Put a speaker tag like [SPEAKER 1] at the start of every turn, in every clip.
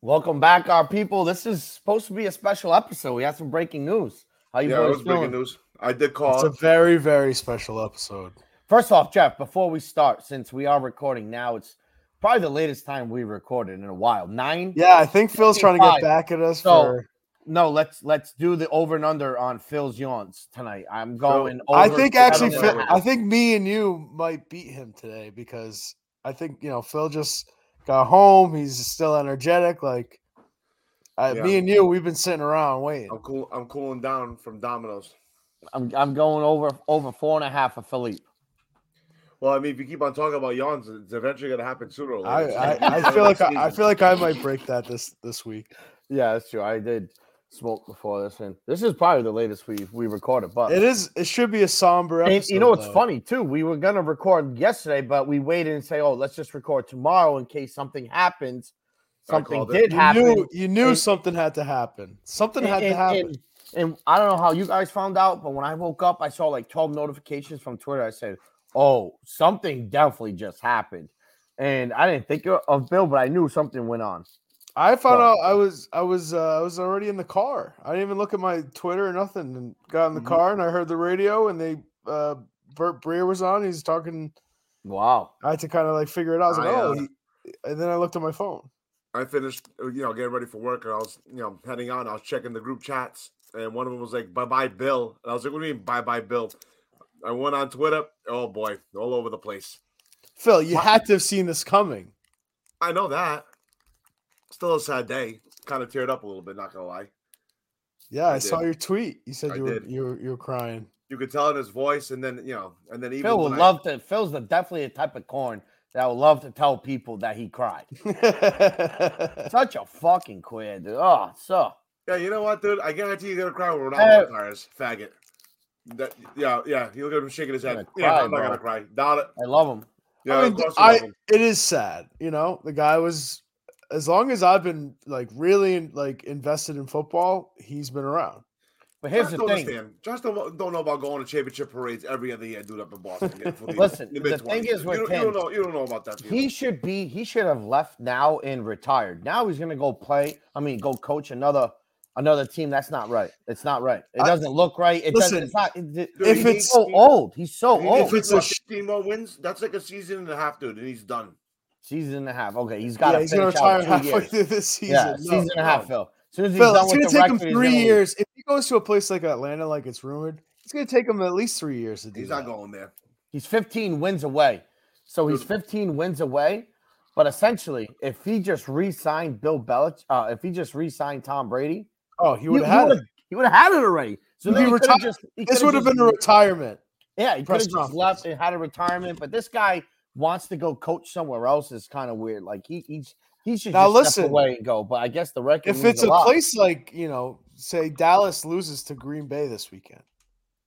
[SPEAKER 1] Welcome back, our people. This is supposed to be a special episode. We had some breaking news. How you
[SPEAKER 2] Yeah, it
[SPEAKER 1] boys
[SPEAKER 2] was breaking
[SPEAKER 1] feeling?
[SPEAKER 2] news. I did
[SPEAKER 3] It's
[SPEAKER 2] call.
[SPEAKER 3] a
[SPEAKER 2] it.
[SPEAKER 3] very, very special episode.
[SPEAKER 1] First off, Jeff, before we start, since we are recording now, it's probably the latest time we recorded in a while. Nine.
[SPEAKER 3] Yeah, I think Phil's trying to
[SPEAKER 1] Five.
[SPEAKER 3] get back at us
[SPEAKER 1] So,
[SPEAKER 3] for.
[SPEAKER 1] No, let's let's do the over and under on Phil's yawns tonight. I'm going. over
[SPEAKER 3] I think
[SPEAKER 1] seven
[SPEAKER 3] actually,
[SPEAKER 1] and a
[SPEAKER 3] Phil,
[SPEAKER 1] half.
[SPEAKER 3] I think me and you might beat him today because I think you know Phil just got home. He's still energetic. Like I,
[SPEAKER 2] Yeah.
[SPEAKER 3] me and you, we've been sitting around waiting.
[SPEAKER 2] I'm cool. I'm cooling down from Domino's.
[SPEAKER 1] I'm I'm going over over four and a half for Philippe.
[SPEAKER 2] Well, I mean, if you keep on talking about yawns, it's eventually gonna happen sooner or
[SPEAKER 3] I,
[SPEAKER 2] later.
[SPEAKER 3] I, I feel like I, I feel like I might break that this this week.
[SPEAKER 1] Yeah, that's true. I did smoke before this, and this is probably the latest we we recorded. But
[SPEAKER 3] It is. It should be a somber
[SPEAKER 1] And
[SPEAKER 3] episode.
[SPEAKER 1] you know what's
[SPEAKER 3] though.
[SPEAKER 1] funny too? We were gonna record yesterday, but we waited and say, "Oh, let's just record tomorrow in case something happens."
[SPEAKER 2] I called
[SPEAKER 1] Something
[SPEAKER 2] it.
[SPEAKER 1] did
[SPEAKER 3] You
[SPEAKER 1] happen.
[SPEAKER 3] knew you knew
[SPEAKER 1] And-
[SPEAKER 3] something had to happen. Something
[SPEAKER 1] and,
[SPEAKER 3] had to
[SPEAKER 1] and-
[SPEAKER 3] happen.
[SPEAKER 1] and- and I don't know how you guys found out, but when I woke up, I saw like twelve notifications from Twitter. I said, "Oh, something definitely just happened," and I didn't think of- of Bill, but I knew something went on.
[SPEAKER 3] I found
[SPEAKER 1] So-
[SPEAKER 3] out I was I was uh, I was already in the car. I didn't even look at my Twitter or nothing, and got in the
[SPEAKER 2] Mhm.
[SPEAKER 3] car and I heard the radio and they uh, Bert Breer was on. He's talking.
[SPEAKER 1] Wow.
[SPEAKER 3] I had to kind of like figure it out. I was like,
[SPEAKER 2] I,
[SPEAKER 3] oh,
[SPEAKER 2] uh,
[SPEAKER 3] he- and then I looked at my phone.
[SPEAKER 2] I finished, uh, you know, getting ready for work, and I was, you know, heading out. And I was checking the group chats, and one of them was like, "Bye bye, Bill," and I was like, "What do you mean, bye bye, Bill?" I went on Twitter. Oh boy, all over the place.
[SPEAKER 3] Phil, you
[SPEAKER 1] What?
[SPEAKER 3] had to have seen this coming.
[SPEAKER 2] I know that. Still a sad day. Kind of teared up a little bit. Not gonna lie.
[SPEAKER 3] Yeah,
[SPEAKER 2] I
[SPEAKER 3] I, saw
[SPEAKER 2] did.
[SPEAKER 3] your tweet. You said
[SPEAKER 2] I
[SPEAKER 3] you were,
[SPEAKER 2] did.
[SPEAKER 3] you were you were crying.
[SPEAKER 2] You could tell in his voice, and then you know, and then even
[SPEAKER 1] Phil
[SPEAKER 2] when
[SPEAKER 1] would
[SPEAKER 2] I-
[SPEAKER 1] love to. Phil's the definitely a type of corn that would love to tell people that he cried. Such a fucking queer dude. Oh, so.
[SPEAKER 2] Yeah, you know what, dude? I guarantee you're gonna cry when
[SPEAKER 1] Hey.
[SPEAKER 2] Ronaldo retires, faggot. That, yeah, yeah. You look at him shaking his
[SPEAKER 1] I'm
[SPEAKER 2] head.
[SPEAKER 1] gonna
[SPEAKER 2] Yeah,
[SPEAKER 1] cry,
[SPEAKER 2] I'm not
[SPEAKER 1] bro.
[SPEAKER 2] gonna cry. Not it.
[SPEAKER 1] I love him.
[SPEAKER 2] Yeah,
[SPEAKER 3] mean,
[SPEAKER 2] of course you
[SPEAKER 3] I-
[SPEAKER 2] love him.
[SPEAKER 3] it is sad, you know. The guy was as long as I've been like really like invested in football, he's been around.
[SPEAKER 1] But here's
[SPEAKER 2] Josh
[SPEAKER 1] the
[SPEAKER 2] don't
[SPEAKER 1] thing.
[SPEAKER 2] Understand. Josh don't, don't know about going to championship parades every other year, dude, up in Boston. yeah, for
[SPEAKER 1] Listen, the
[SPEAKER 2] mid-twenties.
[SPEAKER 1] thing is
[SPEAKER 2] you,
[SPEAKER 1] with
[SPEAKER 2] don't- you don't
[SPEAKER 1] him,
[SPEAKER 2] know, you don't know about that.
[SPEAKER 1] He should be. He should have left now and retired. Now he's gonna go play. I mean, go coach another another team. That's not right. It's not right. It
[SPEAKER 3] I-
[SPEAKER 1] doesn't look right. It
[SPEAKER 3] Listen,
[SPEAKER 1] doesn't. It's not. It, it-
[SPEAKER 3] if
[SPEAKER 1] he's
[SPEAKER 3] it's-
[SPEAKER 1] so old, he's so
[SPEAKER 2] Oh,
[SPEAKER 1] old.
[SPEAKER 2] if it's
[SPEAKER 3] a sh-
[SPEAKER 2] 15 more wins, that's like a season and a half, dude, and he's done.
[SPEAKER 1] Season and a half. Okay, he's got to
[SPEAKER 3] yeah, he's gonna
[SPEAKER 1] finish
[SPEAKER 3] retire
[SPEAKER 1] out two
[SPEAKER 3] halfway
[SPEAKER 1] years.
[SPEAKER 3] through this season.
[SPEAKER 1] yeah,
[SPEAKER 3] No,
[SPEAKER 1] season and a
[SPEAKER 3] no.
[SPEAKER 1] half, Phil. As soon as he's
[SPEAKER 3] Phil,
[SPEAKER 1] done
[SPEAKER 3] it's
[SPEAKER 1] with
[SPEAKER 3] gonna
[SPEAKER 1] the
[SPEAKER 3] take him
[SPEAKER 1] record, he's
[SPEAKER 3] three
[SPEAKER 1] gonna leave.
[SPEAKER 3] years. If he goes to a place like Atlanta, like it's rumored, it's gonna take him at least three years to do
[SPEAKER 2] He's
[SPEAKER 3] that.
[SPEAKER 2] not going there.
[SPEAKER 1] He's 15 wins away. So he's 15 wins away. But essentially, if he just re-signed Bill Belich, uh, if he just re-signed Tom Brady,
[SPEAKER 3] Oh, he
[SPEAKER 1] he
[SPEAKER 3] would
[SPEAKER 1] would
[SPEAKER 3] have had it.
[SPEAKER 1] have had it already. So
[SPEAKER 3] He'd
[SPEAKER 1] then
[SPEAKER 3] be
[SPEAKER 1] he coulda
[SPEAKER 3] retired.
[SPEAKER 1] just he
[SPEAKER 3] This
[SPEAKER 1] coulda
[SPEAKER 3] would have
[SPEAKER 1] just-
[SPEAKER 3] been a retirement.
[SPEAKER 1] yeah, he could
[SPEAKER 3] press
[SPEAKER 1] have just
[SPEAKER 3] conference.
[SPEAKER 1] left and had a retirement. But this guy wants to go coach somewhere else. Is kind of weird. Like he he's he should
[SPEAKER 3] Now,
[SPEAKER 1] just
[SPEAKER 3] listen,
[SPEAKER 1] step away and go. But I guess the record.
[SPEAKER 3] If
[SPEAKER 1] means
[SPEAKER 3] it's a
[SPEAKER 1] lot.
[SPEAKER 3] place like you know, say Dallas loses to Green Bay this weekend,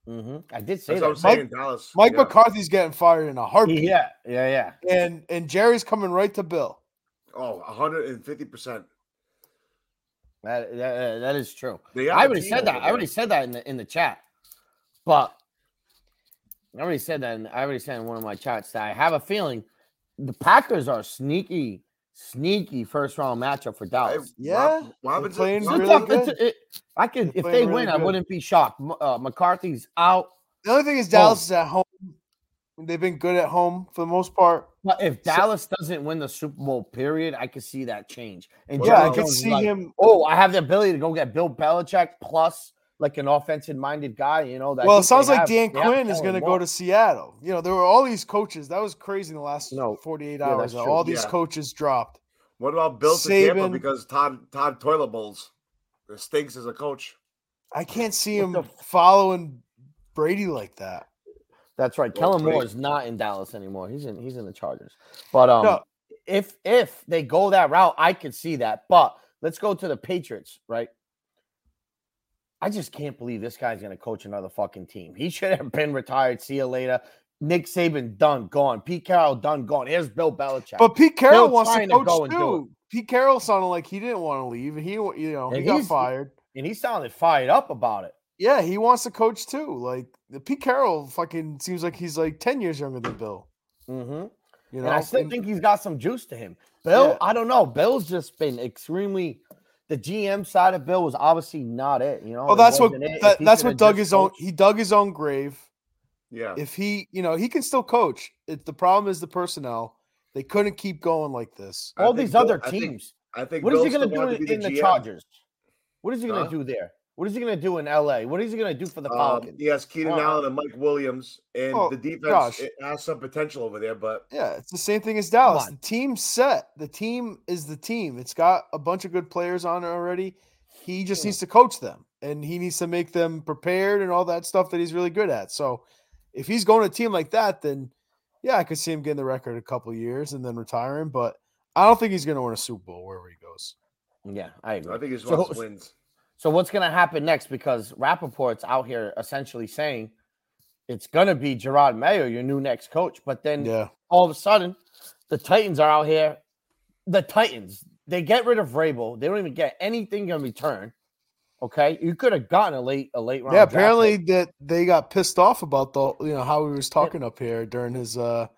[SPEAKER 1] Mhm. I did say
[SPEAKER 2] That's what
[SPEAKER 1] that.
[SPEAKER 2] I'm saying, Dallas.
[SPEAKER 3] Mike
[SPEAKER 2] yeah.
[SPEAKER 3] McCarthy's getting fired in a heartbeat,
[SPEAKER 1] Yeah, yeah, yeah.
[SPEAKER 3] and and Jerry's coming right to Bill.
[SPEAKER 2] Oh, 150 percent.
[SPEAKER 1] That, that, that is true.
[SPEAKER 2] They are
[SPEAKER 1] I
[SPEAKER 2] a
[SPEAKER 1] already
[SPEAKER 2] team
[SPEAKER 1] said that.
[SPEAKER 2] over
[SPEAKER 1] I already
[SPEAKER 2] there.
[SPEAKER 1] said that in the in the chat. But I already said that. In, I already said in one of my chats that I have a feeling the Packers are sneaky, sneaky first round matchup for
[SPEAKER 2] I-
[SPEAKER 1] Dallas.
[SPEAKER 3] Yeah, they're
[SPEAKER 2] Robinson's
[SPEAKER 3] playing
[SPEAKER 1] It's
[SPEAKER 3] really
[SPEAKER 1] up-
[SPEAKER 3] good.
[SPEAKER 1] it's- it- I could
[SPEAKER 3] They're
[SPEAKER 1] if they
[SPEAKER 3] playing
[SPEAKER 1] win,
[SPEAKER 3] really
[SPEAKER 1] I
[SPEAKER 3] good.
[SPEAKER 1] wouldn't be shocked. M- Uh, McCarthy's out.
[SPEAKER 3] The only thing is
[SPEAKER 1] Well-
[SPEAKER 3] Dallas is at home. They've been good at home for the most part.
[SPEAKER 1] But if
[SPEAKER 3] So-
[SPEAKER 1] Dallas doesn't win the Super Bowl, period, I could see that change. And
[SPEAKER 2] Well,
[SPEAKER 3] yeah, I
[SPEAKER 1] Jerry
[SPEAKER 3] could
[SPEAKER 1] Jones is
[SPEAKER 3] see
[SPEAKER 1] like,
[SPEAKER 3] him.
[SPEAKER 1] Oh, I have the ability to go get Bill Belichick plus like an offensive minded guy. You know that. I
[SPEAKER 3] Well, it
[SPEAKER 1] think they
[SPEAKER 3] sounds like
[SPEAKER 1] have-
[SPEAKER 3] Dan
[SPEAKER 1] they have
[SPEAKER 3] Quinn is
[SPEAKER 1] Kellen
[SPEAKER 3] going to go
[SPEAKER 1] Moore.
[SPEAKER 3] to Seattle. You know, there were all these coaches. That was crazy in the last
[SPEAKER 1] No.
[SPEAKER 3] 48
[SPEAKER 1] Yeah,
[SPEAKER 3] hours.
[SPEAKER 1] that's true.
[SPEAKER 3] All these
[SPEAKER 2] Yeah.
[SPEAKER 3] coaches dropped.
[SPEAKER 2] What about Bill to Tampa
[SPEAKER 3] Saban.
[SPEAKER 2] because Todd Todd Toilet Bowls it stinks as a coach.
[SPEAKER 3] I can't see
[SPEAKER 1] What
[SPEAKER 3] him
[SPEAKER 1] the
[SPEAKER 3] following Brady like that.
[SPEAKER 1] That's right.
[SPEAKER 2] Well,
[SPEAKER 1] Kellen
[SPEAKER 2] great.
[SPEAKER 1] Moore is not in Dallas anymore. He's in he's in the Chargers. But um
[SPEAKER 3] No.
[SPEAKER 1] if if they go that route, I could see that. But let's go to the Patriots, right? I just can't believe this guy's gonna coach another fucking team. He should have been retired. See you later. Nick Saban done, gone. Pete Carroll done, gone. Here's Bill Belichick.
[SPEAKER 3] But Pete Carroll
[SPEAKER 1] Bill's
[SPEAKER 3] wants to
[SPEAKER 1] trying to go and
[SPEAKER 3] coach
[SPEAKER 1] do
[SPEAKER 3] too. Pete Carroll sounded like he didn't want to leave. He, wa- you know, he
[SPEAKER 1] And
[SPEAKER 3] got
[SPEAKER 1] he's-
[SPEAKER 3] fired.
[SPEAKER 1] and he sounded fired up about it.
[SPEAKER 3] Yeah, he wants to coach too. Like the Pete Carroll fucking seems like he's like 10 years younger than Bill.
[SPEAKER 1] Mm-hmm.
[SPEAKER 3] You know,
[SPEAKER 1] And I still
[SPEAKER 3] And-
[SPEAKER 1] think he's got some juice to him. Bill,
[SPEAKER 3] Yeah.
[SPEAKER 1] I don't know. Bill's just been extremely. The GM side of Bill was obviously not it. You know.
[SPEAKER 3] well,
[SPEAKER 1] It
[SPEAKER 3] Oh, that's what
[SPEAKER 1] wasn't it. If
[SPEAKER 3] that,
[SPEAKER 1] he
[SPEAKER 3] that's
[SPEAKER 1] could've
[SPEAKER 3] what dug
[SPEAKER 1] just
[SPEAKER 3] his own.
[SPEAKER 1] coached-
[SPEAKER 3] He dug his own grave.
[SPEAKER 2] Yeah.
[SPEAKER 3] If he, you know, he can still coach. It, the problem is the personnel. They couldn't keep going like this.
[SPEAKER 2] I
[SPEAKER 1] All
[SPEAKER 2] think
[SPEAKER 1] these
[SPEAKER 2] Bill-
[SPEAKER 1] other
[SPEAKER 2] I think-
[SPEAKER 1] teams.
[SPEAKER 2] I think
[SPEAKER 1] What is he
[SPEAKER 2] Bill
[SPEAKER 1] going to
[SPEAKER 2] still wanted
[SPEAKER 1] do in,
[SPEAKER 2] be
[SPEAKER 1] in the
[SPEAKER 2] GM.
[SPEAKER 1] Chargers? What is he going
[SPEAKER 2] Huh?
[SPEAKER 1] to do there? What is he going to do in LA? What is he going to do for the
[SPEAKER 2] Um,
[SPEAKER 1] Falcons?
[SPEAKER 2] he has Keenan
[SPEAKER 1] Wow.
[SPEAKER 2] Allen and Mike Williams, and
[SPEAKER 3] Oh,
[SPEAKER 2] the defense
[SPEAKER 3] gosh.
[SPEAKER 2] it has some potential over there. But
[SPEAKER 3] Yeah, it's the same thing as Dallas.
[SPEAKER 1] on.
[SPEAKER 3] The team's set. The team is the team. It's got a bunch of good players on it already. He just
[SPEAKER 1] Yeah.
[SPEAKER 3] needs to coach them and he needs to make them prepared and all that stuff that he's really good at. So if he's going to a team like that, then yeah, I could see him getting the record a couple years and then retiring. But I don't think he's going to win a Super Bowl wherever he goes.
[SPEAKER 1] Yeah, I agree.
[SPEAKER 2] I think he just
[SPEAKER 1] So-
[SPEAKER 2] wants wins.
[SPEAKER 1] So what's going to happen next? Because Rappaport's out here essentially saying it's going to be Gerard Mayo, your new next coach. But then
[SPEAKER 3] Yeah.
[SPEAKER 1] all of a sudden, the Titans are out here. The Titans, they get rid of Vrabel. They don't even get anything in return. Okay, you could have gotten a late a late round.
[SPEAKER 3] Yeah,
[SPEAKER 1] draft pick.
[SPEAKER 3] apparently that they got pissed off about the you know how he was talking up here during his uh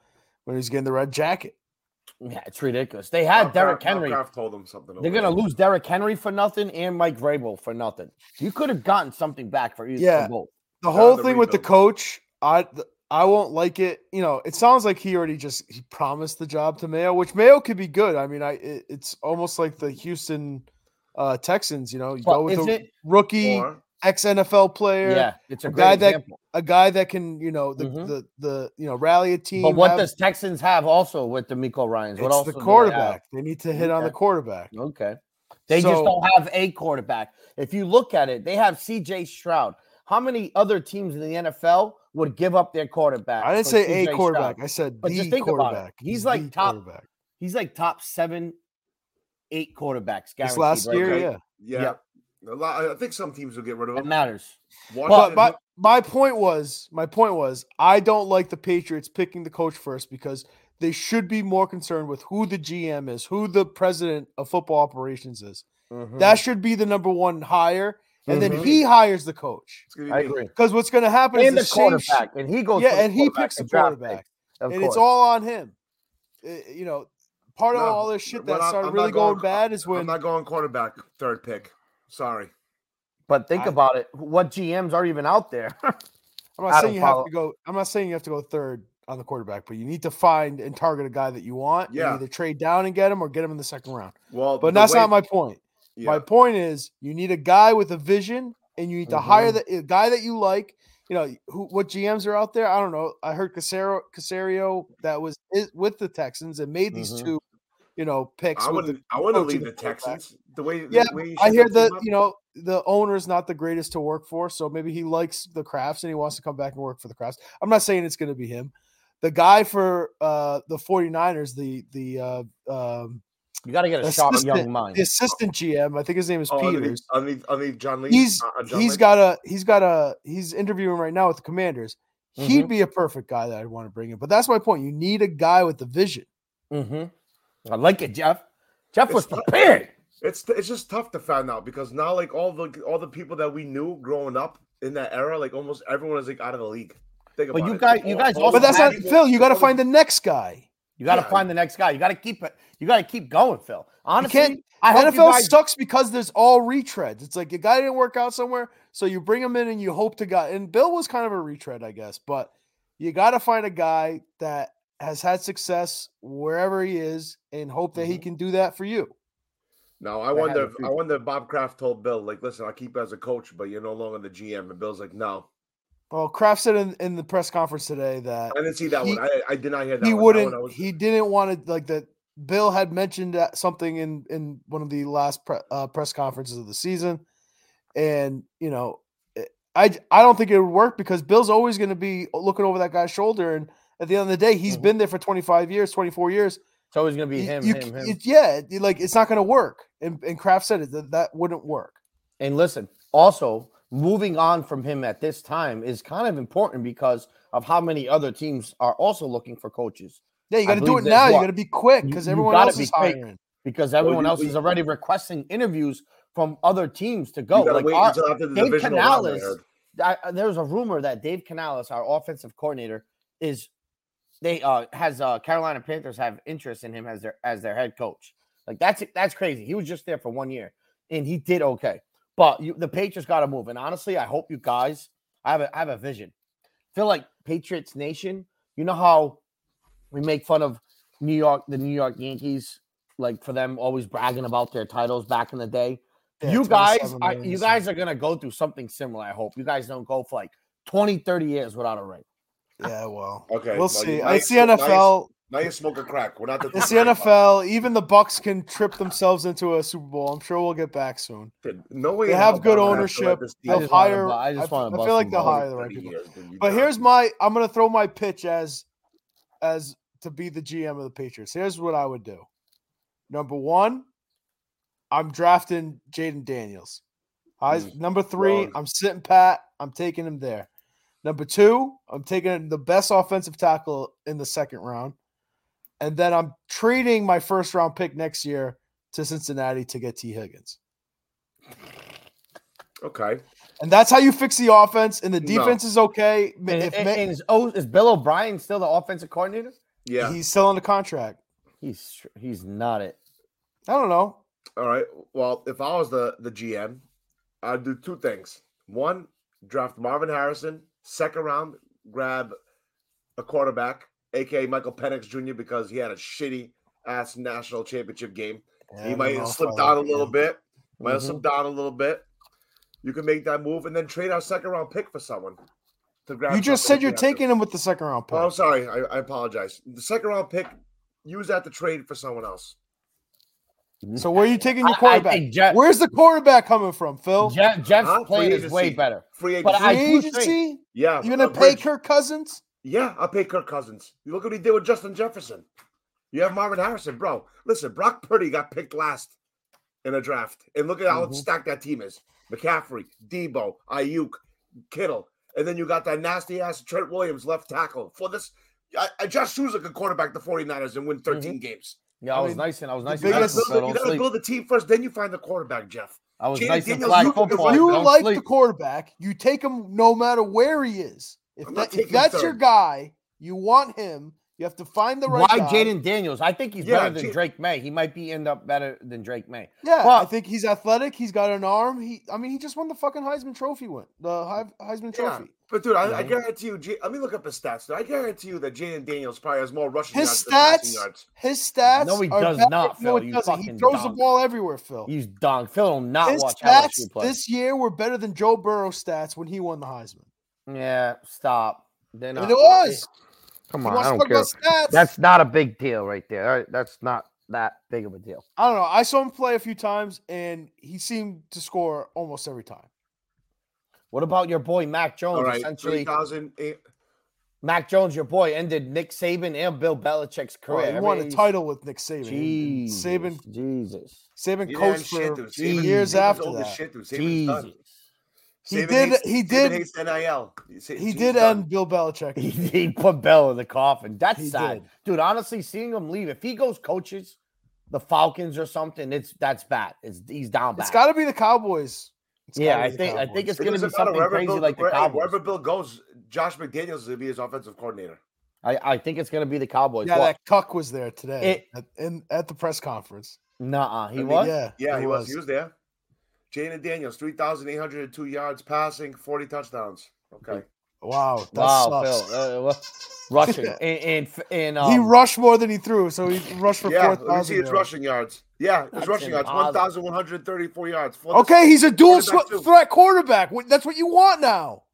[SPEAKER 3] when he was getting the red jacket.
[SPEAKER 1] yeah, it's ridiculous. They had
[SPEAKER 2] Bob
[SPEAKER 1] Derrick
[SPEAKER 2] Kraft- Bob
[SPEAKER 1] Henry.
[SPEAKER 2] Kraft told him something.
[SPEAKER 1] They're
[SPEAKER 2] over
[SPEAKER 1] gonna
[SPEAKER 2] there.
[SPEAKER 1] lose Derrick Henry for nothing and Mike Vrabel for nothing. You could have gotten something back for either
[SPEAKER 3] Yeah.
[SPEAKER 1] for both.
[SPEAKER 3] The
[SPEAKER 2] They're on
[SPEAKER 3] whole
[SPEAKER 2] the
[SPEAKER 3] thing with the
[SPEAKER 2] rebuild.
[SPEAKER 3] coach, I th- I won't like it. You know, it sounds like he already just he promised the job to Mayo, which Mayo could be good. I mean, I it, it's almost like the Houston uh Texans. You know, you go
[SPEAKER 1] But
[SPEAKER 3] with
[SPEAKER 1] is
[SPEAKER 3] a
[SPEAKER 1] it?
[SPEAKER 3] rookie,
[SPEAKER 2] Or-
[SPEAKER 3] ex NFL player,
[SPEAKER 1] Yeah, it's a
[SPEAKER 3] a
[SPEAKER 1] great
[SPEAKER 3] guy that
[SPEAKER 1] example.
[SPEAKER 3] a guy that can you know the
[SPEAKER 1] Mhm.
[SPEAKER 3] the, the you know rally a team.
[SPEAKER 1] But what
[SPEAKER 3] have-
[SPEAKER 1] does Texans have also with D'Amico Ryan's? What
[SPEAKER 3] it's
[SPEAKER 1] else?
[SPEAKER 3] the quarterback? They, need to hit on
[SPEAKER 1] Okay.
[SPEAKER 3] the quarterback.
[SPEAKER 1] Okay, they just
[SPEAKER 3] So-
[SPEAKER 1] don't have a quarterback. If you look at it, they have C.J. Stroud. How many other teams in the NFL would give up their quarterback?
[SPEAKER 3] I didn't
[SPEAKER 1] for
[SPEAKER 3] say
[SPEAKER 1] C.J.
[SPEAKER 3] a quarterback.
[SPEAKER 1] Stroud?
[SPEAKER 3] I said
[SPEAKER 1] But
[SPEAKER 3] the
[SPEAKER 1] just think about it.
[SPEAKER 3] quarterback.
[SPEAKER 1] He's
[SPEAKER 3] the
[SPEAKER 1] like top
[SPEAKER 3] quarterback.
[SPEAKER 1] He's like top seven, eight quarterbacks.
[SPEAKER 3] This
[SPEAKER 1] Guaranteed
[SPEAKER 3] last
[SPEAKER 1] right
[SPEAKER 3] year,
[SPEAKER 1] now.
[SPEAKER 2] Okay.
[SPEAKER 3] yeah.
[SPEAKER 2] Yeah. A lot, I think some teams will get rid of
[SPEAKER 1] That
[SPEAKER 2] him.
[SPEAKER 1] matters.
[SPEAKER 3] But
[SPEAKER 2] Washington,
[SPEAKER 3] my, my point was, my point was, I don't like the Patriots picking the coach first because they should be more concerned with who the GM is, who the president of football operations is.
[SPEAKER 1] Mm-hmm.
[SPEAKER 3] That should be the number one hire, and then
[SPEAKER 1] Mhm.
[SPEAKER 3] he hires the coach.
[SPEAKER 2] it's gonna be
[SPEAKER 1] I
[SPEAKER 2] me.
[SPEAKER 1] agree.
[SPEAKER 3] Because what's going to happen
[SPEAKER 1] And the
[SPEAKER 3] is the same sh-
[SPEAKER 1] quarterback, and he goes. for
[SPEAKER 3] yeah, and he
[SPEAKER 1] quarterback
[SPEAKER 3] picks the
[SPEAKER 1] and draft
[SPEAKER 3] quarterback,
[SPEAKER 1] picks, Of
[SPEAKER 3] and
[SPEAKER 1] course.
[SPEAKER 3] it's all on him. Uh, you know, part of
[SPEAKER 2] No,
[SPEAKER 3] all this shit
[SPEAKER 2] when
[SPEAKER 3] that
[SPEAKER 2] I'm-
[SPEAKER 3] started
[SPEAKER 2] I'm not
[SPEAKER 3] really going,
[SPEAKER 2] going-
[SPEAKER 3] bad is when
[SPEAKER 2] I'm not going quarterback third pick. Sorry.
[SPEAKER 1] But think
[SPEAKER 3] I-
[SPEAKER 1] about it. What GMs are even out there?
[SPEAKER 3] I'm
[SPEAKER 1] I
[SPEAKER 3] not saying
[SPEAKER 1] don't
[SPEAKER 3] you
[SPEAKER 1] follow-
[SPEAKER 3] have to go. I'm not saying you have to go third on the quarterback, but you need to find and target a guy that you want. and
[SPEAKER 2] Yeah.
[SPEAKER 3] either trade down and get him, or get him in the second round.
[SPEAKER 2] Well,
[SPEAKER 3] But
[SPEAKER 2] the
[SPEAKER 3] that's
[SPEAKER 2] way-
[SPEAKER 3] not my point.
[SPEAKER 2] yeah.
[SPEAKER 3] My point is you need a guy with a vision, and you need to hire
[SPEAKER 1] Mhm.
[SPEAKER 2] Mm-hmm.
[SPEAKER 3] the a guy that you like. You know who? What GMs are out there? I don't know. I heard Casero, Casario that was i- with the Texans and made these
[SPEAKER 1] Mhm.
[SPEAKER 3] two, you know, picks.
[SPEAKER 2] Mm-hmm. I
[SPEAKER 3] with the-
[SPEAKER 2] wouldn't. I wouldn't
[SPEAKER 3] coach
[SPEAKER 2] leave
[SPEAKER 3] and
[SPEAKER 2] the
[SPEAKER 3] the quarterback.
[SPEAKER 2] Texans. The way.
[SPEAKER 3] Yeah,
[SPEAKER 2] the way he
[SPEAKER 3] I
[SPEAKER 2] shook that
[SPEAKER 3] hear
[SPEAKER 2] team
[SPEAKER 3] that
[SPEAKER 2] up,
[SPEAKER 3] you know the owner's not the greatest to work for, so maybe he likes the crafts and he wants to come back and work for the crafts. I'm not saying it's going to be him. The guy for uh, the 49ers, the the uh, um,
[SPEAKER 1] You got to get a sharp young
[SPEAKER 3] Assistant-
[SPEAKER 1] mind.
[SPEAKER 3] the assistant GM, I think his name is
[SPEAKER 2] oh, underneath,
[SPEAKER 3] Peters.
[SPEAKER 2] underneath, underneath John Lee.
[SPEAKER 3] He's
[SPEAKER 2] uh, uh, John
[SPEAKER 3] he's
[SPEAKER 2] Lynch.
[SPEAKER 3] got a he's got a he's interviewing right now with the Commanders. He'd
[SPEAKER 2] Mm-hmm.
[SPEAKER 1] Mhm.
[SPEAKER 3] be a perfect guy that I'd want to bring in, but that's my point. You need a guy with the vision.
[SPEAKER 1] Mm-hmm. I like it, Jeff. Jeff was
[SPEAKER 2] It's not-
[SPEAKER 1] prepared.
[SPEAKER 2] It's it's just tough to find out because now like all the all the people that we knew growing up in that era, like almost everyone is like out of the league. Think
[SPEAKER 1] But
[SPEAKER 2] about
[SPEAKER 1] you
[SPEAKER 2] it.
[SPEAKER 1] guys- you
[SPEAKER 2] All-
[SPEAKER 1] guys
[SPEAKER 2] all
[SPEAKER 1] also
[SPEAKER 2] the
[SPEAKER 3] But that's
[SPEAKER 1] how
[SPEAKER 3] not
[SPEAKER 2] people-
[SPEAKER 3] Phil. You got
[SPEAKER 2] all
[SPEAKER 3] to
[SPEAKER 2] the-
[SPEAKER 3] find the next guy.
[SPEAKER 1] You got to
[SPEAKER 2] Yeah.
[SPEAKER 1] find the next guy. You got to keep it. You got to keep going, Phil. Honestly,
[SPEAKER 3] can't-
[SPEAKER 1] I hope you
[SPEAKER 3] NFL
[SPEAKER 1] guys-
[SPEAKER 3] sucks because there's all retreads. It's like a guy didn't work out somewhere, so you bring him in and you hope to God. And Bill was kind of a retread, I guess, but you got to find a guy that has had success wherever he is and hope that he
[SPEAKER 1] Mhm.
[SPEAKER 3] can do that for you.
[SPEAKER 2] No, I
[SPEAKER 1] had
[SPEAKER 2] wonder.
[SPEAKER 1] a
[SPEAKER 2] If, I
[SPEAKER 1] future.
[SPEAKER 2] wonder if Bob Kraft told Bill, like, listen, I'll keep you as a coach, but you're no longer the GM. And Bill's like, no,
[SPEAKER 3] Well, Kraft said in, in the press conference today that
[SPEAKER 2] I didn't see that
[SPEAKER 3] He-
[SPEAKER 2] one. I, I did not hear that.
[SPEAKER 3] he
[SPEAKER 2] one. That
[SPEAKER 3] wouldn't.
[SPEAKER 2] one I was-
[SPEAKER 3] he didn't want to like that. Bill had mentioned that something in in one of the last pre, uh, press conferences of the season, and you know, it- I j- I don't think it would work because Bill's always going to be looking over that guy's shoulder, and at the end of the day, he's
[SPEAKER 1] Mhm.
[SPEAKER 3] been there for twenty five years, twenty four years.
[SPEAKER 1] it's always gonna be
[SPEAKER 3] You-
[SPEAKER 1] him,
[SPEAKER 3] you
[SPEAKER 1] him,
[SPEAKER 3] c-
[SPEAKER 1] him.
[SPEAKER 3] it- yeah, it- like it's not going to work. And and Kraft said it that that wouldn't work.
[SPEAKER 1] and listen, also moving on from him at this time is kind of important because of how many other teams are also looking for coaches.
[SPEAKER 3] Yeah, you
[SPEAKER 1] I
[SPEAKER 3] got to do
[SPEAKER 1] believe
[SPEAKER 3] it
[SPEAKER 1] there's
[SPEAKER 3] now. You
[SPEAKER 1] what?
[SPEAKER 3] got to be quick
[SPEAKER 1] You-
[SPEAKER 3] because
[SPEAKER 1] you
[SPEAKER 3] everyone
[SPEAKER 1] gotta
[SPEAKER 3] else
[SPEAKER 1] be
[SPEAKER 3] is
[SPEAKER 1] quick.
[SPEAKER 3] hiring.
[SPEAKER 1] because everyone
[SPEAKER 2] you-
[SPEAKER 1] else is
[SPEAKER 2] you-
[SPEAKER 1] already requesting interviews from other teams to
[SPEAKER 2] you
[SPEAKER 1] go.
[SPEAKER 2] gotta
[SPEAKER 1] Like
[SPEAKER 2] wait
[SPEAKER 1] our-
[SPEAKER 2] until after the
[SPEAKER 1] Dave
[SPEAKER 2] divisional round. I
[SPEAKER 1] Canales-
[SPEAKER 2] heard.
[SPEAKER 1] I, I- there was a rumor that Dave Canales, our offensive coordinator, is they uh has uh Carolina Panthers have interest in him as their as their head coach. Like that's that's crazy. He was just there for one year and he did okay. But you, the Patriots got to move. And honestly, I hope you guys. I have a, I have a vision. I feel like Patriots Nation. You know how we make fun of New York, the New York Yankees, like for them always bragging about their titles back in the day.
[SPEAKER 3] Yeah,
[SPEAKER 1] you guys,
[SPEAKER 3] 27
[SPEAKER 1] are,
[SPEAKER 3] wins.
[SPEAKER 1] you guys are gonna go through something similar. I hope you guys don't go for like 20, 30 years without a ring.
[SPEAKER 3] Yeah, well,
[SPEAKER 2] Okay,
[SPEAKER 3] we'll
[SPEAKER 2] now you-
[SPEAKER 3] see.
[SPEAKER 2] now
[SPEAKER 3] I
[SPEAKER 2] you-
[SPEAKER 3] see
[SPEAKER 2] now you-
[SPEAKER 3] NFL.
[SPEAKER 2] Now you smoke a crack. We're not the
[SPEAKER 3] It's the NFL. Even the Bucks can trip themselves into a Super Bowl. I'm sure we'll get back soon.
[SPEAKER 2] No way.
[SPEAKER 3] They
[SPEAKER 2] in
[SPEAKER 3] have
[SPEAKER 2] hell
[SPEAKER 3] good
[SPEAKER 2] Belichick let
[SPEAKER 3] ownership.
[SPEAKER 2] this team
[SPEAKER 1] I
[SPEAKER 3] They'll
[SPEAKER 2] go
[SPEAKER 1] just wanna
[SPEAKER 3] hire-
[SPEAKER 1] bu- I just
[SPEAKER 3] I-
[SPEAKER 1] want
[SPEAKER 3] I
[SPEAKER 1] to.
[SPEAKER 3] feel like they'll hire the right
[SPEAKER 2] 30
[SPEAKER 3] people.
[SPEAKER 2] years, dude. Oh, You
[SPEAKER 3] But
[SPEAKER 2] got
[SPEAKER 3] here's
[SPEAKER 2] it.
[SPEAKER 3] my I'm gonna throw my pitch as as to be the GM of the Patriots. Here's what I would do. Number one, I'm drafting Jaden Daniels. I,
[SPEAKER 2] Mm,
[SPEAKER 3] number three,
[SPEAKER 2] wrong.
[SPEAKER 3] I'm sitting pat. I'm taking him there. Number two, I'm taking the best offensive tackle in the second round. And then I'm trading my first round pick next year to Cincinnati to get T. Higgins.
[SPEAKER 2] okay.
[SPEAKER 3] And that's how you fix the offense. And the
[SPEAKER 2] No.
[SPEAKER 3] defense is okay.
[SPEAKER 1] And,
[SPEAKER 3] If
[SPEAKER 1] and-
[SPEAKER 3] Ma-
[SPEAKER 1] and is, o, is Bill O'Brien still the offensive coordinator?
[SPEAKER 2] Yeah.
[SPEAKER 3] he's still on the contract.
[SPEAKER 1] He's he's not it.
[SPEAKER 3] I don't know.
[SPEAKER 2] All right. Well, if I was the the GM, I'd do two things. One, draft Marvin Harrison. Second round, grab a quarterback, aka Michael Penix Jr. because he had a shitty ass national championship game.
[SPEAKER 3] Yeah, I
[SPEAKER 2] he
[SPEAKER 3] don't
[SPEAKER 2] might
[SPEAKER 3] know
[SPEAKER 2] have
[SPEAKER 3] if
[SPEAKER 2] slipped
[SPEAKER 3] I
[SPEAKER 2] down a
[SPEAKER 3] like
[SPEAKER 2] little
[SPEAKER 3] him.
[SPEAKER 2] bit. Might have
[SPEAKER 3] Mm-hmm.
[SPEAKER 1] Mhm.
[SPEAKER 2] slipped down a little bit. You can make that move and then trade our second round pick for someone. To grab
[SPEAKER 3] You just
[SPEAKER 2] something
[SPEAKER 3] said
[SPEAKER 2] if
[SPEAKER 3] you're
[SPEAKER 2] have to.
[SPEAKER 3] taking him with the second round pick.
[SPEAKER 2] Oh, I'm sorry. I, I apologize. The second round pick, use that to trade for someone else.
[SPEAKER 3] So where are you taking your
[SPEAKER 1] I- I
[SPEAKER 3] quarterback?
[SPEAKER 1] think Jeff,
[SPEAKER 3] Where's the quarterback coming from, Phil?
[SPEAKER 1] Jeff, Jeff's
[SPEAKER 2] Huh?
[SPEAKER 1] plan
[SPEAKER 2] Free
[SPEAKER 1] is way
[SPEAKER 2] agency.
[SPEAKER 1] better.
[SPEAKER 2] Free
[SPEAKER 1] But
[SPEAKER 2] agent.
[SPEAKER 3] Free
[SPEAKER 1] I do think-
[SPEAKER 3] agency?
[SPEAKER 2] yeah.
[SPEAKER 3] You're gonna
[SPEAKER 2] a
[SPEAKER 3] pay
[SPEAKER 2] bridge.
[SPEAKER 3] Kirk Cousins?
[SPEAKER 2] Yeah, I'll pay Kirk Cousins. You look what he did with Justin Jefferson. You have Marvin Harrison, bro. Listen, Brock Purdy got picked last in a draft. And look at how
[SPEAKER 1] Mhm.
[SPEAKER 2] stacked that team is. McCaffrey, Debo, Ayuk, Kittle. And then you got that nasty ass Trent Williams left tackle. For this, I, I Josh Souza could quarterback the 49ers and win 13 games.
[SPEAKER 1] Yeah, I,
[SPEAKER 3] I
[SPEAKER 1] was
[SPEAKER 3] mean,
[SPEAKER 1] nice and Mm-hmm. I was
[SPEAKER 3] the
[SPEAKER 1] nice.
[SPEAKER 2] You
[SPEAKER 1] and
[SPEAKER 2] gotta,
[SPEAKER 3] biggest-
[SPEAKER 1] so
[SPEAKER 2] build, the-
[SPEAKER 1] don't
[SPEAKER 2] you gotta
[SPEAKER 1] sleep.
[SPEAKER 2] build the team first, then you find the quarterback, Jeff.
[SPEAKER 1] I was
[SPEAKER 2] Jaden
[SPEAKER 1] nice and
[SPEAKER 2] Daniels,
[SPEAKER 1] flag
[SPEAKER 2] you-
[SPEAKER 1] football.
[SPEAKER 2] Fuck,
[SPEAKER 3] you
[SPEAKER 1] don't
[SPEAKER 3] like the
[SPEAKER 1] sleep.
[SPEAKER 3] quarterback. You take him no matter where he is. If,
[SPEAKER 2] I'm not
[SPEAKER 3] that, if
[SPEAKER 2] taking
[SPEAKER 3] that's your
[SPEAKER 2] third.
[SPEAKER 3] guy, you want him. You have to find the right
[SPEAKER 1] Why
[SPEAKER 3] guy.
[SPEAKER 1] Jaden Daniels? I think he's
[SPEAKER 2] Yeah,
[SPEAKER 1] better than
[SPEAKER 2] Jad-
[SPEAKER 1] Drake May. He might be end up better than Drake May.
[SPEAKER 3] Yeah, I
[SPEAKER 1] Well-
[SPEAKER 3] think he's athletic. He's got an arm. He, I mean, he just won the fucking Heisman Trophy. Win the Hei- Heisman
[SPEAKER 2] Yeah.
[SPEAKER 3] Trophy.
[SPEAKER 2] But dude, I, I
[SPEAKER 1] Mhm.
[SPEAKER 2] guarantee you. J- Let me look up his stats. dude. I guarantee you that Jaden Daniels probably has more rushing
[SPEAKER 3] His
[SPEAKER 2] yards than passing
[SPEAKER 3] stats?
[SPEAKER 2] yards.
[SPEAKER 3] His stats.
[SPEAKER 1] No, he
[SPEAKER 3] are
[SPEAKER 1] does
[SPEAKER 3] bad.
[SPEAKER 1] not,
[SPEAKER 3] No,
[SPEAKER 1] Phil,
[SPEAKER 3] he
[SPEAKER 1] you
[SPEAKER 3] doesn't. He
[SPEAKER 1] fucking
[SPEAKER 3] throws the
[SPEAKER 1] dog.
[SPEAKER 3] ball everywhere, Phil.
[SPEAKER 1] He's done. Phil will not
[SPEAKER 3] His
[SPEAKER 1] watch how much
[SPEAKER 3] stats
[SPEAKER 1] you play.
[SPEAKER 3] this year were better than Joe Burrow's stats when he won the Heisman.
[SPEAKER 1] Yeah, stop. They're
[SPEAKER 3] And
[SPEAKER 1] not-
[SPEAKER 3] it was.
[SPEAKER 1] Come
[SPEAKER 3] He
[SPEAKER 1] on,
[SPEAKER 3] wants
[SPEAKER 1] I
[SPEAKER 3] to
[SPEAKER 1] don't
[SPEAKER 3] talk
[SPEAKER 1] care.
[SPEAKER 3] about stats.
[SPEAKER 1] That's not a big deal right there. All right, that's not that big of a deal.
[SPEAKER 3] I don't know. I saw him play a few times, and he seemed to score almost every time.
[SPEAKER 1] What about your boy Mac
[SPEAKER 3] Oh,
[SPEAKER 1] Jones?
[SPEAKER 2] All right, three
[SPEAKER 1] Essentially,
[SPEAKER 2] thousand eight.
[SPEAKER 1] Mac Jones, your boy, ended Nick Saban and Bill Belichick's
[SPEAKER 3] Oh,
[SPEAKER 1] career.
[SPEAKER 3] he won a
[SPEAKER 1] Every-
[SPEAKER 3] title with Nick Saban. and
[SPEAKER 1] Jesus,
[SPEAKER 3] Saban,
[SPEAKER 1] Jesus,
[SPEAKER 3] Saban coached for years
[SPEAKER 1] Saban's
[SPEAKER 3] after
[SPEAKER 2] old as
[SPEAKER 3] that.
[SPEAKER 2] Shit, dude. Saban's
[SPEAKER 1] Jesus.
[SPEAKER 2] done.
[SPEAKER 3] He
[SPEAKER 2] Saban
[SPEAKER 3] did-
[SPEAKER 2] hates-
[SPEAKER 3] he
[SPEAKER 2] Saban
[SPEAKER 3] did-
[SPEAKER 2] hates NIL. Sa-
[SPEAKER 3] He
[SPEAKER 2] Saban's
[SPEAKER 3] did
[SPEAKER 2] done.
[SPEAKER 3] end Bill Belichick.
[SPEAKER 1] He, he put Bell in the coffin. That's
[SPEAKER 3] He
[SPEAKER 1] sad,
[SPEAKER 3] did.
[SPEAKER 1] dude. Honestly, seeing him leave, if he goes coaches, the Falcons or something, it's that's bad. It's he's down bad.
[SPEAKER 3] It's got to be the Cowboys. It's
[SPEAKER 1] Yeah,
[SPEAKER 3] gotta
[SPEAKER 1] I
[SPEAKER 3] be the
[SPEAKER 1] think- I think
[SPEAKER 3] Cowboys.
[SPEAKER 1] it's gonna be
[SPEAKER 2] doesn't matter
[SPEAKER 1] something
[SPEAKER 2] wherever
[SPEAKER 1] crazy
[SPEAKER 2] Bill-
[SPEAKER 1] like the
[SPEAKER 2] where- hey,
[SPEAKER 1] Cowboys.
[SPEAKER 2] Wherever Bill goes, Josh McDaniels is gonna be his offensive coordinator.
[SPEAKER 1] I, I think it's gonna be the Cowboys.
[SPEAKER 3] Yeah,
[SPEAKER 1] Look,
[SPEAKER 3] that cuck was there today at, in, at the press conference.
[SPEAKER 1] Nuh-uh. He
[SPEAKER 2] I mean,
[SPEAKER 1] was?
[SPEAKER 3] Yeah,
[SPEAKER 2] Yeah, he was. He was there. Jaden Daniels, three thousand eight hundred and two yards passing, forty touchdowns. Okay.
[SPEAKER 3] Wow, that
[SPEAKER 1] Wow,
[SPEAKER 3] sucks.
[SPEAKER 1] Phil. Uh, well, rushing. and and, and um,
[SPEAKER 3] he rushed more than he threw, so he rushed for
[SPEAKER 2] yeah,
[SPEAKER 3] four
[SPEAKER 2] let me see
[SPEAKER 3] thousand.
[SPEAKER 2] his rushing yards. Yeah, his
[SPEAKER 1] That's
[SPEAKER 2] rushing yards,
[SPEAKER 1] impossible.
[SPEAKER 2] one thousand one hundred thirty-four yards. For the-
[SPEAKER 3] Okay, he's a dual
[SPEAKER 2] Quarterback,
[SPEAKER 3] sw-
[SPEAKER 2] too.
[SPEAKER 3] threat quarterback. Wh- That's what you want now.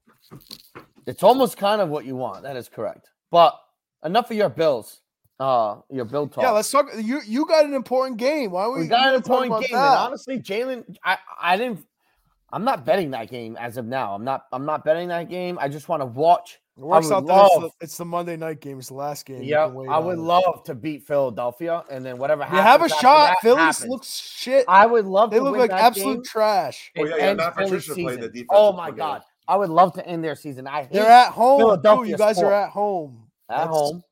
[SPEAKER 1] it's almost kind of what you want. That is correct. But enough of your bills. Uh, your bill talk.
[SPEAKER 3] Yeah, let's talk. You you got an important game. Why don't we,
[SPEAKER 1] we got
[SPEAKER 3] let's
[SPEAKER 1] an
[SPEAKER 3] talk
[SPEAKER 1] important
[SPEAKER 3] about
[SPEAKER 1] game,
[SPEAKER 3] that.
[SPEAKER 1] and honestly, Jalen, I, I didn't. I'm not betting that game as of now. I'm not. I'm not betting that game. I just want to watch.
[SPEAKER 3] It works
[SPEAKER 1] would
[SPEAKER 3] out that it's the,
[SPEAKER 1] love-
[SPEAKER 3] it's the Monday night game. It's the last game. you
[SPEAKER 1] Yeah,
[SPEAKER 3] can wait
[SPEAKER 1] I
[SPEAKER 3] on
[SPEAKER 1] would
[SPEAKER 3] it.
[SPEAKER 1] love to beat Philadelphia, and then whatever
[SPEAKER 3] You have a
[SPEAKER 1] happens after
[SPEAKER 3] shot.
[SPEAKER 1] that
[SPEAKER 3] Phillies
[SPEAKER 1] happens.
[SPEAKER 3] looks shit.
[SPEAKER 1] I would love
[SPEAKER 3] they
[SPEAKER 1] to
[SPEAKER 3] look
[SPEAKER 1] win
[SPEAKER 3] like
[SPEAKER 1] that
[SPEAKER 3] absolute
[SPEAKER 1] game
[SPEAKER 3] trash.
[SPEAKER 2] Oh, yeah,
[SPEAKER 1] and
[SPEAKER 2] yeah,
[SPEAKER 1] end
[SPEAKER 2] Matt
[SPEAKER 1] Philly's
[SPEAKER 2] Patricia playing the
[SPEAKER 1] season.
[SPEAKER 2] defensive
[SPEAKER 1] Oh my
[SPEAKER 2] coordinator.
[SPEAKER 1] god, I would love to end their season. I hate
[SPEAKER 3] They're at home too.
[SPEAKER 1] Philadelphia
[SPEAKER 3] You guys
[SPEAKER 1] sport.
[SPEAKER 3] are at home.
[SPEAKER 1] at
[SPEAKER 3] That's-
[SPEAKER 1] home.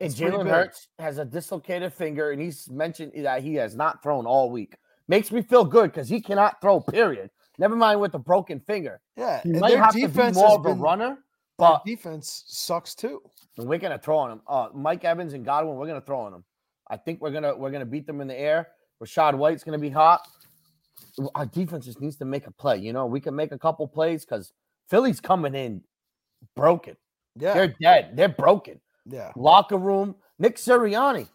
[SPEAKER 1] And
[SPEAKER 3] that's pretty
[SPEAKER 1] Jalen
[SPEAKER 3] big.
[SPEAKER 1] Hurts has a dislocated finger, and he's mentioned that he has not thrown all week. Makes me feel good because he cannot throw. Period. Never mind with a broken finger.
[SPEAKER 3] Yeah,
[SPEAKER 1] He
[SPEAKER 3] and
[SPEAKER 1] might
[SPEAKER 3] their
[SPEAKER 1] have to be
[SPEAKER 3] defense
[SPEAKER 1] more
[SPEAKER 3] has
[SPEAKER 1] of a
[SPEAKER 3] been
[SPEAKER 1] runner,
[SPEAKER 3] Our
[SPEAKER 1] But
[SPEAKER 3] defense sucks too.
[SPEAKER 1] and we're gonna throw on them. Uh, Mike Evans and Godwin, we're gonna throw on them. I think we're gonna we're gonna beat them in the air. Rashad White's gonna be hot. Our defense just needs to make a play. You know, we can make a couple plays because Philly's coming in broken.
[SPEAKER 3] Yeah.
[SPEAKER 1] They're dead. They're broken.
[SPEAKER 3] yeah.
[SPEAKER 1] Locker room. Nick Sirianni.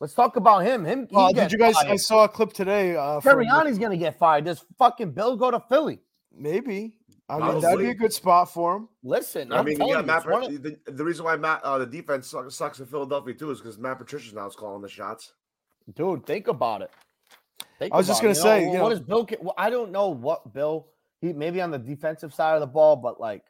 [SPEAKER 1] Let's talk about him. Him. he
[SPEAKER 3] Uh, did
[SPEAKER 1] gets
[SPEAKER 3] you guys? I
[SPEAKER 1] fired.
[SPEAKER 3] saw a clip today. Uh, from-
[SPEAKER 1] Sirianni's gonna get fired. Does fucking Bill go to Philly?
[SPEAKER 3] maybe. I mean,
[SPEAKER 2] Probably.
[SPEAKER 3] that'd be a good spot for him.
[SPEAKER 1] Listen,
[SPEAKER 2] I
[SPEAKER 1] I'm
[SPEAKER 2] mean, you
[SPEAKER 1] telling
[SPEAKER 2] got
[SPEAKER 1] you,
[SPEAKER 2] Matt,
[SPEAKER 1] it's one of-
[SPEAKER 2] Pat- the, the reason why Matt uh, the defense sucks, sucks in Philadelphia too is because Matt Patricia's now is calling the shots.
[SPEAKER 1] dude think about it Think
[SPEAKER 3] I was just
[SPEAKER 1] about it.
[SPEAKER 3] gonna say,
[SPEAKER 1] wh-
[SPEAKER 3] you
[SPEAKER 1] what
[SPEAKER 3] know-
[SPEAKER 1] is bill ca- well, i don't know what bill he maybe on the defensive side of the ball but like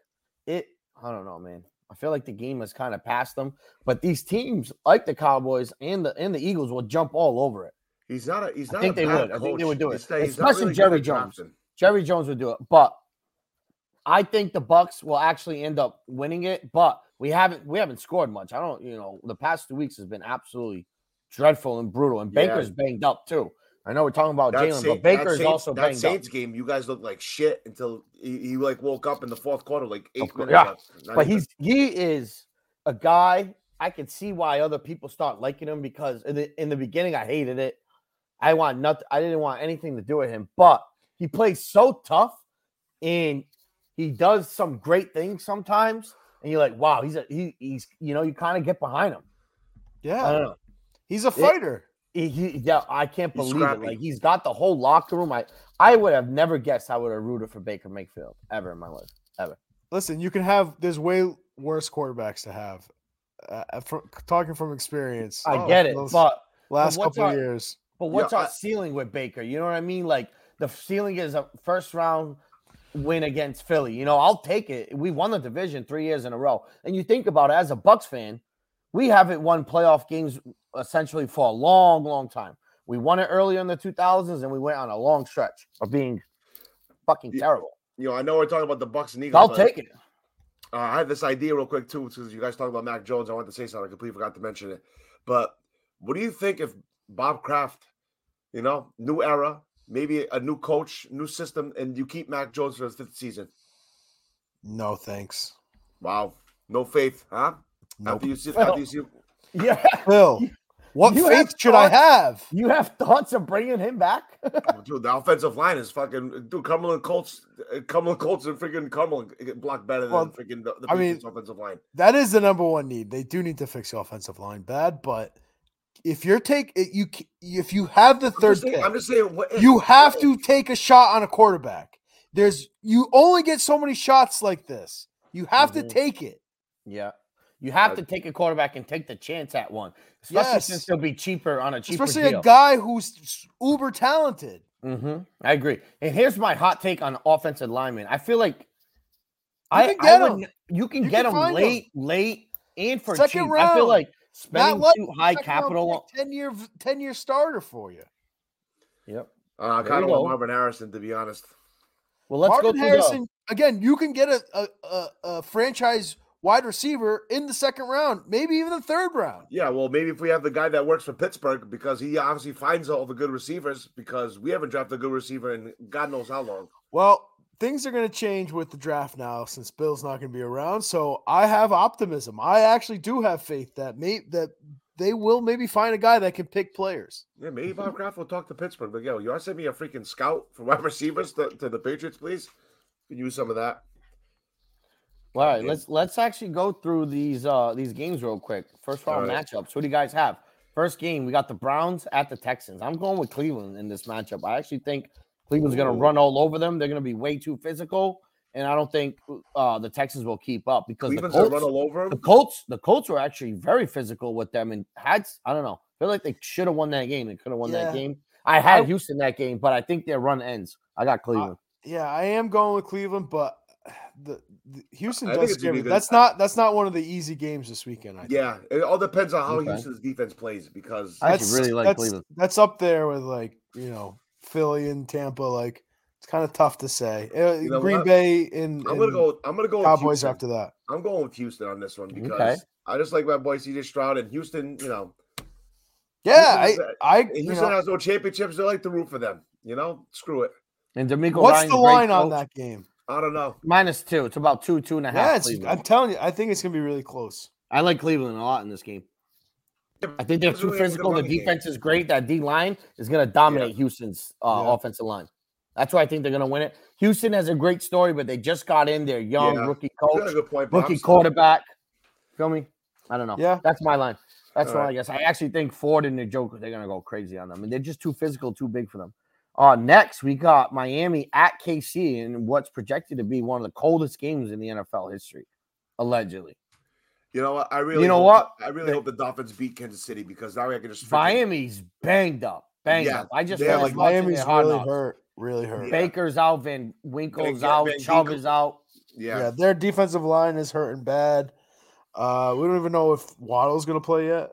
[SPEAKER 1] it i don't know man i feel like the game has kind of passed them but these teams like the cowboys and the and the eagles will jump all over it
[SPEAKER 2] He's not a he's
[SPEAKER 1] I
[SPEAKER 2] not.
[SPEAKER 1] think
[SPEAKER 2] a
[SPEAKER 1] they
[SPEAKER 2] bad
[SPEAKER 1] would. I think they
[SPEAKER 2] coach.
[SPEAKER 1] would do it.
[SPEAKER 2] He's not- he's not
[SPEAKER 1] Especially
[SPEAKER 2] good
[SPEAKER 1] Jerry
[SPEAKER 2] at
[SPEAKER 1] Jones.
[SPEAKER 2] drafting.
[SPEAKER 1] jerry jones would do it but i think the bucks will actually end up winning it but we haven't we haven't scored much i don't you know the past two weeks has been absolutely dreadful and brutal and
[SPEAKER 2] Yeah.
[SPEAKER 1] baker's banged up too i know we're talking about
[SPEAKER 2] That
[SPEAKER 1] Oh, jalen
[SPEAKER 2] Sa-
[SPEAKER 1] but baker
[SPEAKER 2] that
[SPEAKER 1] is
[SPEAKER 2] Saints-
[SPEAKER 1] also
[SPEAKER 2] that
[SPEAKER 1] banged up
[SPEAKER 2] Saints game. You guys looked like shit until he, he like woke up in the fourth quarter, like eighth
[SPEAKER 1] course,
[SPEAKER 2] minutes.
[SPEAKER 1] yeah.
[SPEAKER 2] left. Not
[SPEAKER 1] but
[SPEAKER 2] even-
[SPEAKER 1] he's he is a guy I can see why other people start liking him because in the in the beginning I hated it. I want nothing. I didn't want anything to do with him, but he plays so tough, and he does some great things sometimes. And you're like, wow, he's a he, he's you know you kind of get behind him. I
[SPEAKER 3] Yeah,
[SPEAKER 1] don't know.
[SPEAKER 3] he's a fighter.
[SPEAKER 1] He, he- yeah, I can't
[SPEAKER 2] He's
[SPEAKER 1] believe it.
[SPEAKER 2] scrappy.
[SPEAKER 1] Like he's got the whole locker room. I I would have never guessed I would have rooted for Baker Mayfield ever in my life.
[SPEAKER 3] Listen, you can have. There's way worse quarterbacks to have. Uh, uh, fr- talking from experience,
[SPEAKER 1] I
[SPEAKER 2] Oh,
[SPEAKER 1] get it,
[SPEAKER 3] those
[SPEAKER 1] but
[SPEAKER 3] last
[SPEAKER 1] what's
[SPEAKER 3] couple
[SPEAKER 1] our-
[SPEAKER 3] of years.
[SPEAKER 1] But what's
[SPEAKER 2] Yeah,
[SPEAKER 1] our
[SPEAKER 2] I-
[SPEAKER 1] ceiling with Baker? You know what I mean? Like the ceiling is a first round win against Philly. You know, I'll take it. We won the division three years in a row. And you think about it as a Bucks fan, we haven't won playoff games essentially for a long, long time. We won it earlier in the 2000s, and we went on a long stretch of being fucking
[SPEAKER 2] Yeah,
[SPEAKER 1] terrible.
[SPEAKER 2] you know, I know we're talking about the Bucks and Eagles.
[SPEAKER 1] I'll
[SPEAKER 2] but,
[SPEAKER 1] take it.
[SPEAKER 2] Uh, I had this idea real quick too, because you guys talked about Mac Jones. I wanted to say something. I completely forgot to mention it. But what do you think if Bob Kraft, you know, new era, maybe a new coach, new system, and you keep Mac Jones for his fifth season?
[SPEAKER 3] No thanks.
[SPEAKER 2] Wow, no faith, huh?
[SPEAKER 3] Nope.
[SPEAKER 2] After you see,
[SPEAKER 1] Well-
[SPEAKER 2] after you see,
[SPEAKER 1] Yeah,
[SPEAKER 3] Bill, what
[SPEAKER 1] you have
[SPEAKER 3] faith should I
[SPEAKER 1] thoughts?
[SPEAKER 3] have?
[SPEAKER 1] you have thoughts of bringing him back?
[SPEAKER 2] oh, dude, the offensive line is fucking dude. Cumberland Colts, uh, Cumberland Colts, and freaking Cumberland get blocked better than
[SPEAKER 3] Well,
[SPEAKER 2] freaking the, the
[SPEAKER 3] I mean-
[SPEAKER 2] Patriots offensive line.
[SPEAKER 3] That is the number one need. They do need to fix the offensive line bad, but if you're take it- you c- if you have the
[SPEAKER 2] I'm
[SPEAKER 3] third
[SPEAKER 2] just saying,
[SPEAKER 3] pick,
[SPEAKER 2] I'm just saying what if-
[SPEAKER 3] you have to take a shot on a quarterback. There's you only get so many shots like this. You have
[SPEAKER 1] Mhm.
[SPEAKER 3] to take it.
[SPEAKER 1] Yeah. You have
[SPEAKER 2] I-
[SPEAKER 1] to take a quarterback and take the chance at one, especially since
[SPEAKER 3] Yes.
[SPEAKER 1] they'll be cheaper on a cheaper
[SPEAKER 3] Especially
[SPEAKER 1] deal.
[SPEAKER 3] a guy who's uber talented.
[SPEAKER 1] hmm I agree. And here's my hot take on offensive linemen. I feel like I,
[SPEAKER 3] can
[SPEAKER 1] I
[SPEAKER 3] get
[SPEAKER 1] would,
[SPEAKER 3] 'em.
[SPEAKER 1] n- you can
[SPEAKER 3] You
[SPEAKER 1] get
[SPEAKER 3] can
[SPEAKER 1] them
[SPEAKER 3] find 'em.
[SPEAKER 1] late, late, and for
[SPEAKER 3] Second
[SPEAKER 1] cheap. I feel
[SPEAKER 3] round.
[SPEAKER 1] like spending
[SPEAKER 3] like
[SPEAKER 1] too high
[SPEAKER 3] Second round
[SPEAKER 1] capital. on-
[SPEAKER 3] pick, 10 year 10 year starter for you.
[SPEAKER 1] Yep.
[SPEAKER 2] Uh, I
[SPEAKER 1] There you
[SPEAKER 2] kind of want
[SPEAKER 1] go.
[SPEAKER 2] Marvin Harrison to be honest.
[SPEAKER 1] Well, let's
[SPEAKER 3] Marvin
[SPEAKER 1] go through
[SPEAKER 3] Harrison again. You can get a, a a a franchise wide receiver in the second round, maybe even the third round.
[SPEAKER 2] Yeah, well, maybe if we have the guy that works for Pittsburgh because he obviously finds all the good receivers because we haven't drafted a good receiver in God knows how long.
[SPEAKER 3] Well, things are going to change with the draft now since Bill's not going to be around. So I have optimism. I actually do have faith that may that they will maybe find a guy that can pick players.
[SPEAKER 2] Yeah, maybe Bob Kraft will talk to Pittsburgh. But yo, you want to send me a freaking scout for wide receivers to, to the Patriots, please? Could use some of that.
[SPEAKER 1] the all right.
[SPEAKER 2] Yeah.
[SPEAKER 1] Let's let's actually go through these uh these games real quick. First round
[SPEAKER 2] All right.
[SPEAKER 1] matchups. Who do you guys have? First game, we got the Browns at the Texans. I'm going with Cleveland in this matchup. I actually think Cleveland's going
[SPEAKER 2] Ooh.
[SPEAKER 1] to run all over them. They're going to be way too physical, and I don't think uh the Texans will keep up because the
[SPEAKER 2] Cleveland's gonna
[SPEAKER 1] Colts-
[SPEAKER 2] run all over
[SPEAKER 1] the
[SPEAKER 2] him.
[SPEAKER 1] Colts, the Colts were actually very physical with them and had I don't know. I feel like they should have won that game. They could have won
[SPEAKER 3] Yeah.
[SPEAKER 1] that game. I had
[SPEAKER 3] I-
[SPEAKER 1] Houston that game, but I think their run ends. I got Cleveland.
[SPEAKER 3] Yeah, I am going with Cleveland, but the, the Houston
[SPEAKER 2] I think
[SPEAKER 3] does
[SPEAKER 2] it's
[SPEAKER 3] scare
[SPEAKER 2] gonna be
[SPEAKER 3] me.
[SPEAKER 2] the-
[SPEAKER 3] That's not that's not one of the easy games this weekend. I think.
[SPEAKER 2] Yeah, it all depends on how
[SPEAKER 1] Okay.
[SPEAKER 2] Houston's defense plays because
[SPEAKER 1] I actually really like
[SPEAKER 3] that's,
[SPEAKER 1] Cleveland.
[SPEAKER 3] That's up there with like you know Philly and Tampa. Like it's kind of tough to say. Uh,
[SPEAKER 2] You know
[SPEAKER 3] Green
[SPEAKER 2] what?
[SPEAKER 3] Bay and,
[SPEAKER 2] I'm gonna
[SPEAKER 3] and
[SPEAKER 2] go. I'm gonna go with
[SPEAKER 3] Cowboys
[SPEAKER 2] Houston.
[SPEAKER 3] after that.
[SPEAKER 2] I'm going with Houston on this one
[SPEAKER 1] Okay.
[SPEAKER 2] because I just like my boy CJ Stroud and Houston. You know,
[SPEAKER 3] Yeah, I,
[SPEAKER 2] Houston has
[SPEAKER 3] I
[SPEAKER 2] And
[SPEAKER 3] you
[SPEAKER 2] Houston
[SPEAKER 3] know,
[SPEAKER 2] has no championships. They like to root for them. You know, screw it.
[SPEAKER 1] And D'Amico
[SPEAKER 3] what's
[SPEAKER 1] Ryan's
[SPEAKER 3] the
[SPEAKER 1] great
[SPEAKER 3] line on
[SPEAKER 1] coach.
[SPEAKER 3] that game?
[SPEAKER 2] I don't know.
[SPEAKER 1] Minus two. It's about two, two and a half.
[SPEAKER 3] Yeah, it's,
[SPEAKER 1] Cleveland.
[SPEAKER 3] I'm telling you, I think it's gonna be really close.
[SPEAKER 1] I like Cleveland a lot in this game. I think they're
[SPEAKER 2] It's
[SPEAKER 1] too
[SPEAKER 2] really a good
[SPEAKER 1] physical. The
[SPEAKER 2] running game.
[SPEAKER 1] defense is great. That D line is going to dominate Houston's uh,
[SPEAKER 3] Yeah.
[SPEAKER 1] offensive line. That's why I think they're going to win it. Houston has a great story, but they just got in their young
[SPEAKER 2] Yeah.
[SPEAKER 1] rookie
[SPEAKER 2] You got a
[SPEAKER 1] coach,
[SPEAKER 2] good point, but I'm
[SPEAKER 1] rookie
[SPEAKER 2] still-
[SPEAKER 1] quarterback. Feel me? I don't know.
[SPEAKER 3] Yeah.
[SPEAKER 1] that's my line. That's
[SPEAKER 2] All
[SPEAKER 1] what I
[SPEAKER 2] right.
[SPEAKER 1] guess. I actually think Ford and the Joker they're going to go crazy on them, and they're just too physical, too big for them. Uh, next we got Miami at KC in what's projected to be one of the coldest games in the NFL history, allegedly.
[SPEAKER 2] You know what? I really
[SPEAKER 1] know
[SPEAKER 2] hope-
[SPEAKER 1] what?
[SPEAKER 2] I really
[SPEAKER 1] They-
[SPEAKER 2] hope the Dolphins beat Kansas City because that way I can just freaking-
[SPEAKER 1] Miami's banged up, banged
[SPEAKER 2] Yeah,
[SPEAKER 1] up. I just
[SPEAKER 2] they have,
[SPEAKER 1] finished
[SPEAKER 2] like,
[SPEAKER 1] watching their
[SPEAKER 3] Miami's
[SPEAKER 1] Hard
[SPEAKER 3] really
[SPEAKER 1] Knocks.
[SPEAKER 3] hurt, really hurt.
[SPEAKER 2] Yeah.
[SPEAKER 1] Baker's out, Van Winkle's
[SPEAKER 2] Van-
[SPEAKER 1] out,
[SPEAKER 2] Van
[SPEAKER 1] Chubb
[SPEAKER 2] Ginkel-
[SPEAKER 1] is out.
[SPEAKER 3] Yeah.
[SPEAKER 2] Yeah.
[SPEAKER 3] their defensive line is hurting bad. Uh, we don't even know if Waddle's gonna play yet.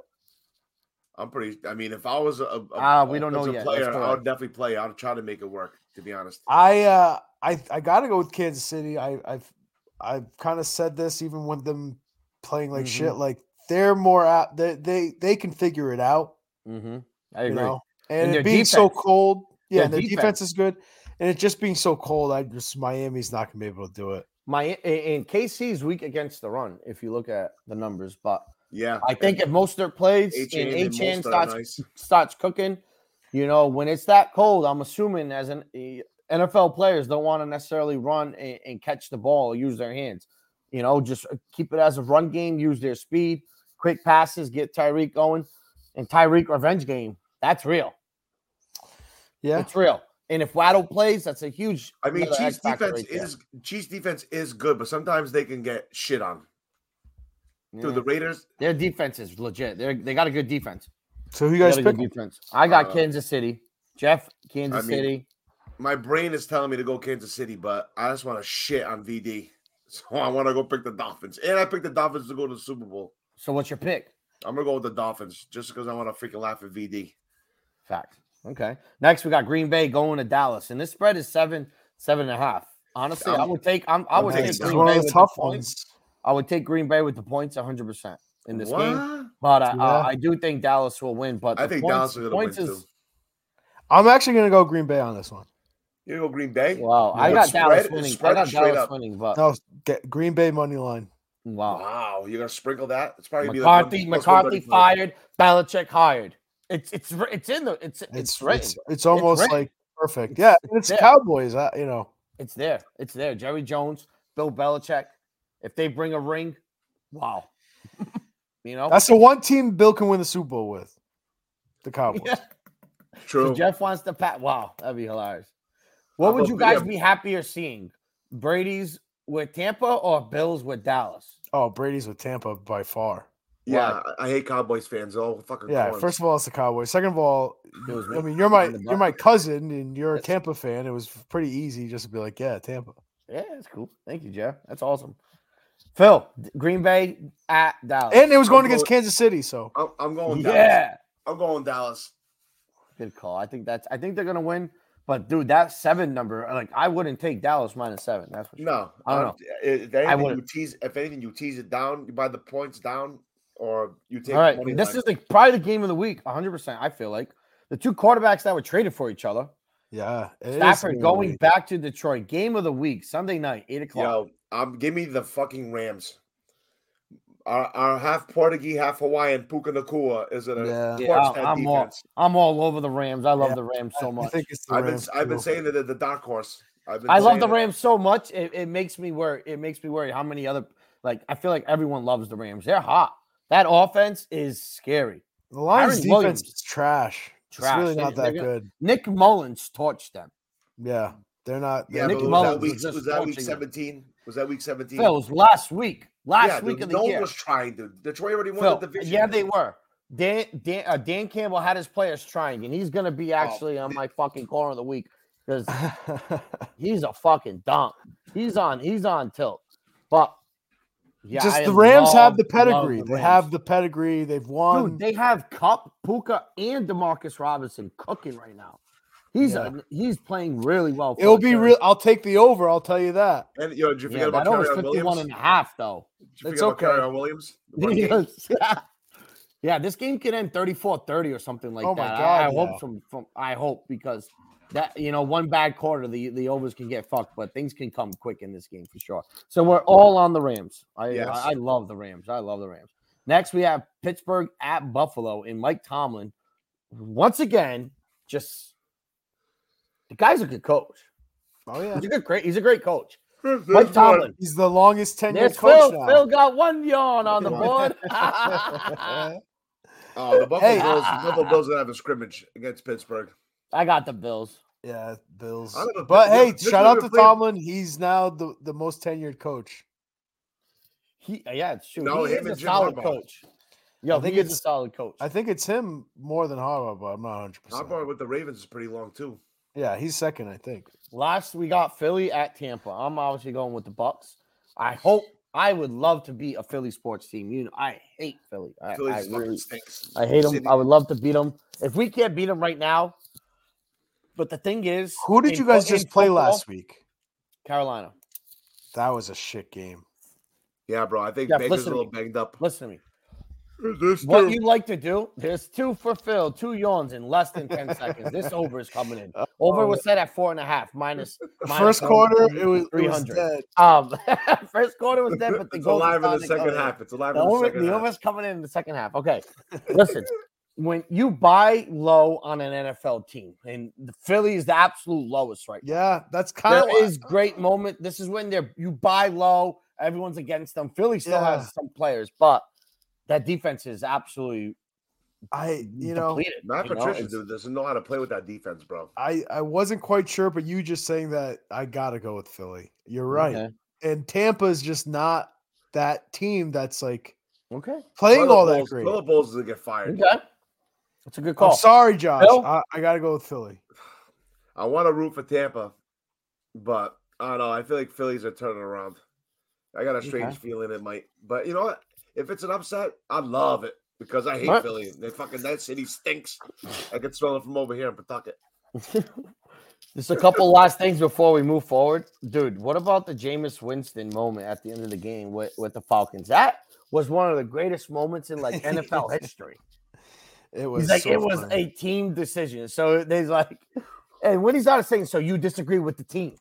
[SPEAKER 2] I'm pretty. I mean, if I was a, a
[SPEAKER 1] Ah, we don't know
[SPEAKER 2] offensive
[SPEAKER 1] yet. That's
[SPEAKER 2] player, I
[SPEAKER 1] correct.
[SPEAKER 2] would definitely play. I'd try to make it work. To be honest,
[SPEAKER 3] I uh, I I gotta go with Kansas City. I I've I've kind of said this even with them playing like
[SPEAKER 1] Mhm.
[SPEAKER 3] shit. Like they're more out. They they they can figure it out.
[SPEAKER 1] Mm-hmm. I
[SPEAKER 3] You
[SPEAKER 1] agree.
[SPEAKER 3] know, and,
[SPEAKER 1] And
[SPEAKER 3] it
[SPEAKER 1] their
[SPEAKER 3] being so
[SPEAKER 1] defense.
[SPEAKER 3] cold. Yeah,
[SPEAKER 1] Their
[SPEAKER 3] and their defense.
[SPEAKER 1] defense.
[SPEAKER 3] is good, and it just being so cold. I just Miami's not gonna be able to do it.
[SPEAKER 1] My and KC's weak against the run if you look at the numbers, but
[SPEAKER 2] yeah.
[SPEAKER 1] I think if most of their plays
[SPEAKER 2] Achane
[SPEAKER 1] and Achan
[SPEAKER 2] and Mostert are
[SPEAKER 1] starts
[SPEAKER 2] nice.
[SPEAKER 1] starts cooking, you know, when it's that cold, I'm assuming as an eh, NFL players don't want to necessarily run and, and catch the ball or use their hands. You know, just uh, keep it as a run game, use their speed, quick passes, get Tyreek going, and Tyreek revenge game. That's real.
[SPEAKER 3] Yeah,
[SPEAKER 1] It's real. And if Waddle plays, that's a huge.
[SPEAKER 2] I mean,
[SPEAKER 1] another
[SPEAKER 2] Chiefs
[SPEAKER 1] X factor
[SPEAKER 2] defense
[SPEAKER 1] right there.
[SPEAKER 2] is Chiefs defense is good, but sometimes they can get shit on. Dude,
[SPEAKER 1] Yeah.
[SPEAKER 2] the Raiders.
[SPEAKER 1] Their defense is legit. They they got a good defense.
[SPEAKER 3] so who you
[SPEAKER 1] They
[SPEAKER 3] guys
[SPEAKER 1] got a good
[SPEAKER 3] pick?
[SPEAKER 1] defense. I got
[SPEAKER 2] Uh,
[SPEAKER 1] Kansas City. Jeff, Kansas
[SPEAKER 2] I mean-
[SPEAKER 1] City.
[SPEAKER 2] My brain is telling me to go Kansas City, but I just want to shit on VD. So I want to go pick the Dolphins, and I picked the Dolphins to go to the Super Bowl.
[SPEAKER 1] So what's your pick?
[SPEAKER 2] I'm gonna go with the Dolphins just because I want to freaking laugh at VD.
[SPEAKER 1] Fact. Okay. Next, we got Green Bay going to Dallas, and this spread is seven, seven and a half. Honestly, i
[SPEAKER 2] I'm-
[SPEAKER 1] would take. I'm, I
[SPEAKER 2] I'm
[SPEAKER 1] would
[SPEAKER 2] taking
[SPEAKER 1] take
[SPEAKER 3] This is
[SPEAKER 1] Green
[SPEAKER 3] one
[SPEAKER 1] Bay
[SPEAKER 3] of
[SPEAKER 1] with
[SPEAKER 3] the
[SPEAKER 1] the
[SPEAKER 3] tough
[SPEAKER 1] points.
[SPEAKER 3] ones.
[SPEAKER 1] I would take Green Bay with the points, 100 percent in this game.
[SPEAKER 2] What?
[SPEAKER 1] But I, I-
[SPEAKER 3] Yeah.
[SPEAKER 1] I do think Dallas will win. But
[SPEAKER 2] I
[SPEAKER 1] the
[SPEAKER 2] think
[SPEAKER 1] points-
[SPEAKER 2] Dallas is gonna
[SPEAKER 1] points
[SPEAKER 2] win
[SPEAKER 1] is-
[SPEAKER 2] too.
[SPEAKER 3] I'm actually gonna go Green Bay on this one.
[SPEAKER 2] You gonna go Green Bay?
[SPEAKER 1] Wow, I
[SPEAKER 3] Yeah.
[SPEAKER 1] got
[SPEAKER 2] Spread-
[SPEAKER 1] Dallas winning. I
[SPEAKER 2] spread
[SPEAKER 1] got
[SPEAKER 2] straight
[SPEAKER 1] Dallas
[SPEAKER 2] up.
[SPEAKER 1] winning, but
[SPEAKER 3] No, get Green Bay money line.
[SPEAKER 1] wow.
[SPEAKER 2] Wow, you're gonna sprinkle that? It's probably
[SPEAKER 1] McCarthy,
[SPEAKER 2] be like one-
[SPEAKER 1] McCarthy
[SPEAKER 2] plus 135.
[SPEAKER 1] fired, Belichick hired. It's it's wri- it's in the it's it's,
[SPEAKER 3] It's
[SPEAKER 1] written.
[SPEAKER 3] it's, it's almost
[SPEAKER 1] written.
[SPEAKER 3] like perfect. Yeah, and it's
[SPEAKER 1] yeah.
[SPEAKER 3] Cowboys. I, you know,
[SPEAKER 1] It's there. It's there. Jerry Jones, Bill Belichick. If they bring a ring, wow. you know,
[SPEAKER 3] that's the one team Bill can win the Super Bowl with. The Cowboys.
[SPEAKER 1] Yeah. So
[SPEAKER 2] True.
[SPEAKER 1] Jeff wants to pat. Wow, that'd be hilarious. What would
[SPEAKER 2] love-
[SPEAKER 1] you guys
[SPEAKER 2] yeah.
[SPEAKER 1] be happier seeing? Brady's with Tampa or Bills with Dallas?
[SPEAKER 3] Oh, Brady's with Tampa by far.
[SPEAKER 2] yeah, I I hate Cowboys fans. They're all fucking
[SPEAKER 3] Yeah.
[SPEAKER 2] corns.
[SPEAKER 3] First of all, it's the Cowboys. Second of all,
[SPEAKER 1] It was
[SPEAKER 3] I
[SPEAKER 1] me.
[SPEAKER 3] mean, you're my
[SPEAKER 1] I'm the
[SPEAKER 3] you're my cousin, and you're a
[SPEAKER 1] Yes. Uh,
[SPEAKER 3] Tampa fan. It was pretty easy just to be like, yeah, Tampa.
[SPEAKER 1] Yeah, that's cool. Thank you, Jeff. That's awesome. Phil, D- Green Bay at Dallas.
[SPEAKER 3] And it was going
[SPEAKER 2] I'm
[SPEAKER 3] against
[SPEAKER 2] going-
[SPEAKER 3] Kansas City, so
[SPEAKER 2] I'm, I'm going Dallas.
[SPEAKER 1] yeah.
[SPEAKER 2] I'm going Dallas.
[SPEAKER 1] Good call. I think that's. I think they're gonna win. But dude, that seven number, like I wouldn't take Dallas minus seven. That's for sure.
[SPEAKER 2] No,
[SPEAKER 1] I don't
[SPEAKER 2] I'm- If if anything, you
[SPEAKER 1] wouldn't.
[SPEAKER 2] tease, if anything, you tease it down. You buy the points down, or you take.
[SPEAKER 1] All right,
[SPEAKER 2] money
[SPEAKER 1] this
[SPEAKER 2] line.
[SPEAKER 1] is the, probably the game of the week. 100. percent I feel like the two quarterbacks that were traded for each other.
[SPEAKER 3] yeah. it is
[SPEAKER 1] Stafford
[SPEAKER 3] game of the
[SPEAKER 1] going
[SPEAKER 3] week.
[SPEAKER 1] back to Detroit. Game of the week, Sunday night, eight o'clock.
[SPEAKER 2] yo. Um, give me the fucking Rams. Our, our half Portuguese, half Hawaiian Puka Nakua is it a
[SPEAKER 3] Yeah.
[SPEAKER 1] Yeah,
[SPEAKER 2] corpse
[SPEAKER 1] I-
[SPEAKER 2] head
[SPEAKER 1] I'm all-
[SPEAKER 2] defense?
[SPEAKER 1] I'm all over the Rams. I love
[SPEAKER 3] Yeah,
[SPEAKER 1] the Rams
[SPEAKER 3] I-
[SPEAKER 1] so
[SPEAKER 3] I
[SPEAKER 1] much.
[SPEAKER 3] think it's the
[SPEAKER 2] I've been
[SPEAKER 3] Rams,
[SPEAKER 2] I've been
[SPEAKER 3] too.
[SPEAKER 2] saying that they're the dark horse. I've been
[SPEAKER 1] I love
[SPEAKER 2] saying
[SPEAKER 1] the
[SPEAKER 2] it.
[SPEAKER 1] Rams so much. It, it makes me worry. It makes me worry how many other like I feel like everyone loves the Rams. They're hot. That offense is scary.
[SPEAKER 3] the Lions
[SPEAKER 1] Aaron
[SPEAKER 3] defense
[SPEAKER 1] Williams.
[SPEAKER 3] is trash.
[SPEAKER 1] Trash.
[SPEAKER 3] It's really
[SPEAKER 1] They-
[SPEAKER 3] not
[SPEAKER 1] they're
[SPEAKER 3] that
[SPEAKER 1] gonna-
[SPEAKER 3] good.
[SPEAKER 1] Nick Mullins torched them.
[SPEAKER 3] Yeah, they're not.
[SPEAKER 2] Yeah,
[SPEAKER 3] they're
[SPEAKER 1] Nick
[SPEAKER 2] but
[SPEAKER 1] Mullins
[SPEAKER 2] was that
[SPEAKER 3] not-
[SPEAKER 1] was
[SPEAKER 2] week,
[SPEAKER 1] just
[SPEAKER 2] was that week
[SPEAKER 1] torching them.
[SPEAKER 2] 17? Was that week 17?
[SPEAKER 1] Phil, it was last week. Last
[SPEAKER 2] yeah,
[SPEAKER 1] week
[SPEAKER 2] dude,
[SPEAKER 1] of the
[SPEAKER 2] no
[SPEAKER 1] year.
[SPEAKER 2] one was trying to. Detroit already won
[SPEAKER 1] Phil,
[SPEAKER 2] the division.
[SPEAKER 1] yeah, they were. Dan Dan, uh, Dan Campbell had his players trying, and he's gonna
[SPEAKER 3] Oh,
[SPEAKER 1] be actually on my fucking corner of the week because he's a fucking dump. He's on he's on tilt. But yeah,
[SPEAKER 3] just
[SPEAKER 1] I
[SPEAKER 3] the Rams
[SPEAKER 1] love-
[SPEAKER 3] have the
[SPEAKER 1] love
[SPEAKER 3] pedigree.
[SPEAKER 1] the
[SPEAKER 3] they have
[SPEAKER 1] Rams.
[SPEAKER 3] the pedigree. They've won.
[SPEAKER 1] dude. They have Cup, Puka, and Demarcus Robinson cooking right now. He's
[SPEAKER 3] Yeah.
[SPEAKER 1] a, he's playing really well. for
[SPEAKER 3] It'll
[SPEAKER 1] the
[SPEAKER 3] be
[SPEAKER 1] Terry-
[SPEAKER 3] real. I'll take the over. I'll tell you that.
[SPEAKER 2] And yo, did you forget
[SPEAKER 1] Yeah,
[SPEAKER 2] about
[SPEAKER 1] that over
[SPEAKER 2] Carry Williams?
[SPEAKER 1] 51 and a half though.
[SPEAKER 2] Did you
[SPEAKER 3] It's
[SPEAKER 2] forget
[SPEAKER 3] okay.
[SPEAKER 2] about Carry Williams? The one game?
[SPEAKER 1] Yes. yeah, this game could end 34-30 or something like
[SPEAKER 3] Oh
[SPEAKER 1] that.
[SPEAKER 3] my
[SPEAKER 1] I, I
[SPEAKER 3] God, yeah.
[SPEAKER 1] hope from, from I hope because that you know one bad quarter the the overs can get fucked but things can come quick in this game for sure so we're all on the rams i
[SPEAKER 2] Yes.
[SPEAKER 1] I, I love the rams i love the rams next we have pittsburgh at buffalo and mike tomlin once again just the guy's a good coach
[SPEAKER 3] Oh yeah,
[SPEAKER 1] he's a good great he's a great coach
[SPEAKER 2] There's
[SPEAKER 1] mike
[SPEAKER 2] one.
[SPEAKER 1] tomlin
[SPEAKER 3] he's the longest tenured
[SPEAKER 1] there's
[SPEAKER 3] coach
[SPEAKER 1] phil
[SPEAKER 3] now.
[SPEAKER 1] phil got one yawn on the
[SPEAKER 2] Come
[SPEAKER 1] board
[SPEAKER 2] Oh, the Buffalo
[SPEAKER 3] Hey.
[SPEAKER 2] Bills. The Buffalo Bills didn't have a scrimmage against Pittsburgh.
[SPEAKER 1] i got the bills
[SPEAKER 3] yeah, Bills.
[SPEAKER 2] I don't know,
[SPEAKER 3] But
[SPEAKER 2] this-
[SPEAKER 3] hey,
[SPEAKER 2] this
[SPEAKER 3] shout
[SPEAKER 2] would
[SPEAKER 3] out
[SPEAKER 2] have
[SPEAKER 3] to
[SPEAKER 2] played-
[SPEAKER 3] Tomlin. He's now the, the most tenured coach.
[SPEAKER 1] he
[SPEAKER 3] uh,
[SPEAKER 1] yeah it's true
[SPEAKER 2] No,
[SPEAKER 1] he
[SPEAKER 2] him
[SPEAKER 1] is
[SPEAKER 2] and
[SPEAKER 1] a
[SPEAKER 2] Jim
[SPEAKER 1] solid
[SPEAKER 2] Harbaugh.
[SPEAKER 1] coach Yo,
[SPEAKER 3] I think
[SPEAKER 1] he is a
[SPEAKER 3] it's-
[SPEAKER 1] solid coach.
[SPEAKER 3] I think it's him more than Harbaugh, but I'm not 100.
[SPEAKER 2] Our
[SPEAKER 3] percent
[SPEAKER 2] bar with the Ravens is pretty long too.
[SPEAKER 3] Yeah, he's second, I think.
[SPEAKER 1] Last we got Philly at Tampa. I'm obviously going with the Bucks. I hope I would love to be a Philly sports team. You know, I hate Philly. I,
[SPEAKER 2] Philly
[SPEAKER 1] I
[SPEAKER 2] fucking
[SPEAKER 1] really,
[SPEAKER 2] stinks.
[SPEAKER 1] I hate
[SPEAKER 2] City.
[SPEAKER 1] them. I would love to beat them. If we can't beat them right now, but the thing is,
[SPEAKER 3] Who did
[SPEAKER 1] in
[SPEAKER 3] you guys
[SPEAKER 1] fo- in
[SPEAKER 3] just play
[SPEAKER 1] football,
[SPEAKER 3] last week?
[SPEAKER 1] Carolina.
[SPEAKER 3] That was a shit game.
[SPEAKER 2] Yeah, bro. I think
[SPEAKER 1] Yeah,
[SPEAKER 2] Baker's a
[SPEAKER 1] listen to
[SPEAKER 2] little banged up.
[SPEAKER 1] Listen to me.
[SPEAKER 2] This
[SPEAKER 1] What
[SPEAKER 2] dude-
[SPEAKER 1] you like to do? There's two for Phil, two yawns in less than ten seconds. This over is coming in. Over was set at four and a half minus.
[SPEAKER 3] The
[SPEAKER 1] minus
[SPEAKER 3] first
[SPEAKER 1] one,
[SPEAKER 3] quarter, it was, it was
[SPEAKER 1] 300.
[SPEAKER 3] dead.
[SPEAKER 1] Um, first quarter was dead, but the
[SPEAKER 2] it's
[SPEAKER 1] Golden
[SPEAKER 2] alive in the
[SPEAKER 1] Sonics- oh,
[SPEAKER 2] second
[SPEAKER 1] yeah.
[SPEAKER 2] half. It's alive
[SPEAKER 1] The
[SPEAKER 2] in the
[SPEAKER 1] over,
[SPEAKER 2] second
[SPEAKER 1] the
[SPEAKER 2] half.
[SPEAKER 1] over's coming in, in the second half. Okay, listen. When you buy low on an NFL team, and the Philly is the absolute lowest right now.
[SPEAKER 3] Yeah, that's kind
[SPEAKER 1] There
[SPEAKER 3] of
[SPEAKER 1] is great moment. This is when they're you buy low. Everyone's against them. Philly still
[SPEAKER 3] Yeah.
[SPEAKER 1] has some players, but that defense is absolutely
[SPEAKER 3] I you know
[SPEAKER 1] depleted,
[SPEAKER 2] Matt
[SPEAKER 1] you know?
[SPEAKER 2] Patricia,
[SPEAKER 1] It's-
[SPEAKER 2] dude, doesn't know how to play with that defense, bro.
[SPEAKER 3] I I wasn't quite sure, but you just saying that I gotta go with Philly. You're right,
[SPEAKER 1] Okay.
[SPEAKER 3] and Tampa is just not that team that's like
[SPEAKER 1] Okay.
[SPEAKER 3] playing all that
[SPEAKER 2] Bowles,
[SPEAKER 3] great.
[SPEAKER 2] Toilet Bowles is gonna get fired.
[SPEAKER 1] Okay. That's a good
[SPEAKER 3] I'm
[SPEAKER 1] call.
[SPEAKER 3] sorry, Josh.
[SPEAKER 1] Phil?
[SPEAKER 3] I, I gotta go with Philly.
[SPEAKER 2] I want to root for Tampa, but I don't know. I feel like Phillies are turning around. I got a strange
[SPEAKER 1] Okay.
[SPEAKER 2] feeling it might, but you know what? If it's an upset, I love it because I hate
[SPEAKER 1] Right.
[SPEAKER 2] Philly. They fucking that city stinks. I can smell it from over here in Pawtucket.
[SPEAKER 1] Just a couple last things before we move forward, dude. What about the Jameis Winston moment at the end of the game with, with the Falcons? That was one of the greatest moments in like NFL history.
[SPEAKER 3] It was
[SPEAKER 1] He's like,
[SPEAKER 3] so
[SPEAKER 1] it was
[SPEAKER 3] funny.
[SPEAKER 1] a team decision. So there's like, and when he's not saying, so you disagree with the team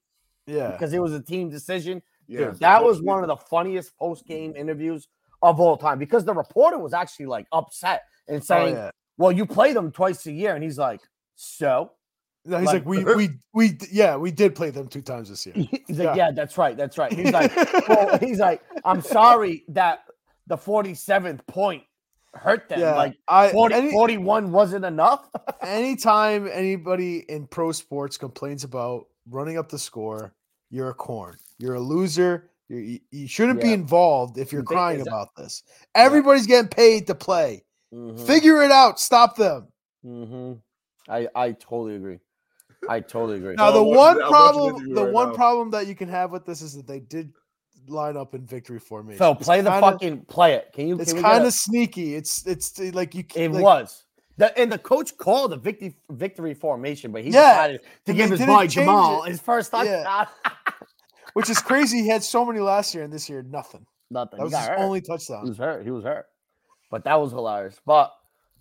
[SPEAKER 3] yeah.
[SPEAKER 1] because it was a team decision.
[SPEAKER 2] Yeah,
[SPEAKER 1] Dude, that was one of the funniest post game interviews of all time because the reporter was actually like upset and
[SPEAKER 3] Oh,
[SPEAKER 1] saying,
[SPEAKER 3] yeah.
[SPEAKER 1] well, you play them twice a year. And he's like, so
[SPEAKER 3] No, he's
[SPEAKER 1] like-
[SPEAKER 3] like, we we we d- yeah we did play them two times this year.
[SPEAKER 1] he's like,
[SPEAKER 3] Yeah.
[SPEAKER 1] yeah, that's right. That's right. He's like, well, he's like, I'm sorry that the 47th point hurt them.
[SPEAKER 3] yeah,
[SPEAKER 1] Like
[SPEAKER 3] I
[SPEAKER 1] 40,
[SPEAKER 3] any,
[SPEAKER 1] 41 wasn't enough.
[SPEAKER 3] anytime anybody in pro sports complains about running up the score, you're a corn. You're a loser. You're, you, you shouldn't be
[SPEAKER 1] Yeah.
[SPEAKER 3] involved if you're
[SPEAKER 1] The thing
[SPEAKER 3] crying
[SPEAKER 1] is-
[SPEAKER 3] about this. Everybody's getting paid to play.
[SPEAKER 1] Mm-hmm,
[SPEAKER 3] Figure it out. Stop them.
[SPEAKER 1] hmm I I totally agree. I totally agree.
[SPEAKER 3] Now
[SPEAKER 2] Oh,
[SPEAKER 3] the
[SPEAKER 2] I'm watching the- I'm watching
[SPEAKER 3] one
[SPEAKER 2] the
[SPEAKER 3] problem,
[SPEAKER 2] interview
[SPEAKER 3] the
[SPEAKER 2] right
[SPEAKER 3] one
[SPEAKER 2] now.
[SPEAKER 3] problem that you can have with this is that they did line up in victory formation.
[SPEAKER 1] so
[SPEAKER 3] It's
[SPEAKER 1] play the
[SPEAKER 3] kinda-
[SPEAKER 1] fucking play it. Can you?
[SPEAKER 3] It's
[SPEAKER 1] can we get
[SPEAKER 3] kind
[SPEAKER 1] a-
[SPEAKER 3] of sneaky. It's it's uh, like you.
[SPEAKER 1] It
[SPEAKER 3] like,
[SPEAKER 1] was. The, and the coach called the victory victory formation, but he
[SPEAKER 3] Yeah,
[SPEAKER 1] decided to
[SPEAKER 3] and
[SPEAKER 1] give
[SPEAKER 3] they
[SPEAKER 1] his
[SPEAKER 3] didn't
[SPEAKER 1] boy
[SPEAKER 3] change
[SPEAKER 1] Jamal
[SPEAKER 3] it.
[SPEAKER 1] his first
[SPEAKER 3] Yeah.
[SPEAKER 1] touchdown.
[SPEAKER 3] which is crazy. He had so many last year, and this year nothing.
[SPEAKER 1] Nothing.
[SPEAKER 3] That
[SPEAKER 1] He
[SPEAKER 3] was
[SPEAKER 1] got
[SPEAKER 3] his
[SPEAKER 1] hurt.
[SPEAKER 3] only
[SPEAKER 1] He
[SPEAKER 3] touchdown.
[SPEAKER 1] was hurt. He was hurt. But that was hilarious. But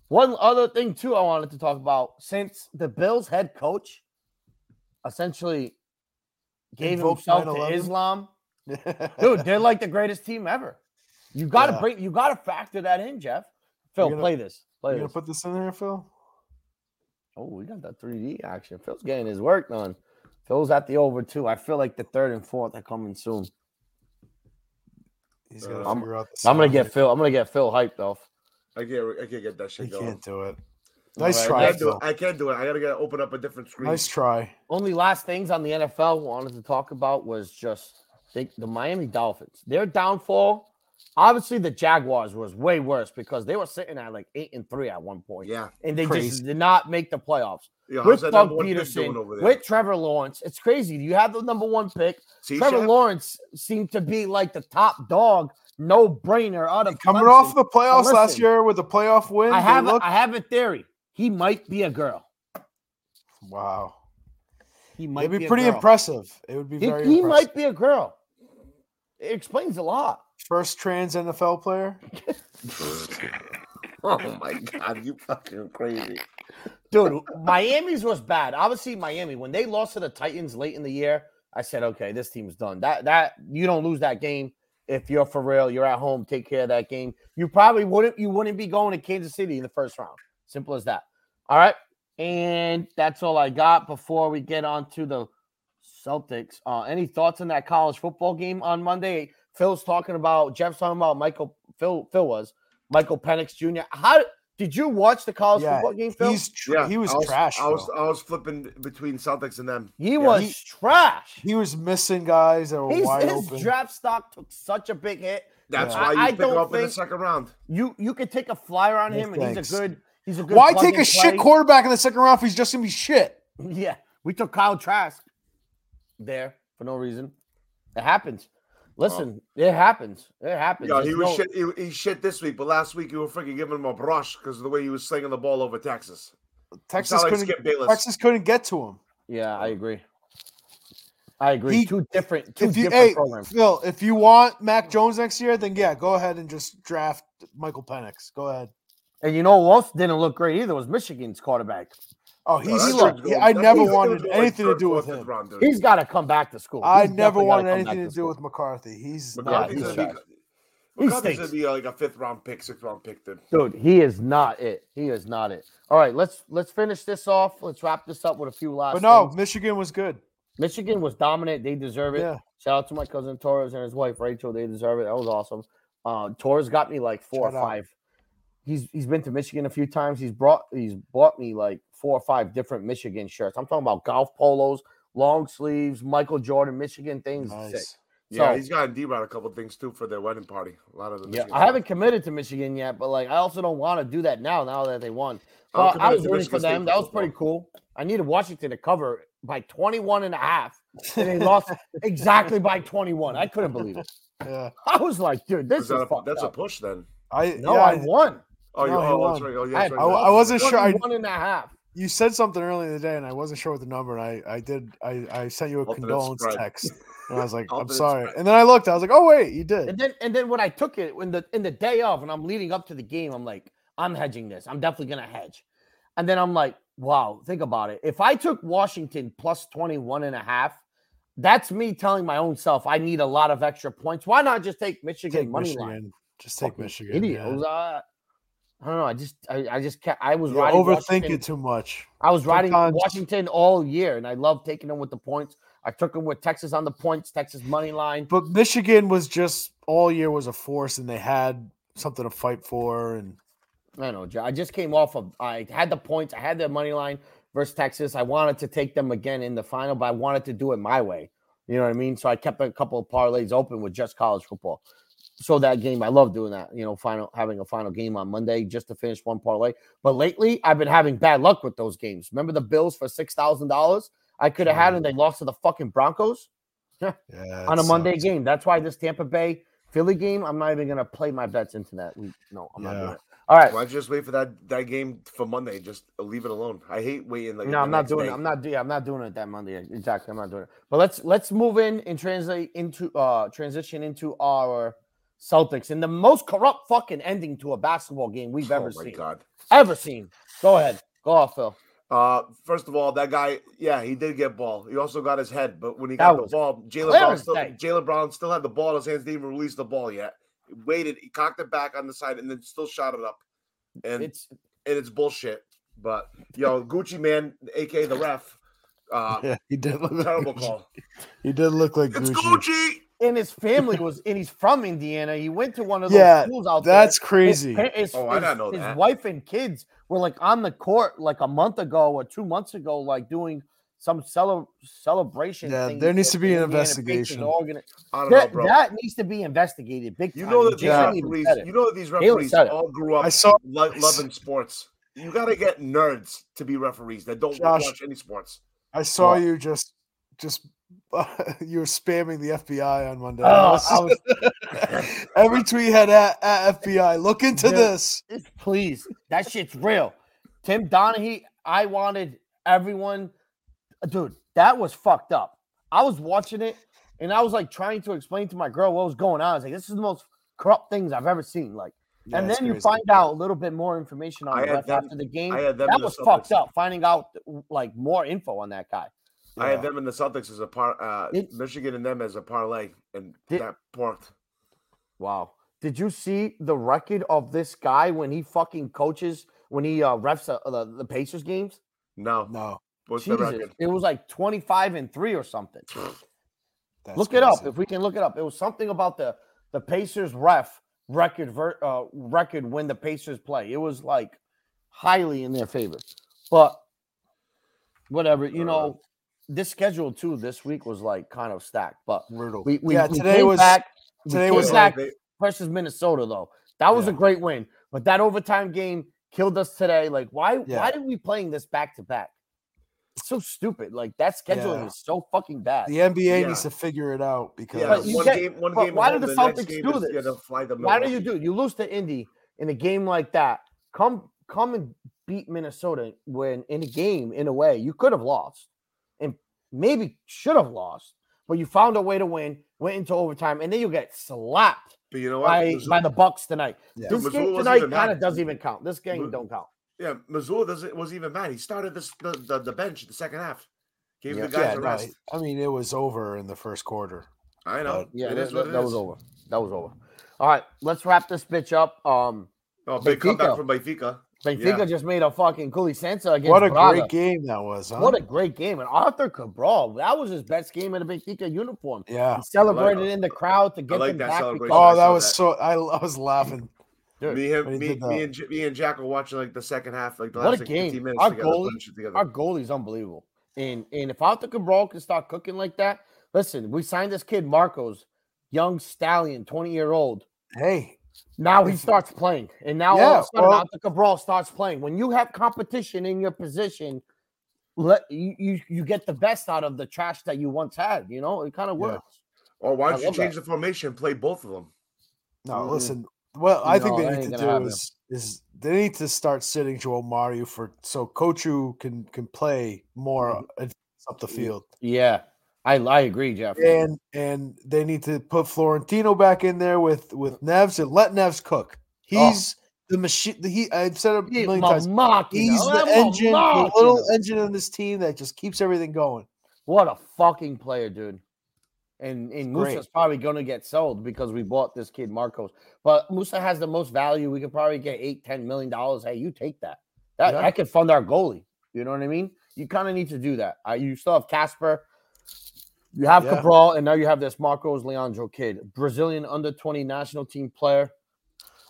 [SPEAKER 1] one other thing too, I wanted to talk about since the Bills head coach essentially gave
[SPEAKER 3] Invoked
[SPEAKER 1] himself to
[SPEAKER 3] 9/11?
[SPEAKER 1] Islam, Mm. dude, they're like the greatest team ever. You got to
[SPEAKER 3] Yeah.
[SPEAKER 1] bring, you got to factor that in, Jeff. Phil,
[SPEAKER 3] You're gonna-
[SPEAKER 1] play this.
[SPEAKER 3] you
[SPEAKER 1] Play
[SPEAKER 3] gonna
[SPEAKER 1] this.
[SPEAKER 3] put this in there, Phil?
[SPEAKER 1] oh, we got that 3D action. Phil's getting his work done. Phil's at the over too. I feel like the third and fourth are coming soon.
[SPEAKER 3] He's gonna
[SPEAKER 2] Uh, I'm-
[SPEAKER 3] figure out this.
[SPEAKER 1] I'm gonna get Phil. I'm gonna get Phil hyped off.
[SPEAKER 2] I can't. I can't get that
[SPEAKER 3] He
[SPEAKER 2] shit going.
[SPEAKER 3] can't do it. Nice
[SPEAKER 1] right,
[SPEAKER 2] I
[SPEAKER 3] try,
[SPEAKER 2] can't do it.
[SPEAKER 3] Phil.
[SPEAKER 2] I can't do it. I gotta get open up a different screen.
[SPEAKER 3] Nice try.
[SPEAKER 1] only last things on the NFL wanted to talk about was just the, the Miami Dolphins. Their downfall, obviously, the Jaguars was way worse because they were sitting at like eight and three at one point,
[SPEAKER 2] Yeah.
[SPEAKER 1] and they just
[SPEAKER 3] Crazy.
[SPEAKER 1] did not make the playoffs.
[SPEAKER 2] Yeah,
[SPEAKER 1] with
[SPEAKER 2] how's that
[SPEAKER 1] Doug
[SPEAKER 2] number one pick
[SPEAKER 1] Peterson,
[SPEAKER 2] doing over there?
[SPEAKER 1] with Trevor Lawrence, it's crazy. You have the number one pick.
[SPEAKER 2] See,
[SPEAKER 1] Trevor
[SPEAKER 2] Shaq?
[SPEAKER 1] Lawrence seemed to be like the top dog, no brainer out of
[SPEAKER 3] Coming
[SPEAKER 1] Clemson.
[SPEAKER 3] off the playoffs last
[SPEAKER 1] listen,
[SPEAKER 3] year with a playoff win,
[SPEAKER 1] I
[SPEAKER 3] they
[SPEAKER 1] have a,
[SPEAKER 3] looked-
[SPEAKER 1] I have a theory. He might be a girl.
[SPEAKER 3] wow.
[SPEAKER 1] He might
[SPEAKER 3] It'd be
[SPEAKER 1] a
[SPEAKER 3] pretty
[SPEAKER 1] girl.
[SPEAKER 3] impressive. It would be
[SPEAKER 1] He,
[SPEAKER 3] very
[SPEAKER 1] he
[SPEAKER 3] impressive.
[SPEAKER 1] might be a girl. It explains a lot.
[SPEAKER 3] First trans NFL player.
[SPEAKER 2] Oh my god, you fucking crazy.
[SPEAKER 1] Dude, Miami's was bad. Obviously, Miami when they lost to the Titans late in the year, I said, okay, this team's done. That that you don't lose that game if you're for real. You're at home, take care of that game. You probably wouldn't. You wouldn't be going to Kansas City in the first round. Simple as that. All right, and that's all I got before we get on to the Celtics. Uh, any thoughts on that college football game on Monday? Phil's talking about Jeff's talking about Michael Phil. Phil was Michael Penix Jr. How did you watch the college
[SPEAKER 3] Yeah,
[SPEAKER 1] football game, Phil?
[SPEAKER 3] He's tr- he was,
[SPEAKER 2] I
[SPEAKER 3] trash.
[SPEAKER 2] I was
[SPEAKER 3] bro.
[SPEAKER 2] I was flipping between Celtics and them.
[SPEAKER 1] he
[SPEAKER 2] Yeah.
[SPEAKER 1] was
[SPEAKER 3] he-
[SPEAKER 1] trash.
[SPEAKER 3] he was missing guys that were
[SPEAKER 1] He's-
[SPEAKER 3] wide
[SPEAKER 1] his
[SPEAKER 3] open.
[SPEAKER 1] draft stock took such a big hit.
[SPEAKER 2] That's
[SPEAKER 1] Yeah.
[SPEAKER 2] why you
[SPEAKER 1] I- I
[SPEAKER 2] pick him
[SPEAKER 1] don't
[SPEAKER 2] up in the
[SPEAKER 1] think-
[SPEAKER 2] second round.
[SPEAKER 1] You you could take a flyer on
[SPEAKER 3] No
[SPEAKER 1] him, and
[SPEAKER 3] thanks.
[SPEAKER 1] he's a good. He's a good.
[SPEAKER 3] Why
[SPEAKER 1] plug
[SPEAKER 3] take a
[SPEAKER 1] and
[SPEAKER 3] shit
[SPEAKER 1] play.
[SPEAKER 3] quarterback in the second round if he's just gonna be shit?
[SPEAKER 1] Yeah, we took Kyle Trask there for no reason. It happens. Listen,
[SPEAKER 3] Oh.
[SPEAKER 1] it happens. It happens.
[SPEAKER 2] Yeah, he
[SPEAKER 1] There's
[SPEAKER 2] was
[SPEAKER 1] no-
[SPEAKER 2] shit. He, he shit this week, but last week you were freaking giving him a brush because of the way he was slinging the ball over Texas. It's
[SPEAKER 3] Texas
[SPEAKER 2] not like
[SPEAKER 3] couldn't.
[SPEAKER 2] Skip Bayless.
[SPEAKER 3] Texas couldn't get to him.
[SPEAKER 1] Yeah, I agree. I agree.
[SPEAKER 3] He-
[SPEAKER 1] two different, two
[SPEAKER 3] if you,
[SPEAKER 1] different
[SPEAKER 3] hey,
[SPEAKER 1] programs.
[SPEAKER 3] Phil, if you want Mac Jones next year, then yeah, go ahead and just draft Michael Penix. Go ahead.
[SPEAKER 1] And you know who else didn't look great either was Michigan's quarterback.
[SPEAKER 2] No,
[SPEAKER 3] Oh, he's
[SPEAKER 2] that
[SPEAKER 1] he
[SPEAKER 2] dude's
[SPEAKER 1] looked-
[SPEAKER 3] looked-
[SPEAKER 2] going-
[SPEAKER 3] I
[SPEAKER 2] that
[SPEAKER 3] never
[SPEAKER 2] dude's gonna
[SPEAKER 3] wanted
[SPEAKER 2] go, like,
[SPEAKER 3] anything to
[SPEAKER 2] third,
[SPEAKER 3] do with
[SPEAKER 2] fourth, fifth
[SPEAKER 3] him.
[SPEAKER 2] round, dude.
[SPEAKER 1] He's got to come back to school.
[SPEAKER 3] I
[SPEAKER 1] He's
[SPEAKER 3] never
[SPEAKER 1] definitely gotta
[SPEAKER 3] wanted
[SPEAKER 1] come back
[SPEAKER 3] anything to do
[SPEAKER 1] school.
[SPEAKER 3] with McCarthy. He's not
[SPEAKER 2] McCarthy's
[SPEAKER 1] he's
[SPEAKER 3] good.
[SPEAKER 2] gonna be,
[SPEAKER 1] He
[SPEAKER 2] McCarthy's gonna
[SPEAKER 1] stinks.
[SPEAKER 2] be like a fifth round pick, sixth round pick. Then
[SPEAKER 1] Dude, he is not it. He is not it. All right, let's let's finish this off. Let's wrap this up with a few last.
[SPEAKER 3] But no,
[SPEAKER 1] things.
[SPEAKER 3] Michigan was good.
[SPEAKER 1] Michigan was dominant. They deserve it.
[SPEAKER 3] Yeah.
[SPEAKER 1] Shout out to my cousin Torres and his wife Rachel. They deserve it. That was awesome. Uh, Torres got me like four
[SPEAKER 3] Shout
[SPEAKER 1] or
[SPEAKER 3] out.
[SPEAKER 1] five. He's he's been to Michigan a few times. He's brought he's bought me like four or five different Michigan shirts. I'm talking about golf polos, long sleeves, Michael Jordan, Michigan things. Sick.
[SPEAKER 3] Nice.
[SPEAKER 2] yeah,
[SPEAKER 1] So-
[SPEAKER 2] he's gotten D Rod a couple things too for their wedding party. A lot of the
[SPEAKER 1] Yeah,
[SPEAKER 2] Michigan
[SPEAKER 1] I
[SPEAKER 2] stuff.
[SPEAKER 1] haven't committed to Michigan yet, but like I also don't want to do that now. Now that they won,
[SPEAKER 2] I'm
[SPEAKER 1] but I
[SPEAKER 2] committed
[SPEAKER 1] was rooting
[SPEAKER 2] to
[SPEAKER 1] for
[SPEAKER 2] Michigan State
[SPEAKER 1] them. That was
[SPEAKER 2] football.
[SPEAKER 1] pretty cool. I needed Washington to cover by 21 and a half, and they lost exactly by 21. I couldn't believe it.
[SPEAKER 3] Yeah.
[SPEAKER 1] I was like, dude, this
[SPEAKER 2] Is
[SPEAKER 1] is
[SPEAKER 2] that a,
[SPEAKER 1] fucked
[SPEAKER 2] that's a
[SPEAKER 1] up.
[SPEAKER 2] push then.
[SPEAKER 3] I
[SPEAKER 1] No,
[SPEAKER 3] yeah,
[SPEAKER 1] I
[SPEAKER 3] I-
[SPEAKER 1] won.
[SPEAKER 2] Oh, you,
[SPEAKER 3] No, he
[SPEAKER 2] oh,
[SPEAKER 3] won.
[SPEAKER 2] that's right. Oh, yeah,
[SPEAKER 1] I,
[SPEAKER 2] that's right.
[SPEAKER 3] I
[SPEAKER 2] yeah.
[SPEAKER 3] I wasn't sure. I,
[SPEAKER 1] One and a half.
[SPEAKER 3] you said something earlier in the day, and I wasn't sure what the number. And I, I did. I, I sent you a
[SPEAKER 2] Alternate
[SPEAKER 3] condolence
[SPEAKER 2] spread.
[SPEAKER 3] text, and I was like, "I'm
[SPEAKER 2] Alternate
[SPEAKER 3] sorry."
[SPEAKER 2] spread.
[SPEAKER 3] And then I looked. I was like, "Oh wait, you did."
[SPEAKER 1] And then and then when I took it when the in the day of when I'm leading up to the game, I'm like, I'm hedging this. I'm definitely gonna hedge. And then I'm like, wow, think about it. If I took Washington plus 21 and a half, that's me telling my own self I need a lot of extra points. Why not just take Michigan
[SPEAKER 3] Take
[SPEAKER 1] money line?
[SPEAKER 3] Michigan. Just take
[SPEAKER 1] Fucking
[SPEAKER 3] Michigan.
[SPEAKER 1] Idiot.
[SPEAKER 3] yeah.
[SPEAKER 1] I, was, uh, I don't know. I just I, I just kept I was
[SPEAKER 3] You
[SPEAKER 1] riding
[SPEAKER 3] overthink
[SPEAKER 1] Washington-
[SPEAKER 3] it too much.
[SPEAKER 1] I was riding
[SPEAKER 3] Sometimes-
[SPEAKER 1] Washington all year and I love taking them with the points. I took them with Texas on the points, Texas money line.
[SPEAKER 3] But Michigan was just all year was a force, and they had something to fight for. And
[SPEAKER 1] I don't know. Joe. I just came off of. I had the points. I had the money line versus Texas. I wanted to take them again in the final, but I wanted to do it my way. You know what I mean? So I kept a couple of parlays open with just college football. So that game, I love doing that. You know, final having a final game on Monday just to finish one parlay. But lately, I've been having bad luck with those games. Remember the Bills for six thousand dollars? I could have
[SPEAKER 3] Mm-hmm.
[SPEAKER 1] had, and they lost to the fucking Broncos
[SPEAKER 3] yeah,
[SPEAKER 1] on
[SPEAKER 3] it
[SPEAKER 1] a Monday
[SPEAKER 3] sucks.
[SPEAKER 1] game. That's why this Tampa Bay Philly game. I'm not even gonna play my bets into that. week. No, I'm not
[SPEAKER 3] Yeah.
[SPEAKER 1] doing it. All right.
[SPEAKER 2] Why don't you just wait for that that game for Monday? Just leave it alone. I hate waiting. Like
[SPEAKER 1] no,
[SPEAKER 2] the
[SPEAKER 1] I'm not
[SPEAKER 2] next
[SPEAKER 1] doing
[SPEAKER 2] day.
[SPEAKER 1] it. I'm not. Yeah, I'm not doing it that Monday. Exactly, I'm not doing it. But let's let's move in and translate into uh transition into our Celtics and the most corrupt fucking ending to a basketball game we've
[SPEAKER 2] Oh
[SPEAKER 1] ever
[SPEAKER 2] my
[SPEAKER 1] seen.
[SPEAKER 2] god.
[SPEAKER 1] Ever seen. Go ahead. Go off, Phil.
[SPEAKER 2] Uh, first of all, that guy, yeah, he did get ball. He also got his head, but when he
[SPEAKER 1] That
[SPEAKER 2] got the
[SPEAKER 1] was
[SPEAKER 2] ball, Jalen
[SPEAKER 1] clear
[SPEAKER 2] Brown,
[SPEAKER 1] as
[SPEAKER 2] still,
[SPEAKER 1] day.
[SPEAKER 2] Jalen Brown still had the ball in his hands. Didn't even release the ball yet. He waited, he cocked it back on the side, and then still shot it up. And
[SPEAKER 1] It's
[SPEAKER 2] and it's bullshit. But yo, Gucci man, aka the ref, uh,
[SPEAKER 3] Yeah, he did look like
[SPEAKER 2] terrible
[SPEAKER 3] Gucci.
[SPEAKER 2] call.
[SPEAKER 3] He did look like
[SPEAKER 2] It's
[SPEAKER 3] Gucci.
[SPEAKER 2] Gucci.
[SPEAKER 1] and his family was and he's from Indiana. He went to one of those
[SPEAKER 3] Yeah,
[SPEAKER 1] schools out there.
[SPEAKER 3] That's crazy.
[SPEAKER 1] His, pa- his,
[SPEAKER 2] Oh, I
[SPEAKER 1] his-
[SPEAKER 2] didn't know
[SPEAKER 1] his
[SPEAKER 2] that.
[SPEAKER 1] wife and kids were like on the court like a month ago or two months ago, like doing some cele- celebration.
[SPEAKER 3] Yeah,
[SPEAKER 1] thing
[SPEAKER 3] there needs
[SPEAKER 1] with
[SPEAKER 3] to be an
[SPEAKER 1] Indiana Pacers
[SPEAKER 3] investigation.
[SPEAKER 1] organi-
[SPEAKER 2] I don't know,
[SPEAKER 1] That,
[SPEAKER 2] bro.
[SPEAKER 1] that needs to be investigated. Big
[SPEAKER 2] you
[SPEAKER 1] time.
[SPEAKER 2] know that these
[SPEAKER 1] Jalen
[SPEAKER 3] Jalen
[SPEAKER 1] even
[SPEAKER 2] referees,
[SPEAKER 1] said it.
[SPEAKER 2] you know that these
[SPEAKER 1] Jalen
[SPEAKER 2] referees
[SPEAKER 1] said it.
[SPEAKER 2] all grew up
[SPEAKER 3] I saw-
[SPEAKER 2] lo- loving sports. You gotta get nerds to be referees that don't
[SPEAKER 3] Josh.
[SPEAKER 2] watch any sports.
[SPEAKER 3] I saw
[SPEAKER 1] What?
[SPEAKER 3] you just just you were spamming the FBI on Monday. I
[SPEAKER 1] Oh,
[SPEAKER 3] was-
[SPEAKER 1] I was,
[SPEAKER 3] every tweet had at, at FBI. Look into
[SPEAKER 1] Yeah.
[SPEAKER 3] this.
[SPEAKER 1] please, that shit's real. Tim Donahue, I wanted everyone, dude. That was fucked up. I was watching it, and I was like trying to explain to my girl what was going on. I was like, "This is the most corrupt things I've ever seen." Like
[SPEAKER 3] Yeah,
[SPEAKER 1] and
[SPEAKER 3] it's
[SPEAKER 1] then you
[SPEAKER 3] crazy.
[SPEAKER 1] find out a little bit more information on
[SPEAKER 2] I
[SPEAKER 1] the
[SPEAKER 2] had
[SPEAKER 1] ref
[SPEAKER 2] them-
[SPEAKER 1] after the game.
[SPEAKER 2] I had them
[SPEAKER 1] That
[SPEAKER 2] in the
[SPEAKER 1] was fucked
[SPEAKER 2] Celtics.
[SPEAKER 1] up. Finding out like more info on that guy.
[SPEAKER 2] I
[SPEAKER 3] Yeah.
[SPEAKER 2] had them in the Celtics as a par, uh,
[SPEAKER 1] It-
[SPEAKER 2] Michigan and them as a parlay, and
[SPEAKER 1] Did-
[SPEAKER 2] that worked.
[SPEAKER 1] Wow. Did you see the record of this guy when he fucking coaches when he uh, refs uh, the, the Pacers games?
[SPEAKER 2] No,
[SPEAKER 3] No,
[SPEAKER 2] what's the
[SPEAKER 1] Jesus,
[SPEAKER 2] record?
[SPEAKER 1] it was like twenty five and three or something.
[SPEAKER 3] that's
[SPEAKER 1] look it up
[SPEAKER 3] crazy.
[SPEAKER 1] if we can look it up. It was something about the the Pacers ref record ver, uh, record when the Pacers play. It was like highly in their favor, but whatever you
[SPEAKER 2] Uh,
[SPEAKER 1] know. This schedule too this week was like kind of stacked, but
[SPEAKER 3] brutal.
[SPEAKER 1] we we,
[SPEAKER 3] Yeah,
[SPEAKER 1] we
[SPEAKER 3] today
[SPEAKER 1] came
[SPEAKER 3] was-
[SPEAKER 1] back, we
[SPEAKER 3] today
[SPEAKER 1] came
[SPEAKER 3] was
[SPEAKER 1] back
[SPEAKER 3] like-
[SPEAKER 2] they,
[SPEAKER 1] versus Minnesota though. That was a
[SPEAKER 3] Yeah.
[SPEAKER 1] great win, but that overtime game killed us today. Like why
[SPEAKER 3] Yeah.
[SPEAKER 1] why did we playing this back to back? It's so stupid. Like that scheduling
[SPEAKER 3] Yeah.
[SPEAKER 1] is so fucking bad.
[SPEAKER 3] The NBA
[SPEAKER 2] Yeah.
[SPEAKER 3] needs to figure it out because
[SPEAKER 2] yeah,
[SPEAKER 1] But you
[SPEAKER 2] one
[SPEAKER 1] get-
[SPEAKER 2] game, one
[SPEAKER 1] but
[SPEAKER 2] game.
[SPEAKER 1] why
[SPEAKER 2] home,
[SPEAKER 1] do the
[SPEAKER 2] next
[SPEAKER 1] Celtics
[SPEAKER 2] game
[SPEAKER 1] do
[SPEAKER 2] is- Yeah,
[SPEAKER 1] this?
[SPEAKER 2] they'll fly to
[SPEAKER 1] Why do you
[SPEAKER 2] Milwaukee.
[SPEAKER 1] do? You lose to Indy in a game like that. Come, come and beat Minnesota when in a game in a way you could have lost, and maybe should have lost, but you found a way to win. Went into overtime, and then you get slapped
[SPEAKER 2] But you know what?
[SPEAKER 1] by,
[SPEAKER 2] Mizzou-
[SPEAKER 1] by the Bucks tonight.
[SPEAKER 3] Yeah.
[SPEAKER 1] This
[SPEAKER 2] Missoula
[SPEAKER 1] game
[SPEAKER 2] wasn't
[SPEAKER 1] tonight
[SPEAKER 2] even
[SPEAKER 1] kind of
[SPEAKER 2] mad.
[SPEAKER 1] doesn't even count. This game
[SPEAKER 2] Mi-
[SPEAKER 1] don't count.
[SPEAKER 2] yeah, Missoula doesn't wasn't even mad. He started this the the, the bench the second half. Gave
[SPEAKER 1] Yeah.
[SPEAKER 2] the guys
[SPEAKER 3] Yeah,
[SPEAKER 2] a
[SPEAKER 3] no,
[SPEAKER 2] rest.
[SPEAKER 3] I mean it was over in the first quarter.
[SPEAKER 2] I know.
[SPEAKER 3] but-
[SPEAKER 1] Yeah,
[SPEAKER 2] it
[SPEAKER 1] that,
[SPEAKER 2] is what
[SPEAKER 1] that-
[SPEAKER 2] it
[SPEAKER 1] that was
[SPEAKER 2] is.
[SPEAKER 1] over. That was over. All right, let's wrap this bitch up. Um,
[SPEAKER 2] Oh, big
[SPEAKER 1] Benfica.
[SPEAKER 2] comeback from Benfica.
[SPEAKER 1] Benfica
[SPEAKER 2] Yeah.
[SPEAKER 1] just made a fucking Cooley Sansa against
[SPEAKER 3] What a
[SPEAKER 1] Braga.
[SPEAKER 3] great game that was, huh?
[SPEAKER 1] What a great game. And Arthur Cabral, that was his best game in a Benfica uniform.
[SPEAKER 3] yeah.
[SPEAKER 1] He celebrated in the crowd to get
[SPEAKER 2] like
[SPEAKER 1] them
[SPEAKER 2] that
[SPEAKER 1] back.
[SPEAKER 2] celebration.
[SPEAKER 1] because-
[SPEAKER 3] Oh,
[SPEAKER 2] I
[SPEAKER 3] that
[SPEAKER 2] saw
[SPEAKER 3] was
[SPEAKER 2] that.
[SPEAKER 3] so I, I was laughing.
[SPEAKER 1] Dude,
[SPEAKER 2] Me, him,
[SPEAKER 3] But he
[SPEAKER 2] me,
[SPEAKER 3] did that.
[SPEAKER 2] me, and J- me and Jack were watching like the second half, like the
[SPEAKER 1] What
[SPEAKER 2] last
[SPEAKER 1] a
[SPEAKER 2] like,
[SPEAKER 1] game.
[SPEAKER 2] 15 minutes
[SPEAKER 1] Our
[SPEAKER 2] together.
[SPEAKER 1] goalie-
[SPEAKER 2] bunch together.
[SPEAKER 1] Our goalie's unbelievable. And and if Arthur Cabral can start cooking like that, listen, we signed this kid Marcos, young stallion, 20 year old.
[SPEAKER 3] Hey,
[SPEAKER 1] Now he
[SPEAKER 3] If-
[SPEAKER 1] starts playing. And now all
[SPEAKER 3] Yeah,
[SPEAKER 1] of a sudden
[SPEAKER 3] well-
[SPEAKER 1] Arthur Cabral starts playing. When you have competition in your position, let you, you you get the best out of the trash that you once had, you know? It kind of
[SPEAKER 3] Yeah.
[SPEAKER 1] works.
[SPEAKER 2] or Oh, why
[SPEAKER 1] I
[SPEAKER 2] don't you
[SPEAKER 1] love that.
[SPEAKER 2] change the formation and play both of them?
[SPEAKER 3] no,
[SPEAKER 1] Mm-mm.
[SPEAKER 3] listen. Well, I
[SPEAKER 1] Mm-hmm.
[SPEAKER 3] think
[SPEAKER 1] No,
[SPEAKER 3] they
[SPEAKER 1] that
[SPEAKER 3] need
[SPEAKER 1] ain't
[SPEAKER 3] to
[SPEAKER 1] gonna happen.
[SPEAKER 3] do is is they need to start sitting Joel Mario for so Kochu can can play more
[SPEAKER 1] Mm-hmm.
[SPEAKER 3] ad- up the field.
[SPEAKER 1] Yeah. I I agree, Jeff.
[SPEAKER 3] And and they need to put Florentino back in there with with
[SPEAKER 1] Mm-hmm.
[SPEAKER 3] Nevs and let Nevs cook.
[SPEAKER 1] Oh.
[SPEAKER 3] He's the machine. He I've said it a
[SPEAKER 1] Yeah,
[SPEAKER 3] million times.
[SPEAKER 1] Mamaki,
[SPEAKER 3] He's
[SPEAKER 1] now,
[SPEAKER 3] the
[SPEAKER 1] that
[SPEAKER 3] engine, the
[SPEAKER 1] Mamaki,
[SPEAKER 3] little
[SPEAKER 1] though.
[SPEAKER 3] engine in this team that just keeps everything going.
[SPEAKER 1] What a fucking player, dude. And and
[SPEAKER 3] Great.
[SPEAKER 1] Musa's probably going to get sold because we bought this kid Marcos. But Musa has the most value. We could probably get eight, ten million dollars. Hey, you take that. That
[SPEAKER 3] Yeah.
[SPEAKER 1] that could fund our goalie. You know what I mean? You kind of need to do that. Uh, you still have Casper. You have
[SPEAKER 3] Yeah.
[SPEAKER 1] Cabral, and now you have this Marcos Leandro kid, Brazilian under twenty national team player.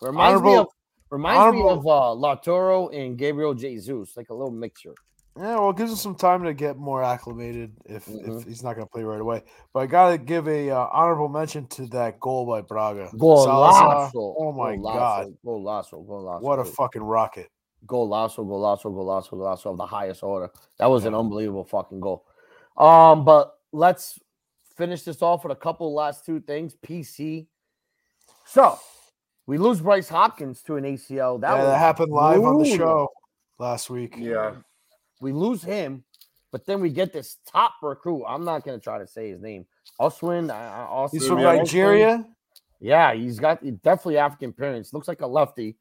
[SPEAKER 1] Reminds me
[SPEAKER 3] Honorable-
[SPEAKER 1] of reminds me of
[SPEAKER 3] honorable-
[SPEAKER 1] uh, Lautaro and Gabriel Jesus, like a little mixture.
[SPEAKER 3] Yeah, well, it gives him some time to get more acclimated if
[SPEAKER 1] Mhm.
[SPEAKER 3] if he's not going to play right away. But I got to give a uh, honorable mention to that goal by Braga. Salazar,
[SPEAKER 1] Golazo.
[SPEAKER 3] Oh my
[SPEAKER 1] Golazo,
[SPEAKER 3] god,
[SPEAKER 1] Golazo, golazo.
[SPEAKER 3] what a
[SPEAKER 1] dude.
[SPEAKER 3] fucking rocket!
[SPEAKER 1] golazo, golazo, golazo, golazo of the highest order. That was an
[SPEAKER 3] Yeah.
[SPEAKER 1] unbelievable fucking goal. Um, but let's finish this off with a couple last two things. PC. So we lose Bryce Hopkins to an ACL. That
[SPEAKER 3] That, yeah,
[SPEAKER 1] was
[SPEAKER 3] that happened live on the
[SPEAKER 1] brutal.
[SPEAKER 3] show last week.
[SPEAKER 2] Yeah,
[SPEAKER 1] we lose him, but then we get this top recruit. I'm not gonna try to say his name. uh, Oswin. I, I, Oswin
[SPEAKER 3] He's from
[SPEAKER 2] Yeah.
[SPEAKER 3] Nigeria.
[SPEAKER 1] Yeah, he's got definitely African parents. Looks like a lefty.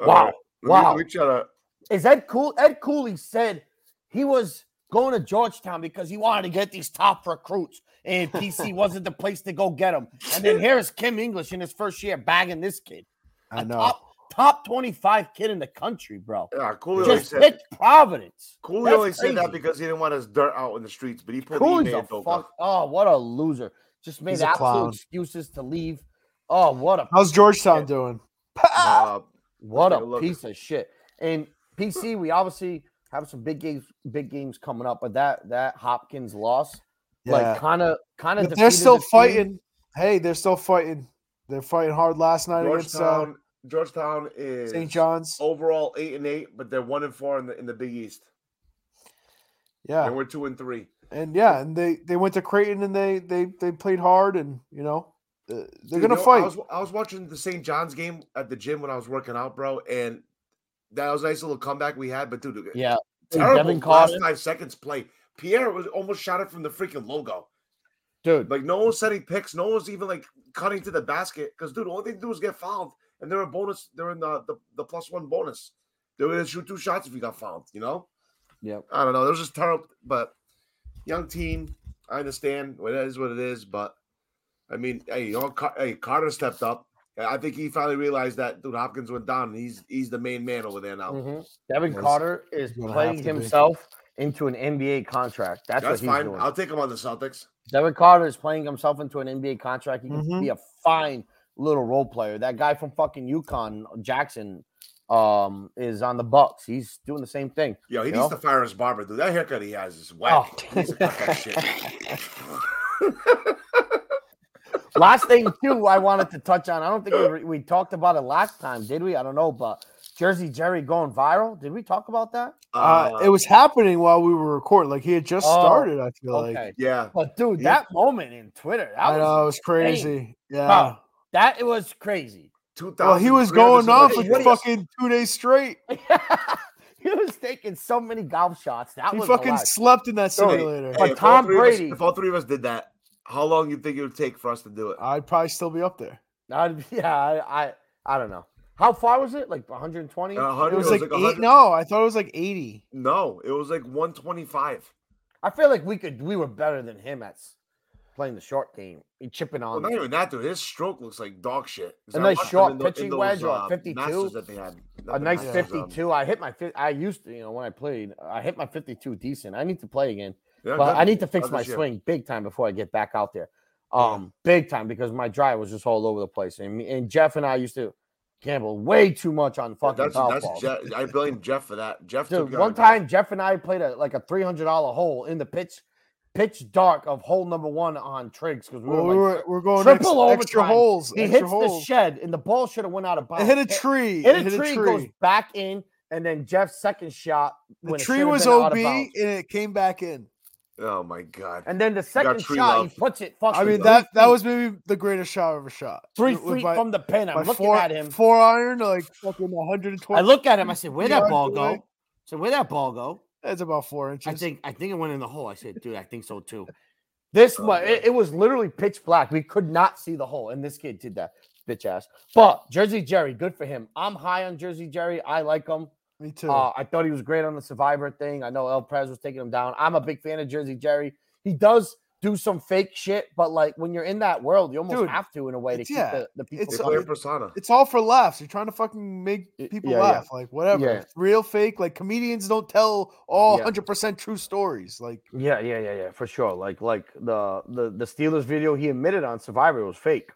[SPEAKER 1] Wow.
[SPEAKER 2] Uh, we-
[SPEAKER 1] Wow.
[SPEAKER 2] We, try to
[SPEAKER 1] is Ed Cool Ed Cooley said he was going to Georgetown because he wanted to get these top recruits and PC wasn't the place to go get them. And then here is Kim English in his first year bagging this kid.
[SPEAKER 3] I
[SPEAKER 1] A
[SPEAKER 3] know.
[SPEAKER 1] Top, top 25 kid in the country, bro.
[SPEAKER 2] yeah. Cooley only
[SPEAKER 1] Just
[SPEAKER 2] said
[SPEAKER 1] hit Providence.
[SPEAKER 2] Cooley
[SPEAKER 1] That's
[SPEAKER 2] only said
[SPEAKER 1] crazy.
[SPEAKER 2] that because he didn't want his dirt out in the streets, but he pulled
[SPEAKER 1] Cooley's
[SPEAKER 2] eBay
[SPEAKER 1] a
[SPEAKER 2] and Doka.
[SPEAKER 1] fuck. Oh, what a loser. Just made
[SPEAKER 3] He's a
[SPEAKER 1] absolute
[SPEAKER 3] clown.
[SPEAKER 1] excuses to leave. Oh, what a
[SPEAKER 3] How's Georgetown doing?
[SPEAKER 2] Uh,
[SPEAKER 1] What
[SPEAKER 2] take
[SPEAKER 1] a
[SPEAKER 2] a look.
[SPEAKER 1] piece of shit. And PC, we obviously have some big games, big games coming up, but that that Hopkins loss, like
[SPEAKER 3] Yeah.
[SPEAKER 1] kind of kind of
[SPEAKER 3] But they're still fighting. Hey, they're still fighting. They're fighting hard last night against uh,
[SPEAKER 2] Georgetown, Georgetown is
[SPEAKER 3] St. John's.
[SPEAKER 2] overall eight and eight, but they're one and four in the in the Big East,
[SPEAKER 3] Yeah,
[SPEAKER 2] and we're two and three.
[SPEAKER 3] and yeah, and they they went to Creighton and they they they played hard and you know uh, they're
[SPEAKER 2] Dude,
[SPEAKER 3] gonna
[SPEAKER 2] you know,
[SPEAKER 3] fight.
[SPEAKER 2] I was, I was watching the St. John's game at the gym when I was working out, bro, and that was a nice little comeback we had. But dude,
[SPEAKER 1] Yeah. Dude,
[SPEAKER 2] terrible
[SPEAKER 1] Devin
[SPEAKER 2] last
[SPEAKER 1] Carter,
[SPEAKER 2] five seconds play. Pierre was almost shot it from the freaking logo.
[SPEAKER 1] dude.
[SPEAKER 2] Like no one's setting picks, no one's even like cutting to the basket because dude, all they do is get fouled and they're a bonus. They're in the the, the plus one bonus. They were gonna shoot two shots if he got fouled. You know.
[SPEAKER 1] Yep.
[SPEAKER 2] I don't know. It was just terrible. But young team, I understand. Well, that is what it is. But I mean, hey, you know, Car- hey, Carter stepped up. I think he finally realized that dude Hopkins went down. And he's he's the main man over there now.
[SPEAKER 3] Mm,
[SPEAKER 1] Mhm. Devin
[SPEAKER 3] oh. Yes.
[SPEAKER 1] Carter is
[SPEAKER 3] He's gonna
[SPEAKER 1] playing
[SPEAKER 3] have to be.
[SPEAKER 1] himself into an NBA contract. That's,
[SPEAKER 2] That's
[SPEAKER 1] what he's
[SPEAKER 2] fine.
[SPEAKER 1] doing.
[SPEAKER 2] I'll take him on the Celtics.
[SPEAKER 1] Devin Carter is playing himself into an NBA contract. He can
[SPEAKER 3] Mhm.
[SPEAKER 1] be a fine little role player. That guy from fucking UConn, Jackson, um, is on the Bucks. He's doing the same thing.
[SPEAKER 2] Yo, he
[SPEAKER 1] You
[SPEAKER 2] needs
[SPEAKER 1] know?
[SPEAKER 2] to fire his barber, dude. That haircut he has is whack.
[SPEAKER 1] Oh.
[SPEAKER 2] He needs to cut that shit.
[SPEAKER 1] Last thing too, I wanted to touch on. I don't think we, re- we talked about it last time, did we? I don't know, but Jersey Jerry going viral. Did we talk about that?
[SPEAKER 3] Uh, it was happening while we were recording. Like he had just
[SPEAKER 1] Oh,
[SPEAKER 3] started. I feel
[SPEAKER 1] Okay,
[SPEAKER 3] like
[SPEAKER 2] yeah.
[SPEAKER 1] but dude,
[SPEAKER 2] Yeah. uh,
[SPEAKER 1] that moment in Twitter, that
[SPEAKER 3] I know it
[SPEAKER 1] was,
[SPEAKER 3] was crazy. Yeah.
[SPEAKER 1] Wow. that it was crazy.
[SPEAKER 2] Two thousand.
[SPEAKER 3] Well, he was going off for
[SPEAKER 1] Hey, what do you-
[SPEAKER 3] fucking two days straight.
[SPEAKER 1] he was taking so many golf shots. That
[SPEAKER 3] He
[SPEAKER 1] was
[SPEAKER 3] fucking
[SPEAKER 1] alive.
[SPEAKER 3] slept in that
[SPEAKER 1] Sorry.
[SPEAKER 3] simulator.
[SPEAKER 1] But Tom Brady-
[SPEAKER 2] if all three of us did that, how long you think it would take for us to do it?
[SPEAKER 3] I'd probably still be up there.
[SPEAKER 1] I'd- yeah, I, I I don't know. How far was it? Like 120?
[SPEAKER 2] A hundred-
[SPEAKER 3] It was like eight.
[SPEAKER 2] 100
[SPEAKER 3] No, I thought it was like eighty.
[SPEAKER 2] No, it was like 125.
[SPEAKER 1] I feel like we could we were better than him at s- playing the short game, and chipping
[SPEAKER 2] Well,
[SPEAKER 1] on.
[SPEAKER 2] not
[SPEAKER 1] them.
[SPEAKER 2] even that, dude. His stroke looks like dog shit. 'Cause
[SPEAKER 1] A
[SPEAKER 2] I
[SPEAKER 1] nice
[SPEAKER 2] watched him
[SPEAKER 1] short
[SPEAKER 2] in tho- in
[SPEAKER 1] pitching
[SPEAKER 2] those,
[SPEAKER 1] wedge or a
[SPEAKER 2] uh,
[SPEAKER 1] 52.
[SPEAKER 2] Masters That they had. Not
[SPEAKER 1] A
[SPEAKER 2] the
[SPEAKER 1] nice
[SPEAKER 2] Masters, um,
[SPEAKER 1] 52. I hit my fif- I used to, you know, when I played, I hit my 52 decent. I need to play again.
[SPEAKER 2] yeah,
[SPEAKER 1] But I
[SPEAKER 2] good.
[SPEAKER 1] need to fix
[SPEAKER 2] Other
[SPEAKER 1] my
[SPEAKER 2] shit.
[SPEAKER 1] swing big time before I get back out there.
[SPEAKER 2] Yeah.
[SPEAKER 1] Um, big time because my drive was just all over the place. And me, and Jeff and I used to gamble way too much on
[SPEAKER 2] Yeah,
[SPEAKER 1] fucking
[SPEAKER 2] that's,
[SPEAKER 1] golf
[SPEAKER 2] that's
[SPEAKER 1] balls.
[SPEAKER 2] Je- I blame Jeff for that. Jeff took
[SPEAKER 1] Dude,
[SPEAKER 2] me on
[SPEAKER 1] one
[SPEAKER 2] a golf-
[SPEAKER 1] time Jeff and I played a like a three hundred dollar hole in the pitch, pitch dark of hole number one on Triggs because we
[SPEAKER 3] Well,
[SPEAKER 1] were
[SPEAKER 3] we
[SPEAKER 1] like,
[SPEAKER 3] were we're going
[SPEAKER 1] Oh triple
[SPEAKER 3] extra, extra
[SPEAKER 1] overtime.
[SPEAKER 3] holes.
[SPEAKER 1] he
[SPEAKER 3] extra
[SPEAKER 1] hits
[SPEAKER 3] holes.
[SPEAKER 1] the shed and the ball should have went out of
[SPEAKER 3] it
[SPEAKER 1] bounds.
[SPEAKER 3] hit a tree.
[SPEAKER 1] Hit,
[SPEAKER 3] it
[SPEAKER 1] a tree, goes back in, and then Jeff's second shot.
[SPEAKER 3] The
[SPEAKER 1] when it
[SPEAKER 3] tree
[SPEAKER 1] should've
[SPEAKER 3] was
[SPEAKER 1] been out
[SPEAKER 3] OB
[SPEAKER 1] of
[SPEAKER 3] and
[SPEAKER 1] bounds.
[SPEAKER 3] it came back in.
[SPEAKER 2] Oh my god.
[SPEAKER 1] and then the second
[SPEAKER 2] tree
[SPEAKER 1] shot
[SPEAKER 2] love.
[SPEAKER 1] he puts it.
[SPEAKER 3] I
[SPEAKER 1] Fucking
[SPEAKER 3] mean
[SPEAKER 1] three
[SPEAKER 3] that that
[SPEAKER 1] feet-
[SPEAKER 3] was maybe the greatest shot I've ever shot.
[SPEAKER 1] three
[SPEAKER 3] With- with
[SPEAKER 1] feet
[SPEAKER 3] my-
[SPEAKER 1] from the pin. I'm
[SPEAKER 3] my
[SPEAKER 1] looking
[SPEAKER 3] four,
[SPEAKER 1] at him.
[SPEAKER 3] Four iron, like fucking 120.
[SPEAKER 1] I look at him. I said, "Where'd that
[SPEAKER 3] yards
[SPEAKER 1] ball
[SPEAKER 3] away.
[SPEAKER 1] go?" So where that ball go?
[SPEAKER 3] that's about four inches.
[SPEAKER 1] I think I think it went in the hole. I said, dude, I think so too. This
[SPEAKER 2] Oh,
[SPEAKER 1] one,
[SPEAKER 2] man.
[SPEAKER 1] it, it was literally pitch black. We could not see the hole, and this kid did that, bitch ass. But Jersey Jerry, good for him. I'm high on Jersey Jerry. I like him.
[SPEAKER 3] Me too.
[SPEAKER 1] Uh, I thought he was great on the Survivor thing. I know El Prez was taking him down. I'm a big fan of Jersey Jerry. He does do some fake shit, but like when you're in that world, you almost
[SPEAKER 3] Dude,
[SPEAKER 1] have to in a way to
[SPEAKER 3] it's-
[SPEAKER 1] keep
[SPEAKER 3] yeah,
[SPEAKER 1] the, the people.
[SPEAKER 2] They
[SPEAKER 3] it's-
[SPEAKER 1] coming.
[SPEAKER 2] play a
[SPEAKER 3] it-
[SPEAKER 2] persona.
[SPEAKER 3] it's all for laughs. You're trying to fucking make
[SPEAKER 1] Y-
[SPEAKER 3] people
[SPEAKER 1] yeah, yeah.
[SPEAKER 3] laugh, like whatever.
[SPEAKER 1] Yeah.
[SPEAKER 3] Real fake, like comedians don't tell all
[SPEAKER 1] Yeah.
[SPEAKER 3] 100% true stories. Like
[SPEAKER 1] Yeah, yeah, yeah, yeah, for sure. Like like the the the Steelers video he admitted on Survivor was fake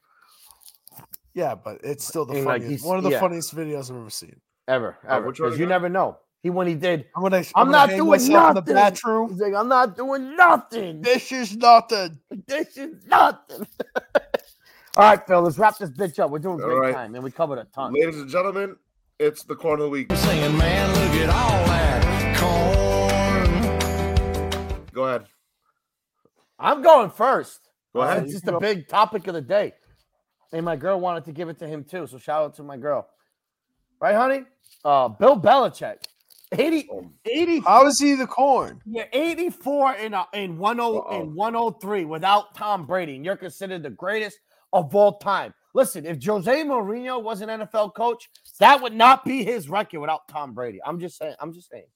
[SPEAKER 3] yeah, but it's still the
[SPEAKER 1] And, like,
[SPEAKER 3] funniest.
[SPEAKER 1] he's-
[SPEAKER 3] One of the
[SPEAKER 1] yeah.
[SPEAKER 3] funniest videos I've ever seen.
[SPEAKER 1] ever
[SPEAKER 2] Oh,
[SPEAKER 1] ever
[SPEAKER 2] which one
[SPEAKER 1] because
[SPEAKER 2] is
[SPEAKER 1] you
[SPEAKER 2] that?
[SPEAKER 1] never know. He when he did
[SPEAKER 3] I'm gonna. I'm,
[SPEAKER 1] I'm
[SPEAKER 3] gonna
[SPEAKER 1] not
[SPEAKER 3] hang
[SPEAKER 1] doing
[SPEAKER 3] myself in the
[SPEAKER 1] nothing.
[SPEAKER 3] bathroom.
[SPEAKER 1] He's like, I'm not doing nothing.
[SPEAKER 3] This is nothing.
[SPEAKER 1] This is nothing. All right, Phil, let's wrap this bitch up. We're doing
[SPEAKER 2] All
[SPEAKER 1] great
[SPEAKER 2] right.
[SPEAKER 1] time, and we covered a ton.
[SPEAKER 2] Ladies and gentlemen, it's the corner of the week.
[SPEAKER 4] Singing, man, look at all that corn.
[SPEAKER 2] Go ahead.
[SPEAKER 1] I'm going first.
[SPEAKER 2] Go
[SPEAKER 1] Uh,
[SPEAKER 2] ahead.
[SPEAKER 1] It's
[SPEAKER 3] You
[SPEAKER 1] just
[SPEAKER 3] can
[SPEAKER 1] a
[SPEAKER 3] go-
[SPEAKER 1] big topic of the day. And my girl wanted to give it to him too. So shout out to my girl. Right, honey? Uh, Bill Belichick. 80,
[SPEAKER 2] Oh.
[SPEAKER 1] 80
[SPEAKER 3] How is he the corn?
[SPEAKER 1] You're uh, 84 in a, in 10
[SPEAKER 2] Uh-oh.
[SPEAKER 1] in 103 without Tom Brady, and you're considered the greatest of all time. Listen, if Jose Mourinho was an NFL coach, that would not be his record without Tom Brady. I'm just saying. I'm just saying.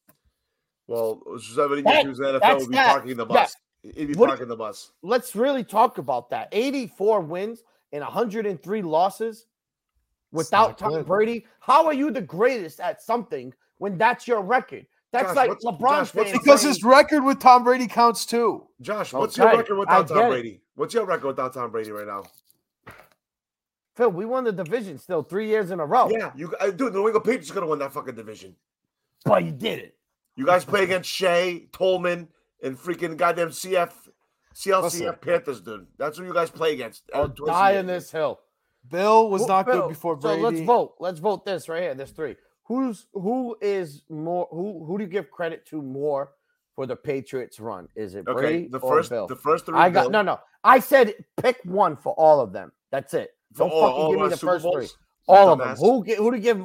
[SPEAKER 2] Well, seventy
[SPEAKER 1] That-
[SPEAKER 2] years in the NFL
[SPEAKER 1] that's
[SPEAKER 2] would be
[SPEAKER 1] that.
[SPEAKER 2] parking the
[SPEAKER 1] Yeah.
[SPEAKER 2] bus. He'd be
[SPEAKER 1] What-
[SPEAKER 2] parking the bus.
[SPEAKER 1] Let's really talk about that. 84 wins and 103 losses without
[SPEAKER 3] not
[SPEAKER 1] Tom
[SPEAKER 3] good.
[SPEAKER 1] Brady. How are you the greatest at something when that's your record? That's
[SPEAKER 2] Josh,
[SPEAKER 1] like
[SPEAKER 2] what's-
[SPEAKER 1] LeBron
[SPEAKER 2] Josh, what's-
[SPEAKER 1] fans
[SPEAKER 3] Because
[SPEAKER 1] saying-
[SPEAKER 3] his record with Tom Brady counts too.
[SPEAKER 2] Josh,
[SPEAKER 1] Oh,
[SPEAKER 2] what's
[SPEAKER 1] right.
[SPEAKER 2] your record
[SPEAKER 1] I
[SPEAKER 2] without
[SPEAKER 1] get
[SPEAKER 2] Tom
[SPEAKER 1] it.
[SPEAKER 2] Brady? What's your record without Tom Brady right now?
[SPEAKER 1] Phil, we won the division still three years in a row.
[SPEAKER 2] Yeah, you uh, dude, the New England Patriots are gonna win that fucking division.
[SPEAKER 1] But you did it.
[SPEAKER 2] You guys play against Shea, Tolman, and freaking goddamn CF, CLCF
[SPEAKER 3] Listen.
[SPEAKER 2] Panthers, dude. That's who you guys play against. uh,
[SPEAKER 1] I'll
[SPEAKER 2] twice a
[SPEAKER 1] die
[SPEAKER 2] year.
[SPEAKER 1] on this hill.
[SPEAKER 3] Bill was
[SPEAKER 1] Who-
[SPEAKER 3] not
[SPEAKER 1] Phil,
[SPEAKER 3] good before
[SPEAKER 1] So
[SPEAKER 3] Brady.
[SPEAKER 1] let's vote. Let's vote this right here. There's three. Who's who is more? Who who do you give credit to more for the Patriots run? Is it
[SPEAKER 2] Okay,
[SPEAKER 1] Brady
[SPEAKER 2] the
[SPEAKER 1] or
[SPEAKER 2] first,
[SPEAKER 1] Bill?
[SPEAKER 2] the first three.
[SPEAKER 1] I got
[SPEAKER 2] Bill,
[SPEAKER 1] no, no. I said pick one for all of them. That's it.
[SPEAKER 2] for
[SPEAKER 1] Don't fucking give me
[SPEAKER 2] our
[SPEAKER 1] the
[SPEAKER 2] Super
[SPEAKER 1] first three.
[SPEAKER 2] Bowls.
[SPEAKER 1] All of them.
[SPEAKER 2] Dumbass.
[SPEAKER 1] Who gi- who do you give?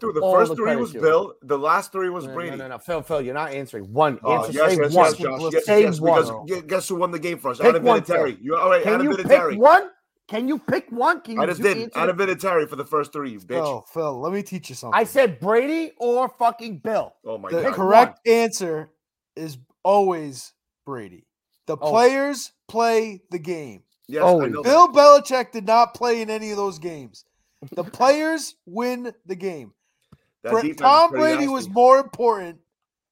[SPEAKER 2] Dude, the
[SPEAKER 1] all
[SPEAKER 2] first
[SPEAKER 1] the
[SPEAKER 2] three
[SPEAKER 1] credit
[SPEAKER 2] was
[SPEAKER 1] to?
[SPEAKER 2] Bill. The last three was
[SPEAKER 1] No,
[SPEAKER 2] Brady.
[SPEAKER 1] No, no, no, Phil, Phil, you're not answering one.
[SPEAKER 2] Oh,
[SPEAKER 1] Answer,
[SPEAKER 2] yes,
[SPEAKER 1] say
[SPEAKER 2] yes,
[SPEAKER 1] one.
[SPEAKER 2] yes, Josh.
[SPEAKER 3] Simplistic.
[SPEAKER 2] Yes,
[SPEAKER 1] Say
[SPEAKER 2] yes, because
[SPEAKER 1] one.
[SPEAKER 2] gu- guess who won the game for us?
[SPEAKER 1] Pick
[SPEAKER 2] Adam
[SPEAKER 1] one, Phil.
[SPEAKER 2] Vinatieri. You all right?
[SPEAKER 1] Can
[SPEAKER 2] Adam
[SPEAKER 1] you pick
[SPEAKER 2] Vinatieri.
[SPEAKER 1] one? Can you pick one? Can you
[SPEAKER 2] I just
[SPEAKER 1] do-
[SPEAKER 2] did.
[SPEAKER 1] answer
[SPEAKER 2] I'd
[SPEAKER 1] the-
[SPEAKER 2] have been at Terry for the first three, you bitch.
[SPEAKER 3] Phil, Oh, Phil, let me teach you something.
[SPEAKER 1] I said Brady or fucking Bill.
[SPEAKER 2] Oh my
[SPEAKER 3] the
[SPEAKER 2] god.
[SPEAKER 3] correct answer is always Brady. The
[SPEAKER 1] Always.
[SPEAKER 3] players play the game.
[SPEAKER 2] Yes,
[SPEAKER 1] Oh,
[SPEAKER 2] I know.
[SPEAKER 3] Bill Belichick did not play in any of those games. The players win the game.
[SPEAKER 2] That
[SPEAKER 3] Bra-
[SPEAKER 2] defense is
[SPEAKER 3] Tom
[SPEAKER 2] pretty
[SPEAKER 3] Brady was
[SPEAKER 2] nasty.
[SPEAKER 3] more important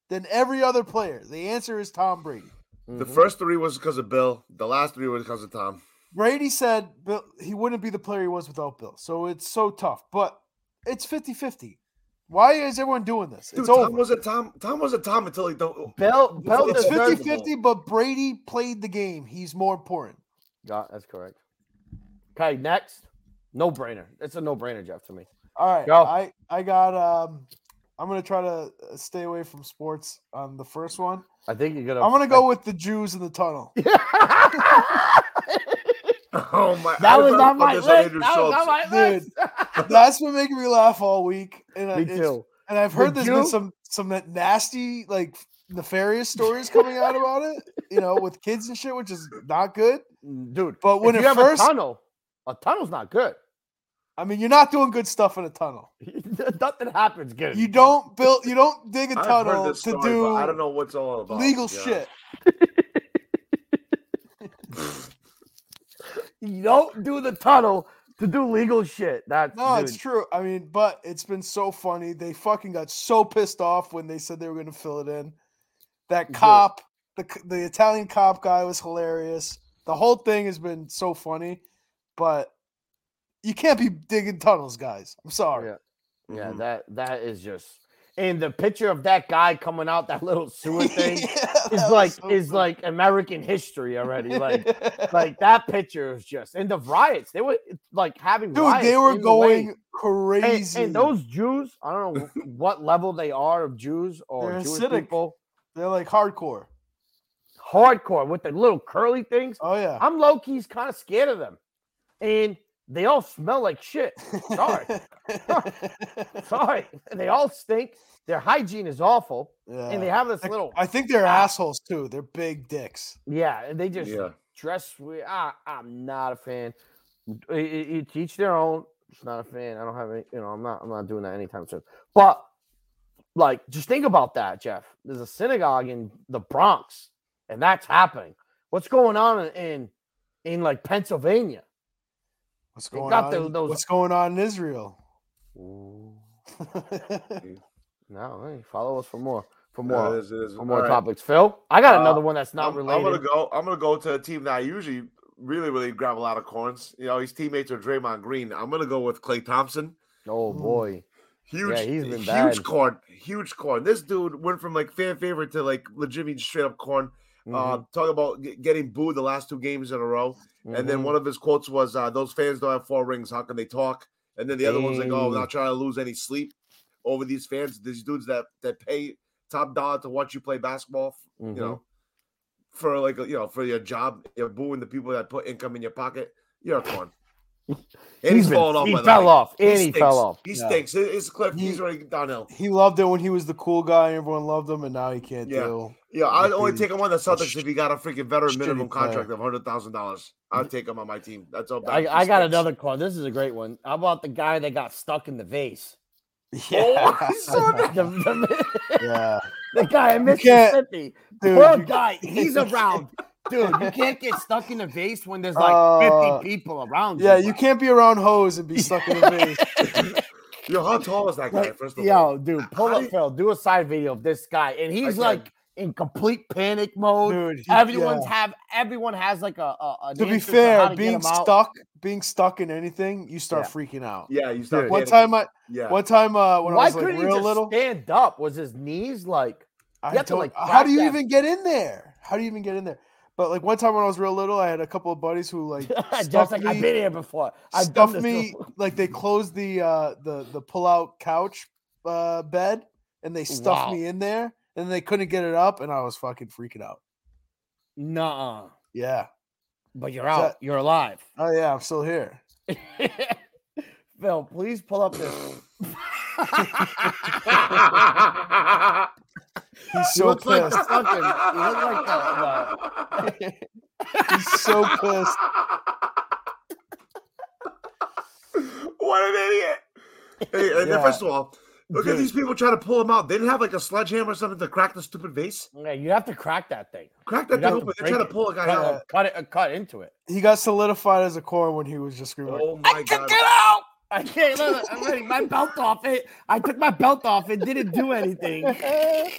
[SPEAKER 3] than every other player. The answer is Tom Brady.
[SPEAKER 2] The
[SPEAKER 1] Mm-hmm.
[SPEAKER 2] first three was because of Bill. The last three was because of Tom.
[SPEAKER 3] Brady said Bill, he wouldn't be the player he was without Bill. So it's so tough, but it's 50 50. Why is everyone doing this?
[SPEAKER 2] Dude,
[SPEAKER 3] it's
[SPEAKER 2] Tom
[SPEAKER 3] over.
[SPEAKER 2] was a Tom. Tom was a Tom until he don't.
[SPEAKER 1] Bill, Bill
[SPEAKER 3] it's
[SPEAKER 2] deserved the
[SPEAKER 1] deserves.
[SPEAKER 3] 50
[SPEAKER 2] ball.
[SPEAKER 3] 50, but Brady played the game. He's more important.
[SPEAKER 1] Yeah, that's correct. Okay, next. No brainer. It's a no brainer, Jeff, to me.
[SPEAKER 3] All right.
[SPEAKER 1] Go.
[SPEAKER 3] I, I got, um, I'm going to try to uh, stay away from sports on the first one.
[SPEAKER 1] I think you're gonna.
[SPEAKER 3] I'm going to go with the Jews in the tunnel.
[SPEAKER 2] Oh my!
[SPEAKER 1] that
[SPEAKER 2] I
[SPEAKER 1] was
[SPEAKER 2] read
[SPEAKER 1] on
[SPEAKER 2] about
[SPEAKER 1] my
[SPEAKER 2] this
[SPEAKER 1] list.
[SPEAKER 2] Andrew
[SPEAKER 1] that was on
[SPEAKER 2] Schultz.
[SPEAKER 1] my list.
[SPEAKER 3] That's been making me laugh all week. And, uh,
[SPEAKER 1] me
[SPEAKER 3] it's-
[SPEAKER 1] too.
[SPEAKER 3] and I've
[SPEAKER 1] The
[SPEAKER 3] heard there's been
[SPEAKER 1] Jew-
[SPEAKER 3] some, some na- nasty, like nefarious stories coming out about it, you know, with kids and shit, which is not good.
[SPEAKER 1] Dude,
[SPEAKER 3] But when
[SPEAKER 1] if
[SPEAKER 3] it
[SPEAKER 1] you have
[SPEAKER 3] first,
[SPEAKER 1] a tunnel, a tunnel's not good.
[SPEAKER 3] I mean, you're not doing good stuff in a tunnel.
[SPEAKER 1] Nothing happens good.
[SPEAKER 3] You don't build, you don't dig a
[SPEAKER 2] I've heard
[SPEAKER 3] tunnel to
[SPEAKER 2] this story,
[SPEAKER 3] do
[SPEAKER 2] but I don't know what's all about.
[SPEAKER 3] legal
[SPEAKER 2] to be
[SPEAKER 3] shit.
[SPEAKER 1] You don't do the tunnel to do legal shit. That's
[SPEAKER 3] No,
[SPEAKER 1] dude,
[SPEAKER 3] it's true. I mean, but it's been so funny. They fucking got so pissed off when they said they were going to fill it in. That
[SPEAKER 1] Dude.
[SPEAKER 3] cop, the c- the Italian cop guy was hilarious. The whole thing has been so funny, but you can't be digging tunnels, guys. I'm sorry.
[SPEAKER 1] Yeah.
[SPEAKER 2] honest.
[SPEAKER 1] Yeah,
[SPEAKER 2] Mhm.
[SPEAKER 1] that that is just. And the picture of that guy coming out that little sewer thing
[SPEAKER 3] that
[SPEAKER 1] is
[SPEAKER 3] was
[SPEAKER 1] like
[SPEAKER 3] so
[SPEAKER 1] is
[SPEAKER 3] funny.
[SPEAKER 1] like American history already. Like like that picture is just and the riots. They were like having
[SPEAKER 3] dude,
[SPEAKER 1] riots
[SPEAKER 3] they were
[SPEAKER 1] in the way.
[SPEAKER 3] going
[SPEAKER 1] And,
[SPEAKER 3] crazy.
[SPEAKER 1] and those Jews, I don't know what level they are of Jews or
[SPEAKER 3] They're
[SPEAKER 1] Jewish
[SPEAKER 3] Hasidic.
[SPEAKER 1] people.
[SPEAKER 3] they're like hardcore.
[SPEAKER 1] Hardcore with the little curly things.
[SPEAKER 3] Oh yeah.
[SPEAKER 1] I'm low key's kind of scared of them, and they all smell like shit. Sorry, sorry, they all stink. Their hygiene is awful,
[SPEAKER 3] yeah.
[SPEAKER 1] and they have this
[SPEAKER 3] I-
[SPEAKER 1] little
[SPEAKER 3] I think they're
[SPEAKER 1] Ah.
[SPEAKER 3] assholes too. They're big dicks.
[SPEAKER 1] yeah, and they just
[SPEAKER 2] Yeah.
[SPEAKER 1] dress weird. I, I'm not a fan. I- I- You teach their own. Just not a fan. I don't have any. You know, I'm not. I'm not doing that anytime soon. But like, just think about that, Jeff. There's a synagogue in the Bronx, and that's happening. What's going on in in, in like Pennsylvania?
[SPEAKER 3] What's
[SPEAKER 1] They
[SPEAKER 3] going
[SPEAKER 1] got
[SPEAKER 3] on?
[SPEAKER 1] tho-
[SPEAKER 3] in-
[SPEAKER 1] those-
[SPEAKER 3] What's going on in Israel?
[SPEAKER 1] No, hey, follow us for more. For
[SPEAKER 2] No,
[SPEAKER 1] more.
[SPEAKER 2] it is- it is.
[SPEAKER 1] for more
[SPEAKER 2] All right.
[SPEAKER 1] topics. Phil, I got
[SPEAKER 2] Uh,
[SPEAKER 1] another one that's not
[SPEAKER 2] I'm,
[SPEAKER 1] related.
[SPEAKER 2] I'm gonna go. I'm gonna go to a team that I usually really, really grab a lot of corns. You know, his teammates are Draymond Green. I'm gonna go with Clay Thompson.
[SPEAKER 1] Oh
[SPEAKER 3] Mm.
[SPEAKER 1] boy.
[SPEAKER 2] Huge,
[SPEAKER 1] he's been
[SPEAKER 2] huge
[SPEAKER 1] bad.
[SPEAKER 2] corn, huge corn. This dude went from like fan favorite to like legitimate straight up corn. Uh,
[SPEAKER 1] Mm-hmm.
[SPEAKER 2] talking about g- getting booed the last two games in a row, and
[SPEAKER 1] Mm-hmm.
[SPEAKER 2] then one of his quotes was, uh, "Those fans don't have four rings. How can they talk?" And then the other one's like, "Oh, I'm
[SPEAKER 1] Hey.
[SPEAKER 2] not trying to lose any sleep over these fans, these dudes that that pay top dollar to watch you play basketball
[SPEAKER 1] Mhm,
[SPEAKER 2] you know, for like a- you know, for your job, you're booing the people that put income in your pocket. You're a con. And he's,
[SPEAKER 1] been-
[SPEAKER 2] falling off.
[SPEAKER 1] He
[SPEAKER 2] by the
[SPEAKER 1] fell
[SPEAKER 2] way.
[SPEAKER 1] off. And he
[SPEAKER 2] stinks.
[SPEAKER 1] fell off.
[SPEAKER 2] He
[SPEAKER 3] Yeah.
[SPEAKER 2] stinks. It- It's Cliff.
[SPEAKER 3] He-
[SPEAKER 2] he's already downhill.
[SPEAKER 3] He loved it when he was the cool guy and everyone loved him, and now he can't
[SPEAKER 2] Yeah.
[SPEAKER 3] do.
[SPEAKER 2] Yeah, I'd
[SPEAKER 3] He's
[SPEAKER 2] only
[SPEAKER 3] been
[SPEAKER 2] take him on the Celtics
[SPEAKER 3] sh-
[SPEAKER 2] if he got a freaking veteran
[SPEAKER 3] shitty
[SPEAKER 2] minimum
[SPEAKER 3] player.
[SPEAKER 2] contract of hundred thousand dollars. I'd take him on my team. That's all.
[SPEAKER 1] I, I got another call. This is a great one. How about the guy that got stuck in the vase?
[SPEAKER 2] Oh, I saw
[SPEAKER 1] the,
[SPEAKER 2] that.
[SPEAKER 1] the-
[SPEAKER 3] yeah,
[SPEAKER 1] the guy in
[SPEAKER 3] You can't-
[SPEAKER 1] Mississippi.
[SPEAKER 3] dude.
[SPEAKER 1] Poor
[SPEAKER 3] you-
[SPEAKER 1] guy. He's around. Dude, you can't get stuck in a vase when there's like
[SPEAKER 3] Uh,
[SPEAKER 1] 50 people around
[SPEAKER 3] yeah,
[SPEAKER 1] you.
[SPEAKER 3] you can't be around hoes and be stuck in the vase.
[SPEAKER 2] Yo, how tall is that guy?
[SPEAKER 1] Like,
[SPEAKER 2] First of all,
[SPEAKER 1] Yo, dude, pull
[SPEAKER 2] How
[SPEAKER 1] up,
[SPEAKER 2] did-
[SPEAKER 1] Phil. Do a side video of this guy. And he's
[SPEAKER 2] can.
[SPEAKER 1] like in complete panic mode.
[SPEAKER 3] Dude, he-
[SPEAKER 1] Everyone's
[SPEAKER 3] yeah.
[SPEAKER 1] have everyone has like a, a an
[SPEAKER 3] to be
[SPEAKER 1] answer how
[SPEAKER 3] fair,
[SPEAKER 1] to get
[SPEAKER 3] being
[SPEAKER 1] 'em out.
[SPEAKER 3] stuck, being stuck in anything, you start
[SPEAKER 1] Yeah.
[SPEAKER 3] freaking out.
[SPEAKER 2] yeah, you start.
[SPEAKER 1] Dude.
[SPEAKER 3] One
[SPEAKER 2] panicking.
[SPEAKER 3] time, I
[SPEAKER 2] yeah,
[SPEAKER 3] one time uh, when
[SPEAKER 1] Why
[SPEAKER 3] I was like
[SPEAKER 1] couldn't he
[SPEAKER 3] real
[SPEAKER 1] just
[SPEAKER 3] little,
[SPEAKER 1] stand up? Was his knees like?
[SPEAKER 3] I
[SPEAKER 1] You have
[SPEAKER 3] don't.
[SPEAKER 1] to, like,
[SPEAKER 3] how
[SPEAKER 1] crack
[SPEAKER 3] do you
[SPEAKER 1] that-
[SPEAKER 3] even get in there? How do you even get in there? But like one time when I was real little, I had a couple of buddies who like
[SPEAKER 1] just
[SPEAKER 3] stuffed
[SPEAKER 1] like
[SPEAKER 3] me,
[SPEAKER 1] I've been here before. I've done
[SPEAKER 3] stuffed
[SPEAKER 1] this
[SPEAKER 3] me
[SPEAKER 1] before."
[SPEAKER 3] like they closed the uh the the pull out couch uh bed and they stuffed
[SPEAKER 1] Wow.
[SPEAKER 3] me in there and they couldn't get it up and I was fucking freaking out.
[SPEAKER 1] Nuh-uh.
[SPEAKER 3] Yeah.
[SPEAKER 1] But you're out. You're alive.
[SPEAKER 3] Oh yeah, I'm still here.
[SPEAKER 1] Phil, please pull up this.
[SPEAKER 3] He's so
[SPEAKER 1] looks like
[SPEAKER 3] pissed.
[SPEAKER 1] fucking- you look like the-
[SPEAKER 3] He's so pissed.
[SPEAKER 2] what an idiot. Hey, and then
[SPEAKER 1] Yeah.
[SPEAKER 2] first of all, look at
[SPEAKER 1] Dude.
[SPEAKER 2] these people trying to pull him out. They didn't have like a sledgehammer or something to crack the stupid vase.
[SPEAKER 1] Yeah, you have to crack that thing.
[SPEAKER 2] Crack that
[SPEAKER 1] You'd
[SPEAKER 2] thing
[SPEAKER 1] have to
[SPEAKER 2] open. They're
[SPEAKER 1] break
[SPEAKER 2] trying to
[SPEAKER 1] it.
[SPEAKER 2] pull a guy
[SPEAKER 1] Cut,
[SPEAKER 2] out.
[SPEAKER 1] cut it, cut into it.
[SPEAKER 3] He got solidified as a core when he was just screaming.
[SPEAKER 2] Oh my god.
[SPEAKER 1] out! I can't. Look, I'm ready. My belt off. It. I took my belt off. It didn't do anything. Oh.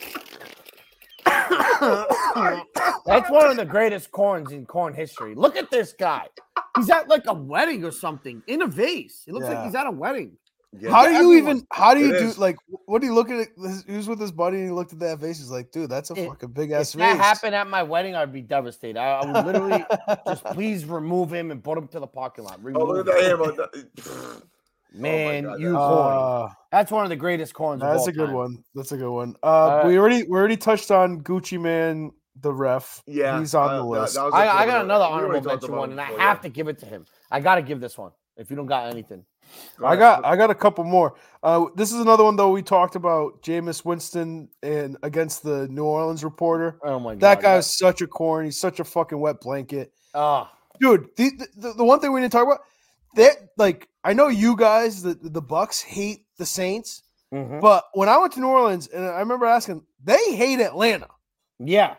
[SPEAKER 1] That's one of the greatest corns in corn history. Look at this guy. He's at like a wedding or something in a vase. It looks
[SPEAKER 3] Yeah.
[SPEAKER 1] like he's at a wedding.
[SPEAKER 2] Yeah,
[SPEAKER 3] how do you
[SPEAKER 1] everyone-
[SPEAKER 3] even? How do
[SPEAKER 2] It
[SPEAKER 3] you do?
[SPEAKER 2] is.
[SPEAKER 3] Like, what do you look at? It? his- He was with his buddy, and he looked at that vase. He's like, "Dude, that's a
[SPEAKER 1] If-
[SPEAKER 3] fucking big
[SPEAKER 1] If
[SPEAKER 3] ass
[SPEAKER 1] that
[SPEAKER 3] vase."
[SPEAKER 1] happened at my wedding, I'd be devastated. I, I would literally just please remove him and put him to the parking lot.
[SPEAKER 2] Oh, look at
[SPEAKER 1] Remove
[SPEAKER 2] that
[SPEAKER 1] him.
[SPEAKER 2] hammer. That-
[SPEAKER 1] Man,
[SPEAKER 2] God,
[SPEAKER 1] you
[SPEAKER 2] that-
[SPEAKER 1] corny.
[SPEAKER 3] Uh,
[SPEAKER 1] That's one of the greatest corns. of
[SPEAKER 3] that's
[SPEAKER 1] all
[SPEAKER 3] a good
[SPEAKER 1] time.
[SPEAKER 3] one. That's a good one. Uh,
[SPEAKER 1] Uh,
[SPEAKER 3] we already we already touched on Gucci Man, the ref.
[SPEAKER 2] Yeah,
[SPEAKER 3] he's on
[SPEAKER 2] uh,
[SPEAKER 3] the
[SPEAKER 2] that-
[SPEAKER 3] list.
[SPEAKER 2] that was a
[SPEAKER 1] I, I
[SPEAKER 2] good
[SPEAKER 1] got
[SPEAKER 2] one.
[SPEAKER 1] another
[SPEAKER 2] We already
[SPEAKER 1] honorable
[SPEAKER 2] talked
[SPEAKER 1] mention
[SPEAKER 2] about
[SPEAKER 1] one,
[SPEAKER 2] it
[SPEAKER 1] and I
[SPEAKER 2] before,
[SPEAKER 1] have
[SPEAKER 2] yeah.
[SPEAKER 1] to give it to him. I got to give this one. If you don't got anything,
[SPEAKER 2] Go
[SPEAKER 3] I
[SPEAKER 2] ahead.
[SPEAKER 3] got I got a couple more. Uh, this is another one though. We talked about Jameis Winston and against the New Orleans reporter.
[SPEAKER 1] oh my god,
[SPEAKER 3] That guy was such a corn. He's such a fucking wet blanket,
[SPEAKER 1] Oh,
[SPEAKER 3] dude. The the, the one thing we didn't talk about that like I know you guys the the Bucks hate the Saints,
[SPEAKER 1] mm-hmm.
[SPEAKER 3] but when I went to New Orleans and I remember asking, they hate Atlanta.
[SPEAKER 1] yeah,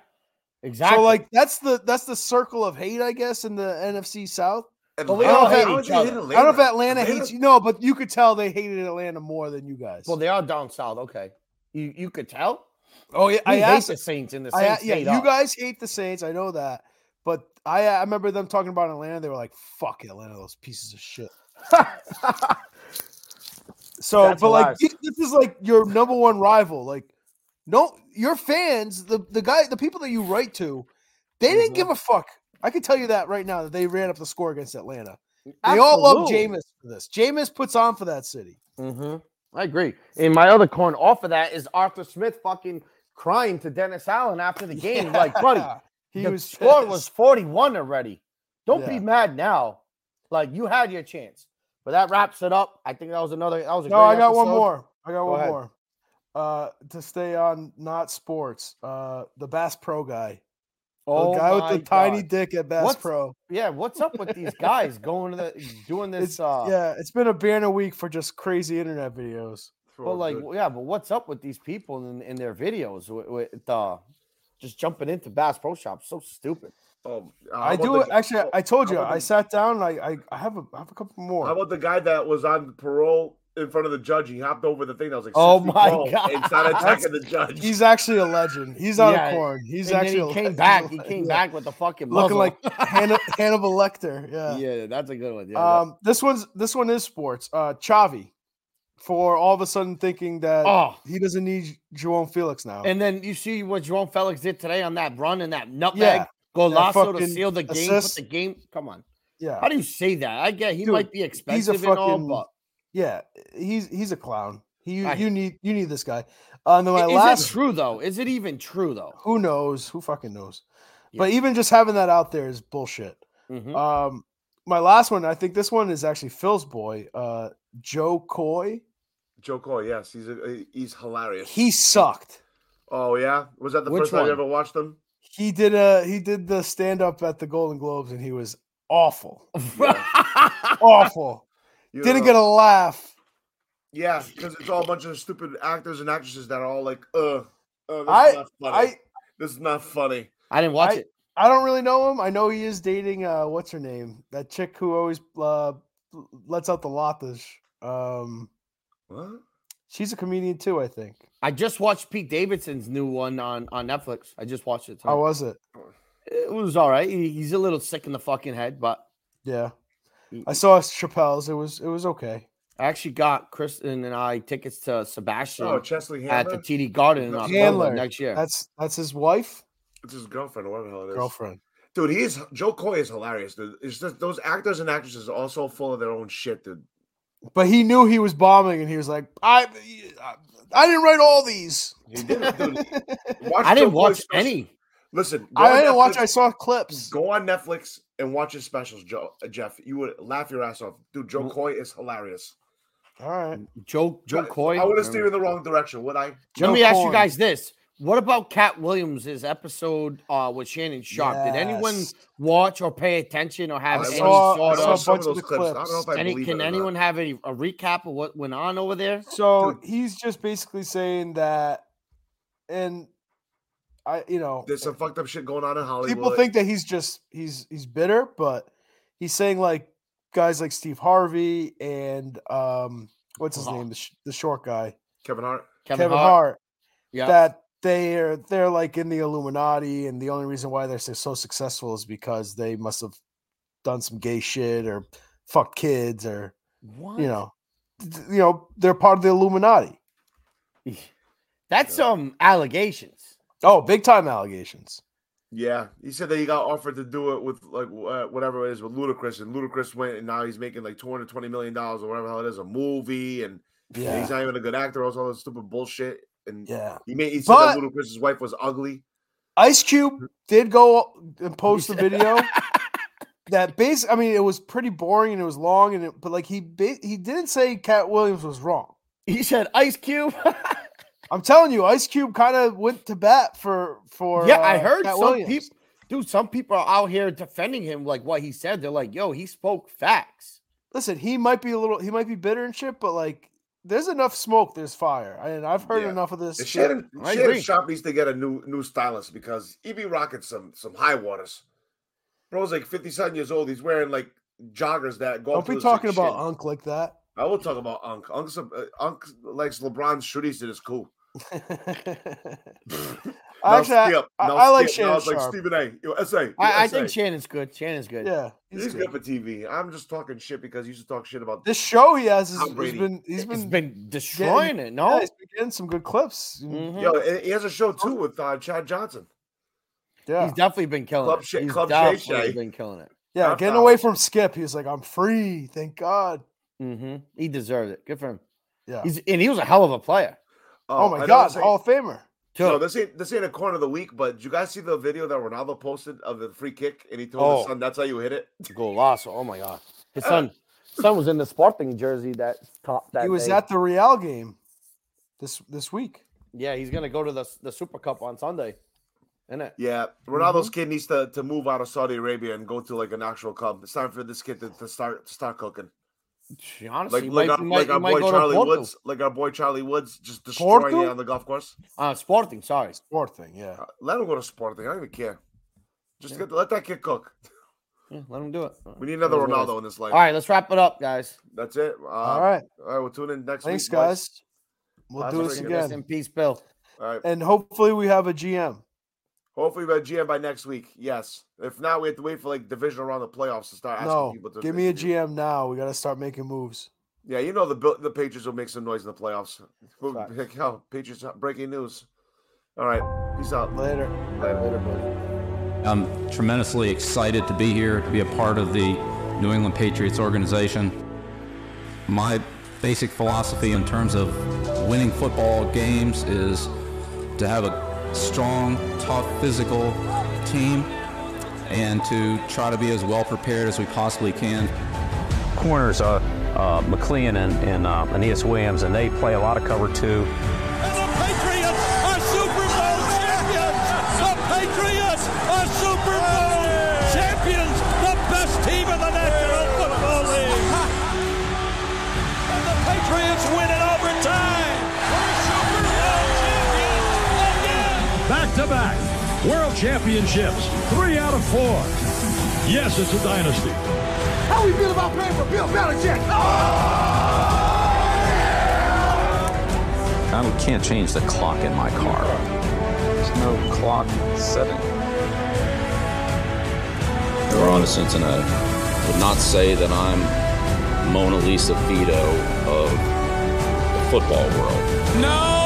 [SPEAKER 1] exactly.
[SPEAKER 3] So like that's the that's the circle of hate, I guess, in the NFC South.
[SPEAKER 1] But we
[SPEAKER 2] Atlanta-
[SPEAKER 1] all hate
[SPEAKER 2] how
[SPEAKER 1] each
[SPEAKER 2] did they hit
[SPEAKER 1] other. I
[SPEAKER 3] I don't know if Atlanta
[SPEAKER 2] Atlanta-
[SPEAKER 3] hates you. No, but you could tell they hated Atlanta more than you guys.
[SPEAKER 1] well, they are down south. Okay, you you could tell.
[SPEAKER 3] oh yeah,
[SPEAKER 1] I
[SPEAKER 3] I
[SPEAKER 1] hate
[SPEAKER 3] asked
[SPEAKER 1] the Saints in the
[SPEAKER 3] I, uh,
[SPEAKER 1] Saints.
[SPEAKER 3] yeah,
[SPEAKER 1] hate
[SPEAKER 3] you
[SPEAKER 1] us.
[SPEAKER 3] guys hate the Saints. I know that, but I I remember them talking about Atlanta. They were like, "Fuck Atlanta, those pieces of shit." So,
[SPEAKER 1] That's
[SPEAKER 3] but like
[SPEAKER 1] hilarious.
[SPEAKER 3] this is like your number one rival. Like, no, your fans, the the guy, the people that you write to, they didn't
[SPEAKER 1] Mhm.
[SPEAKER 3] give a fuck. I can tell you that right now that they ran up the score against Atlanta. They all love
[SPEAKER 1] Absolutely.
[SPEAKER 3] Jameis for this. Jameis puts on for that city.
[SPEAKER 1] Mhm. I agree. And my other corn off of that is Arthur Smith fucking crying to Dennis Allen after the game. Like, buddy,
[SPEAKER 3] Yeah, he
[SPEAKER 1] the
[SPEAKER 3] was
[SPEAKER 1] score
[SPEAKER 3] pissed.
[SPEAKER 1] was 41 already. Don't
[SPEAKER 3] Yeah.
[SPEAKER 1] be mad now. Like you had your chance. But that wraps it up. I think that was another that was a
[SPEAKER 3] No,
[SPEAKER 1] great
[SPEAKER 3] I got one
[SPEAKER 1] episode.
[SPEAKER 3] more. I got one
[SPEAKER 1] ahead.
[SPEAKER 3] more. Uh, to stay on not sports, uh, the Bass Pro guy, the
[SPEAKER 1] Oh
[SPEAKER 3] guy with
[SPEAKER 1] my
[SPEAKER 3] the tiny
[SPEAKER 1] God.
[SPEAKER 3] dick at Bass
[SPEAKER 1] What's-
[SPEAKER 3] Pro.
[SPEAKER 1] Yeah, what's up with these guys going to the doing this
[SPEAKER 3] It's,
[SPEAKER 1] uh
[SPEAKER 3] yeah, it's been a banner week for just crazy internet videos.
[SPEAKER 1] but
[SPEAKER 2] Oh,
[SPEAKER 1] like
[SPEAKER 2] dude.
[SPEAKER 1] yeah, but what's up with these people in, in their videos with, with uh just jumping into Bass Pro Shop? So stupid.
[SPEAKER 2] oh, how
[SPEAKER 3] I
[SPEAKER 2] about
[SPEAKER 3] do
[SPEAKER 2] the- oh.
[SPEAKER 3] actually. I told
[SPEAKER 2] how
[SPEAKER 3] you,
[SPEAKER 2] about
[SPEAKER 3] I
[SPEAKER 2] the-
[SPEAKER 3] sat down. and I, I I have a I have a couple more.
[SPEAKER 2] How about the guy that was on parole in front of the judge? He hopped over the thing that was like,
[SPEAKER 1] Oh
[SPEAKER 2] 60
[SPEAKER 1] my
[SPEAKER 2] pro
[SPEAKER 1] God.
[SPEAKER 2] and started attacking the judge.
[SPEAKER 3] He's actually a legend. He's not
[SPEAKER 1] Yeah,
[SPEAKER 3] a corn. He's
[SPEAKER 1] and
[SPEAKER 3] actually
[SPEAKER 1] then
[SPEAKER 3] a
[SPEAKER 1] he came
[SPEAKER 3] legend.
[SPEAKER 1] back. He came
[SPEAKER 3] Yeah,
[SPEAKER 1] back with the fucking muzzle.
[SPEAKER 3] looking like Hanna- Hannibal Lecter.
[SPEAKER 1] yeah.
[SPEAKER 3] Yeah.
[SPEAKER 1] that's a good one. Yeah, that-
[SPEAKER 3] Um. This one's this one is sports. Uh. Chavi, for all of a sudden thinking that
[SPEAKER 1] oh,
[SPEAKER 3] he doesn't need Joan Felix now.
[SPEAKER 1] And then you see what Jerome Felix did today on that run and that nutmeg
[SPEAKER 3] Yeah,
[SPEAKER 1] golazo to
[SPEAKER 3] fucking
[SPEAKER 1] seal the game.
[SPEAKER 3] assist.
[SPEAKER 1] Put the game. Come on,
[SPEAKER 3] yeah.
[SPEAKER 1] how do you say that? I get he
[SPEAKER 3] Dude,
[SPEAKER 1] might be expensive and
[SPEAKER 3] fucking-
[SPEAKER 1] all,
[SPEAKER 3] Yeah. He's he's a clown. He
[SPEAKER 1] I-
[SPEAKER 3] you need you need this guy. Uh, and then
[SPEAKER 1] but i-
[SPEAKER 3] my
[SPEAKER 1] is
[SPEAKER 3] last
[SPEAKER 1] it true though? Is it even true though?
[SPEAKER 3] who knows who fucking knows.
[SPEAKER 1] Yeah.
[SPEAKER 3] But even just having that out there is bullshit.
[SPEAKER 1] Mhm.
[SPEAKER 3] Um, my last one, I think this one is actually Phil's boy, uh, Joe Coy.
[SPEAKER 2] Joe Cole, yes, he's a, he's hilarious.
[SPEAKER 3] He sucked.
[SPEAKER 2] Oh yeah, was that the
[SPEAKER 1] Which
[SPEAKER 2] first time
[SPEAKER 1] one?
[SPEAKER 2] you ever watched him?
[SPEAKER 3] He did a he did the stand up at the Golden Globes, and he was awful, awful.
[SPEAKER 2] You
[SPEAKER 3] Didn't
[SPEAKER 2] know-
[SPEAKER 3] get a laugh.
[SPEAKER 2] yeah, because it's all a bunch of stupid actors and actresses that are all like, uh, uh this
[SPEAKER 3] I-
[SPEAKER 2] is not funny.
[SPEAKER 3] I
[SPEAKER 2] this is not funny.
[SPEAKER 1] I didn't watch
[SPEAKER 3] I-
[SPEAKER 1] it.
[SPEAKER 3] I don't really know him. I know he is dating uh, what's her name, that chick who always uh, lets out the latas. Um,
[SPEAKER 2] What?
[SPEAKER 3] she's a comedian too, I think.
[SPEAKER 1] I just watched Pete Davidson's new one on on Netflix. I just watched it.
[SPEAKER 3] How
[SPEAKER 1] tonight.
[SPEAKER 3] was it?
[SPEAKER 1] It was all right. He- He's a little sick in the fucking head, but
[SPEAKER 3] Yeah,
[SPEAKER 1] he-
[SPEAKER 3] I saw Chappelle's. It was it was okay.
[SPEAKER 1] I actually got Kristen and I tickets to Sebastian
[SPEAKER 2] Oh, Chesley
[SPEAKER 1] at the
[SPEAKER 2] Hammer.
[SPEAKER 1] TD Garden in October
[SPEAKER 3] Handler.
[SPEAKER 1] next year.
[SPEAKER 3] That's that's his wife,
[SPEAKER 2] it's his girlfriend, or whatever the hell it is.
[SPEAKER 3] girlfriend.
[SPEAKER 2] Dude, he is Joe Coy is hilarious, dude. It's just those actors and actresses are also full of their own shit, dude.
[SPEAKER 3] But he knew he was bombing, and he was like, "I, I, I didn't write all these.
[SPEAKER 2] He did it, dude. Watch
[SPEAKER 1] I
[SPEAKER 2] Joe
[SPEAKER 1] didn't
[SPEAKER 2] Coy's
[SPEAKER 1] watch
[SPEAKER 2] special-
[SPEAKER 1] any.
[SPEAKER 2] Listen, go on
[SPEAKER 3] I didn't watch.
[SPEAKER 2] Netflix-
[SPEAKER 3] I saw clips.
[SPEAKER 2] Go on Netflix and watch his specials, Joe uh, Jeff. You would laugh your ass off, dude. Joe
[SPEAKER 1] Mm.
[SPEAKER 2] Coy is hilarious.
[SPEAKER 3] All right,
[SPEAKER 1] Joe Joe
[SPEAKER 2] But
[SPEAKER 1] Coy.
[SPEAKER 2] I would have steered in the wrong direction, would I?
[SPEAKER 1] Let
[SPEAKER 3] Joe
[SPEAKER 1] me ask you
[SPEAKER 3] Coy.
[SPEAKER 1] guys this: What about Cat Williams' episode uh, with Shannon Sharp? Did anyone
[SPEAKER 3] Yes.
[SPEAKER 1] watch or pay attention or have
[SPEAKER 2] I
[SPEAKER 1] any
[SPEAKER 3] saw-
[SPEAKER 1] sort
[SPEAKER 3] I saw
[SPEAKER 1] of
[SPEAKER 3] a bunch of the
[SPEAKER 2] I don't know if
[SPEAKER 3] clips.
[SPEAKER 2] I
[SPEAKER 1] any,
[SPEAKER 2] believe
[SPEAKER 1] can
[SPEAKER 2] it or not.
[SPEAKER 1] anyone have any a recap of what went on over there?
[SPEAKER 3] So
[SPEAKER 2] Dude.
[SPEAKER 3] he's just basically saying that, and I, you know,
[SPEAKER 2] There's some fucked up shit going on in Hollywood.
[SPEAKER 3] people think that he's just he's he's bitter, but he's saying like guys like Steve Harvey and um what's his
[SPEAKER 1] Hart.
[SPEAKER 3] name the, sh- the short guy
[SPEAKER 2] Kevin Hart.
[SPEAKER 3] Kevin, Hart,
[SPEAKER 1] Yeah.
[SPEAKER 3] that they are they're like in the Illuminati, and the only reason why they're so- so successful is because they must have done some gay shit or fucked kids or
[SPEAKER 1] what?
[SPEAKER 3] you know th- th- you know they're part of the Illuminati.
[SPEAKER 1] That's some allegations.
[SPEAKER 3] Oh, big time allegations.
[SPEAKER 2] Yeah, he said that he got offered to do it with like wh- uh, whatever it is with Ludacris, and Ludacris went, and now he's making like two hundred twenty million dollars or whatever the hell it is a movie, and and
[SPEAKER 3] Yeah,
[SPEAKER 2] he's not even a good actor. Also, all this stupid bullshit, and
[SPEAKER 3] yeah.
[SPEAKER 2] he made he said that
[SPEAKER 3] But-
[SPEAKER 2] Ludacris's wife was ugly.
[SPEAKER 3] Ice Cube did go and post a video that base. I mean, it was pretty boring and it was long, and it, but like he ba- he didn't say Cat Williams was wrong.
[SPEAKER 1] He said Ice Cube.
[SPEAKER 3] I'm telling you, Ice Cube kind of went to bat for for
[SPEAKER 1] yeah, I
[SPEAKER 3] uh,
[SPEAKER 1] heard
[SPEAKER 3] Cat
[SPEAKER 1] some
[SPEAKER 3] Williams.
[SPEAKER 1] people, dude. Some people are out here defending him, like what he said. They're like, "Yo, he spoke facts."
[SPEAKER 3] Listen, he might be a little, he might be bitter and shit, but like, there's enough smoke, there's fire, and I've heard
[SPEAKER 2] Yeah.
[SPEAKER 3] enough of this.
[SPEAKER 2] And
[SPEAKER 3] Shit.
[SPEAKER 2] Shannon,
[SPEAKER 1] I
[SPEAKER 2] Shannon
[SPEAKER 1] agree.
[SPEAKER 2] Sharp needs to get a new new stylist because he be rocking some some high waters. Bro's like fifty seven years old. He's wearing like joggers that go. up
[SPEAKER 3] Don't
[SPEAKER 2] to
[SPEAKER 3] be
[SPEAKER 2] his, like,
[SPEAKER 3] talking about
[SPEAKER 2] shin.
[SPEAKER 3] Unc like that.
[SPEAKER 2] I will talk about Unc. Unc's a, uh, Unc likes LeBron's shooties. It is cool. Now
[SPEAKER 3] Actually, I-
[SPEAKER 2] skip.
[SPEAKER 3] I,
[SPEAKER 2] Now
[SPEAKER 3] I like
[SPEAKER 2] skip. Now
[SPEAKER 3] Shannon
[SPEAKER 2] it's like
[SPEAKER 3] Sharp.
[SPEAKER 2] Stephen A. Yo, SA. Yo,
[SPEAKER 1] I, I
[SPEAKER 2] SA.
[SPEAKER 1] think Shannon's good. Shannon's good.
[SPEAKER 3] yeah,
[SPEAKER 2] He's,
[SPEAKER 3] he's
[SPEAKER 2] good.
[SPEAKER 3] good.
[SPEAKER 2] for TV. I'm just talking shit because you used to talk shit about
[SPEAKER 3] This show he has is,
[SPEAKER 2] Tom
[SPEAKER 3] has
[SPEAKER 2] Brady.
[SPEAKER 3] been he's
[SPEAKER 1] he's
[SPEAKER 3] been,
[SPEAKER 1] been, destroying it.
[SPEAKER 3] yeah,
[SPEAKER 1] No,
[SPEAKER 3] he's been getting some good clips. Mm,
[SPEAKER 1] Mhm.
[SPEAKER 2] Yo, and he has a show
[SPEAKER 3] Oh.
[SPEAKER 2] too with uh, Chad Johnson.
[SPEAKER 3] Yeah,
[SPEAKER 1] he's definitely been killing
[SPEAKER 2] Club
[SPEAKER 1] it.
[SPEAKER 2] Shay-
[SPEAKER 1] he's
[SPEAKER 2] Club Shay
[SPEAKER 1] definitely
[SPEAKER 2] Shay.
[SPEAKER 1] been killing it.
[SPEAKER 3] yeah,
[SPEAKER 2] Top
[SPEAKER 3] getting
[SPEAKER 2] notch.
[SPEAKER 3] away from Skip, he's like, I'm free, thank God.
[SPEAKER 1] hmm He deserved it. Good for him.
[SPEAKER 3] Yeah.
[SPEAKER 1] He's and he was a hell of a player.
[SPEAKER 3] oh
[SPEAKER 2] I
[SPEAKER 3] my
[SPEAKER 2] know
[SPEAKER 3] God,
[SPEAKER 2] this ain't-
[SPEAKER 3] Hall of Famer.
[SPEAKER 1] Too.
[SPEAKER 2] No, this ain't this ain't a corner of the week, but did you guys see the video that Ronaldo posted of the free kick and he told
[SPEAKER 1] Oh.
[SPEAKER 2] his son that's how you hit it?
[SPEAKER 1] Golasso. Oh my god. His son, son was in the Sporting jersey that top that
[SPEAKER 3] He was
[SPEAKER 1] day.
[SPEAKER 3] at the Real game this this week.
[SPEAKER 1] yeah, he's gonna go to the the Super Cup on Sunday. Isn't it?
[SPEAKER 2] Yeah. Ronaldo's kid needs to, to move out of Saudi Arabia and go to like an actual club. It's time for this kid to, to start to start cooking.
[SPEAKER 1] She honestly might,
[SPEAKER 2] Like like
[SPEAKER 1] he
[SPEAKER 2] our,
[SPEAKER 1] might,
[SPEAKER 2] like
[SPEAKER 1] he
[SPEAKER 2] our
[SPEAKER 1] might
[SPEAKER 2] boy
[SPEAKER 1] go
[SPEAKER 2] Charlie
[SPEAKER 1] to Porto.
[SPEAKER 2] Woods, like our boy Charlie Woods just destroying
[SPEAKER 3] Porto?
[SPEAKER 2] it on the golf course.
[SPEAKER 1] Uh, Sporting, sorry.
[SPEAKER 3] Sport thing, yeah.
[SPEAKER 2] Uh, Let him go to Sporting. I don't even care. Just
[SPEAKER 1] Yeah.
[SPEAKER 2] get, let that kid cook.
[SPEAKER 1] Yeah, let him do it.
[SPEAKER 2] We need another
[SPEAKER 1] It is what it is.
[SPEAKER 2] Ronaldo in this life.
[SPEAKER 1] All right, let's wrap it up, guys.
[SPEAKER 2] That's it. Uh,
[SPEAKER 3] All right,
[SPEAKER 2] All right. We'll tune in next
[SPEAKER 3] thanks
[SPEAKER 2] week. boys.
[SPEAKER 3] guys. We'll
[SPEAKER 2] Last
[SPEAKER 3] do
[SPEAKER 2] week,
[SPEAKER 3] this
[SPEAKER 2] I guess,
[SPEAKER 1] Rest
[SPEAKER 3] again,
[SPEAKER 1] in peace, Bill.
[SPEAKER 2] All right.
[SPEAKER 3] and hopefully we have a GM.
[SPEAKER 2] Hopefully by GM by next week. Yes. If not, we have to wait for like division around the playoffs to start asking
[SPEAKER 3] No,
[SPEAKER 2] people to
[SPEAKER 3] give me a
[SPEAKER 2] interview.
[SPEAKER 3] GM now. We got to start making moves.
[SPEAKER 2] Yeah, you know the Bill- the Patriots will make some noise in the playoffs. We'll
[SPEAKER 1] Facts.
[SPEAKER 2] be like, oh, Patriots breaking news. All right. Peace out.
[SPEAKER 3] Later.
[SPEAKER 2] Later, buddy.
[SPEAKER 5] I'm tremendously excited to be here, to be a part of the New England Patriots organization. My basic philosophy in terms of winning football games is to have a strong, tough, physical team and to try to be as well prepared as we possibly can.
[SPEAKER 6] corners are uh, McLean and, and uh, Aeneas Williams, and they play a lot of cover two.
[SPEAKER 7] And the Patriots are Super Bowl champions. The Patriots are Super Bowl champions. The best team in the National Football League. And the Patriots win in overtime. We're Super Bowl champions again.
[SPEAKER 8] back to back world championships, three out of four. Yes, it's a dynasty.
[SPEAKER 4] How we feel about playing for Bill Belichick?
[SPEAKER 5] I can't change the clock in my car.
[SPEAKER 9] There's no clock setting.
[SPEAKER 5] We're on to Cincinnati. Would not say that I'm Mona Lisa Vito of the football world.
[SPEAKER 7] No